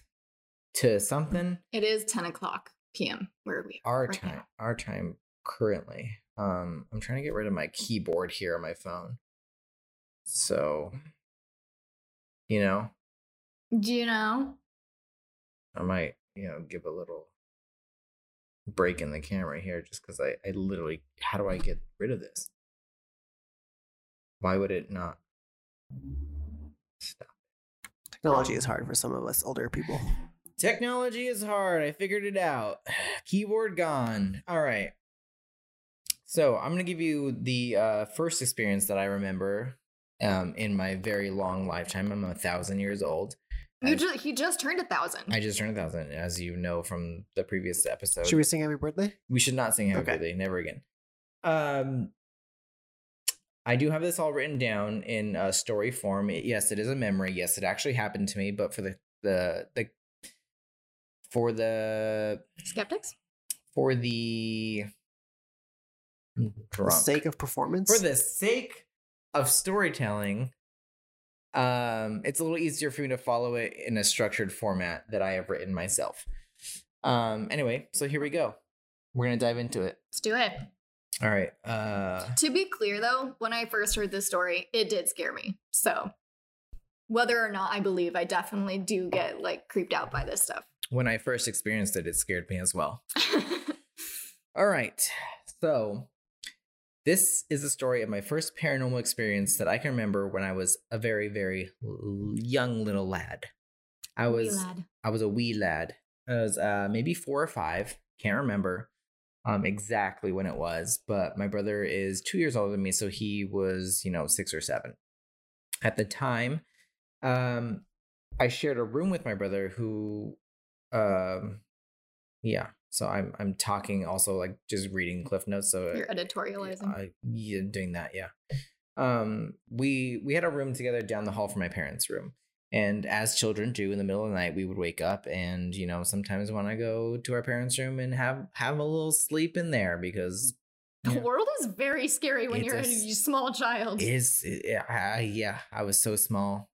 Speaker 1: to something,
Speaker 2: It is 10 o'clock p.m. where we are.
Speaker 1: our
Speaker 2: right
Speaker 1: time,
Speaker 2: now.
Speaker 1: our time currently. Um, I'm trying to get rid of my keyboard here on my phone. So, you know,
Speaker 2: Do you know?
Speaker 1: I might, you know, give a little break in the camera here just because I, I literally, how do I get rid of this? Why would it not?
Speaker 3: Technology is hard for some of us older people.
Speaker 1: Technology is hard. I figured it out. Keyboard gone. All right. So I'm gonna give you the uh, first experience that I remember um, in my very long lifetime. I'm a thousand years old. I-
Speaker 2: You just, he just turned a thousand.
Speaker 1: I just turned a thousand, as you know from the previous episode.
Speaker 3: Should we sing Happy Birthday?
Speaker 1: We should not sing Happy
Speaker 3: Okay.
Speaker 1: Birthday, never again. Um, I do have this all written down in uh, story form. It- yes, it is a memory. Yes, it actually happened to me, but for the the the for the
Speaker 2: Skeptics?
Speaker 1: for the
Speaker 3: For the
Speaker 1: drunk.
Speaker 3: sake of performance.
Speaker 1: For the sake of storytelling, um, it's a little easier for me to follow it in a structured format that I have written myself. Um, anyway, so here we go. We're gonna dive into it.
Speaker 2: Let's do it.
Speaker 1: All right. Uh,
Speaker 2: To be clear, though, when I first heard this story, it did scare me. So, whether or not I believe, I definitely do get like creeped out by this stuff.
Speaker 1: when I first experienced it, it scared me as well. All right. So, this is the story of my first paranormal experience that I can remember when I was a very, very l- young little lad. I was
Speaker 2: Lad.
Speaker 1: I was a wee lad. I was uh, maybe four or five. Can't remember um, exactly when it was, but my brother is two years older than me, so he was, you know, six or seven. At the time, um, I shared a room with my brother who, um, yeah. So I'm I'm talking also like just reading cliff notes. So
Speaker 2: You're editorializing.
Speaker 1: I, yeah, doing that, yeah. Um, we we had a room together down the hall from my parents' room, and as children do, in the middle of the night, we would wake up and you know sometimes want to go to our parents' room and have have a little sleep in there because
Speaker 2: the
Speaker 1: yeah.
Speaker 2: world is very scary when
Speaker 1: It's
Speaker 2: you're
Speaker 1: a
Speaker 2: a
Speaker 1: s-
Speaker 2: small child.
Speaker 1: is yeah, I, yeah I was so small,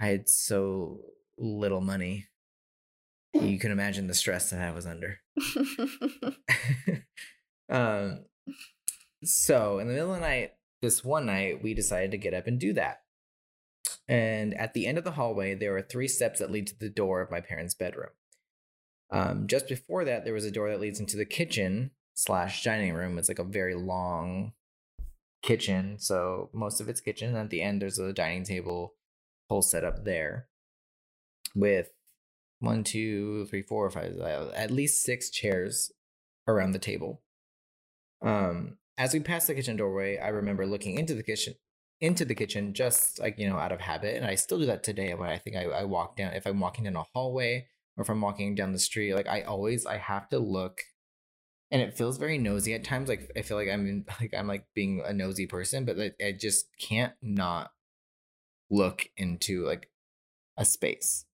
Speaker 1: I had so little money. You can imagine the stress that I was under. um, so in the middle of the night, this one night, we decided to get up and do that. And at the end of the hallway, there were three steps that lead to the door of my parents' bedroom. Um, just before that, there was a door that leads into the kitchen slash dining room. It's like a very long kitchen, so most of it's kitchen. And at the end, there's a dining table, whole setup there, with one, two, three, four, five, at least six chairs around the table. Um, as we passed the kitchen doorway, I remember looking into the kitchen, into the kitchen, just like you know, out of habit, and I still do that today. When I think I, I walk down, if I'm walking down a hallway or if I'm walking down the street, like I always I have to look, and it feels very nosy at times. Like I feel like I'm in, like I'm like being a nosy person, but like, I just can't not look into like a space.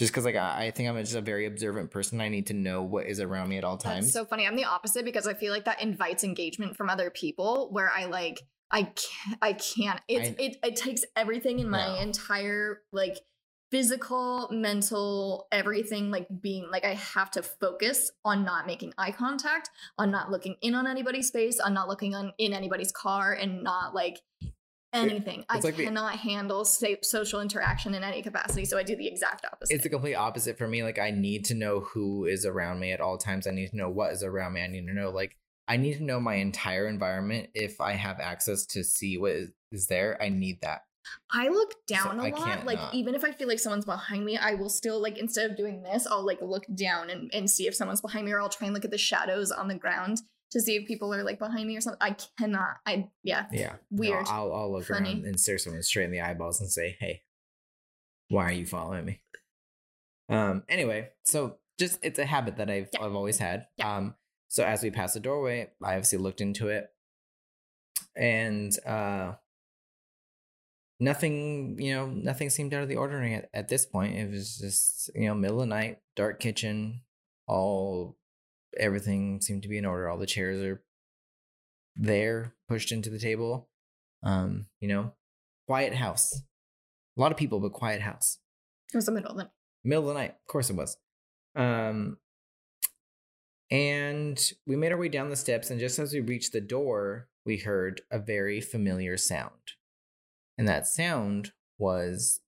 Speaker 1: Just because, like, I I think I'm just a very observant person. I need to know what is around me at all times.
Speaker 2: That's so funny. I'm the opposite because I feel like that invites engagement from other people where I like I can't I can't it's
Speaker 1: I-
Speaker 2: it it takes everything in my
Speaker 1: No.
Speaker 2: entire like physical, mental, everything like being like I have to focus on not making eye contact, on not looking in on anybody's face, on not looking on in anybody's car and not like anything. I
Speaker 1: it's like the-
Speaker 2: cannot handle sa- social interaction in any capacity, so I do the exact opposite.
Speaker 1: it's the complete opposite for me. Like I need to know who is around me at all times. I need to know what is around me. I need to know like I need to know my entire environment if I have access to see what is, is there. I need that.
Speaker 2: I look down a
Speaker 1: I
Speaker 2: lot.
Speaker 1: can't
Speaker 2: Like
Speaker 1: not.
Speaker 2: even if I feel like someone's behind me, I will still like instead of doing this, I'll like look down and, and see if someone's behind me, or I'll try and look at the shadows on the ground to see if people are like behind me or something. I cannot. I yeah.
Speaker 1: Yeah. No,
Speaker 2: Weird.
Speaker 1: I'll I'll look around
Speaker 2: Funny.
Speaker 1: and stare someone straight in the eyeballs and say, "Hey, why are you following me?" Um. Anyway, so just it's a habit that I've
Speaker 2: Yeah.
Speaker 1: I've always had.
Speaker 2: Yeah.
Speaker 1: Um. So as we passed the doorway, I obviously looked into it, and uh, nothing you know nothing seemed out of the ordinary at, at this point. It was just you know middle of the night, dark kitchen, all everything seemed to be in order. All the chairs are there, pushed into the table. Um, you know, quiet house. A lot of people, but quiet house.
Speaker 2: It was the middle of the night.
Speaker 1: Middle of the night. Of course it was. Um, and we made our way down the steps, and just as we reached the door, we heard a very familiar sound. And that sound was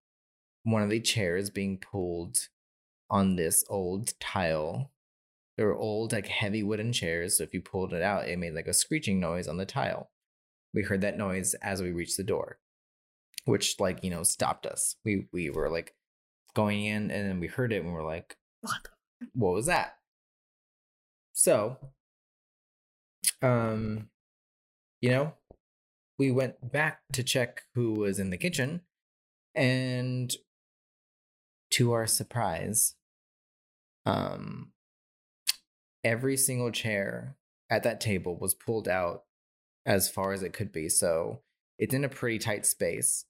Speaker 1: one of the chairs being pulled on this old tile. They were old, like heavy wooden chairs. So if you pulled it out, it made like a screeching noise on the tile. We heard that noise as we reached the door, which like, you know, stopped us. We we were like going in and then we heard it and we were like,
Speaker 2: What the-
Speaker 1: what was that? So, um, you know, we went back to check who was in the kitchen, and to our surprise, um, every single chair at that table was pulled out as far as it could be. So it's in a pretty tight space,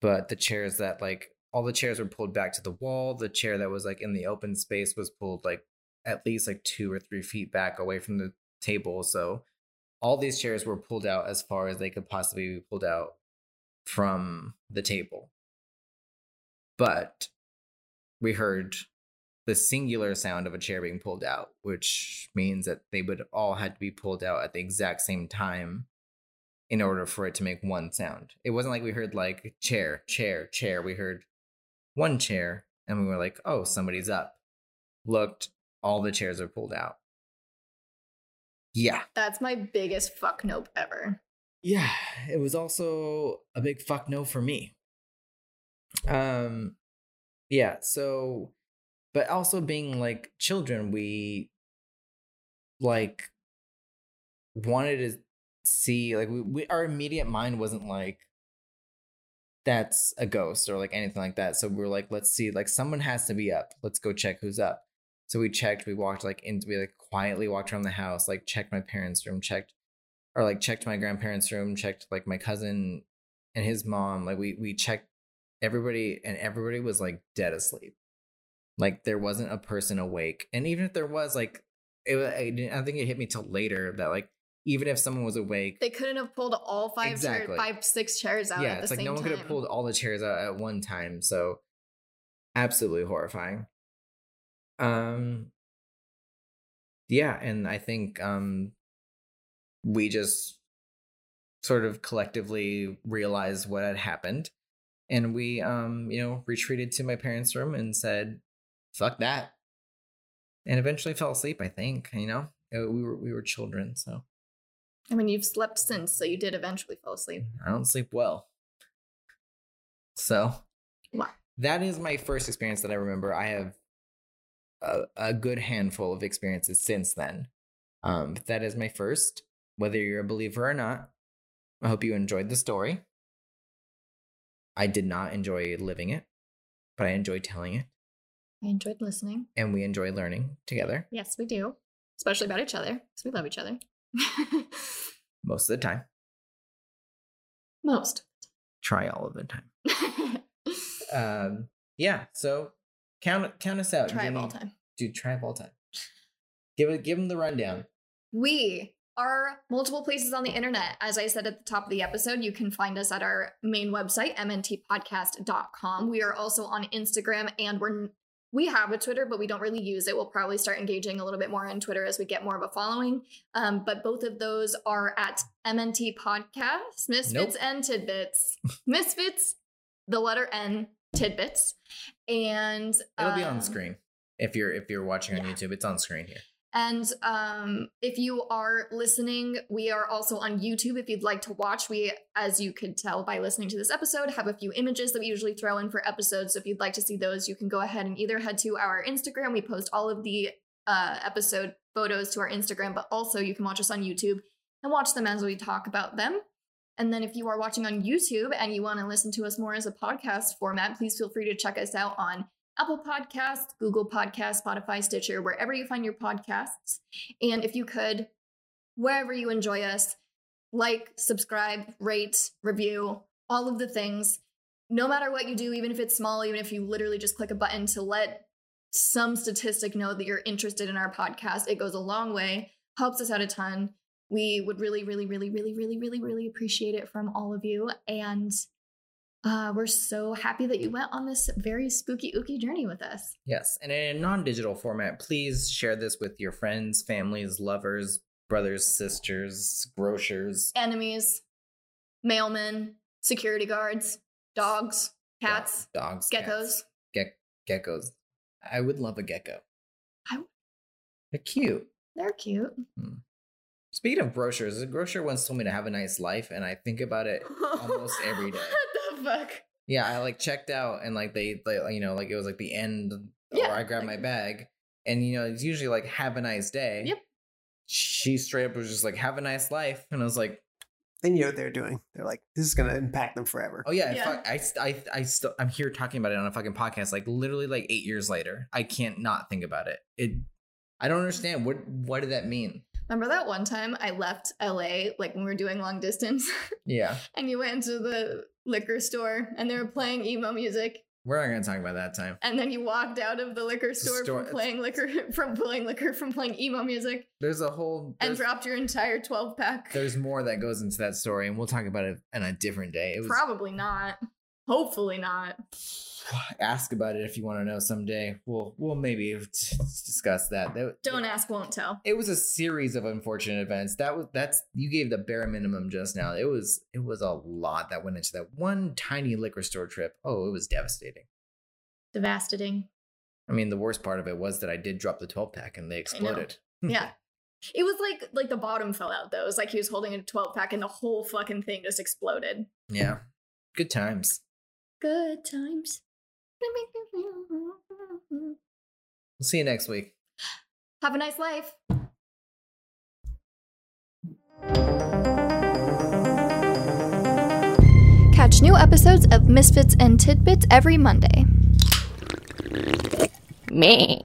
Speaker 1: but the chairs that like all the chairs were pulled back to the wall. The chair that was like in the open space was pulled like at least like two or three feet back away from the table. So all these chairs were pulled out as far as they could possibly be pulled out from the table. But we heard the singular sound of a chair being pulled out, which means that they would all had to be pulled out at the exact same time in order for it to make one sound. It wasn't like we heard like chair, chair, chair. We heard one chair and we were like, oh, somebody's up. Looked, all the chairs are pulled out. Yeah.
Speaker 2: That's my biggest fuck nope ever.
Speaker 1: Yeah. It was also a big fuck no for me. Um yeah, so but also being like children, we like wanted to see like we, we our immediate mind wasn't like that's a ghost or like anything like that. So we were like, let's see, like someone has to be up. Let's go check who's up. So we checked, we walked like in we like quietly walked around the house, like checked my parents' room, checked or like checked my grandparents' room, checked like my cousin and his mom. Like we we checked everybody and everybody was like dead asleep. Like there wasn't a person awake. And even if there was like it was, I, didn't, I don't think it hit me till later that like even if someone was awake,
Speaker 2: They couldn't have pulled all five, chair-
Speaker 1: Exactly.
Speaker 2: five, six chairs out
Speaker 1: yeah,
Speaker 2: at
Speaker 1: it's
Speaker 2: the
Speaker 1: like
Speaker 2: same
Speaker 1: no one
Speaker 2: time.
Speaker 1: could have pulled all the chairs out at one time. So absolutely horrifying. Um yeah, and I think um we just sort of collectively realized what had happened and we um you know retreated to my parents' room and said fuck that. And eventually fell asleep, I think, you know. Uh, We were we were children, so
Speaker 2: I mean, you've slept since, so you did eventually fall asleep.
Speaker 1: I don't sleep well. So
Speaker 2: Wow.
Speaker 1: that is my first experience that I remember. I have a, a good handful of experiences since then. Um, but that is my first. Whether you're a believer or not, I hope you enjoyed the story. I did not enjoy living it, but I enjoy telling it,
Speaker 2: I enjoyed listening.
Speaker 1: and we enjoy learning together
Speaker 2: Yes, we do. Especially about each other, because we love each other.
Speaker 1: most of the time.
Speaker 2: Most.
Speaker 1: Try all of the time. Um, yeah. So count count us out.
Speaker 2: Try
Speaker 1: Give
Speaker 2: of all
Speaker 1: me-
Speaker 2: time.
Speaker 1: Dude, try of all time. Give it. Give him the rundown.
Speaker 2: We are multiple places on the internet. As I said at the top of the episode, you can find us at our main website, mntpodcast.com. We are also on Instagram and we're we have a Twitter, but we don't really use it. We'll probably start engaging a little bit more on Twitter as we get more of a following. Um, but both of those are at MNT Podcast, Misfits
Speaker 1: Nope.
Speaker 2: and Tidbits. Misfits, the letter N, Tidbits. And
Speaker 1: It'll be
Speaker 2: um,
Speaker 1: on screen if you're if you're watching on
Speaker 2: yeah.
Speaker 1: YouTube. It's on screen here.
Speaker 2: And um, if you are listening, we are also on YouTube. If you'd like to watch, we, as you could tell by listening to this episode, have a few images that we usually throw in for episodes. So if you'd like to see those, you can go ahead and either head to our Instagram. We post all of the uh, episode photos to our Instagram, but also you can watch us on YouTube and watch them as we talk about them. And then if you are watching on YouTube and you want to listen to us more as a podcast format, please feel free to check us out on Apple Podcasts, Google Podcasts, Spotify, Stitcher, wherever you find your podcasts. And if you could, wherever you enjoy us, like, subscribe, rate, review, all of the things. No matter what you do, even if it's small, even if you literally just click a button to let some statistic know that you're interested in our podcast, it goes a long way, helps us out a ton. We would really, really, really, really, really, really, really appreciate it from all of you. And uh, we're so happy that you went on this very spooky, ooky journey with us.
Speaker 1: Yes, and in a non-digital format, please share this with your friends, families, lovers, brothers, sisters, grocers,
Speaker 2: Enemies, mailmen, security guards, dogs, cats,
Speaker 1: dogs,
Speaker 2: geckos.
Speaker 1: cats, gec- geckos. I would love a gecko.
Speaker 2: I-
Speaker 1: They're cute.
Speaker 2: They're cute.
Speaker 1: Speaking of grocers, a grocer once told me to have a nice life, and I think about it Almost every day.
Speaker 2: What the fuck?
Speaker 1: Yeah, I like checked out and like they, they you know, like it was like the end
Speaker 2: Yeah,
Speaker 1: or I grabbed
Speaker 2: like-
Speaker 1: my bag and you know, it's usually like have a nice day.
Speaker 2: Yep.
Speaker 1: She straight up was just like, have a nice life. And I was like,
Speaker 3: They know what they're doing. They're like, this is gonna impact them forever.
Speaker 1: oh yeah,
Speaker 2: Yeah.
Speaker 1: Fuck, I, st- I, I still, I'm here talking about it on a fucking podcast, like literally like eight years later. I can't not think about it. It, I don't understand. What, what did that mean?
Speaker 2: Remember that one time I left LA, like when we were doing long distance,
Speaker 1: Yeah.
Speaker 2: and you went into the liquor store and they were playing emo music
Speaker 1: We're not going to talk about that time.
Speaker 2: And then you walked out of the liquor store
Speaker 1: Store-
Speaker 2: from playing liquor from pulling liquor from playing emo music
Speaker 1: There's a whole.
Speaker 2: and
Speaker 1: there's-
Speaker 2: dropped your entire 12 pack.
Speaker 1: there's more that goes into that story, and we'll talk about it on a different day. It was
Speaker 2: Probably not. Hopefully not.
Speaker 1: ask about it if you want to know someday. We'll we'll maybe t- discuss that. That-
Speaker 2: Don't ask, won't tell.
Speaker 1: It was a series of unfortunate events. That was that's you gave the bare minimum just now. It was it was a lot that went into that one tiny liquor store trip. Oh, it was devastating.
Speaker 2: Devastating.
Speaker 1: I mean, the worst part of it was that I did drop the 12 pack and they exploded.
Speaker 2: Yeah. It was like like the bottom fell out though. It was like he was holding a 12 pack and the whole fucking thing just exploded.
Speaker 1: yeah. Good times.
Speaker 2: Good times.
Speaker 1: We'll see you next week.
Speaker 2: Have a nice life. Catch new episodes of Misfits and Tidbits every Monday.
Speaker 4: Me.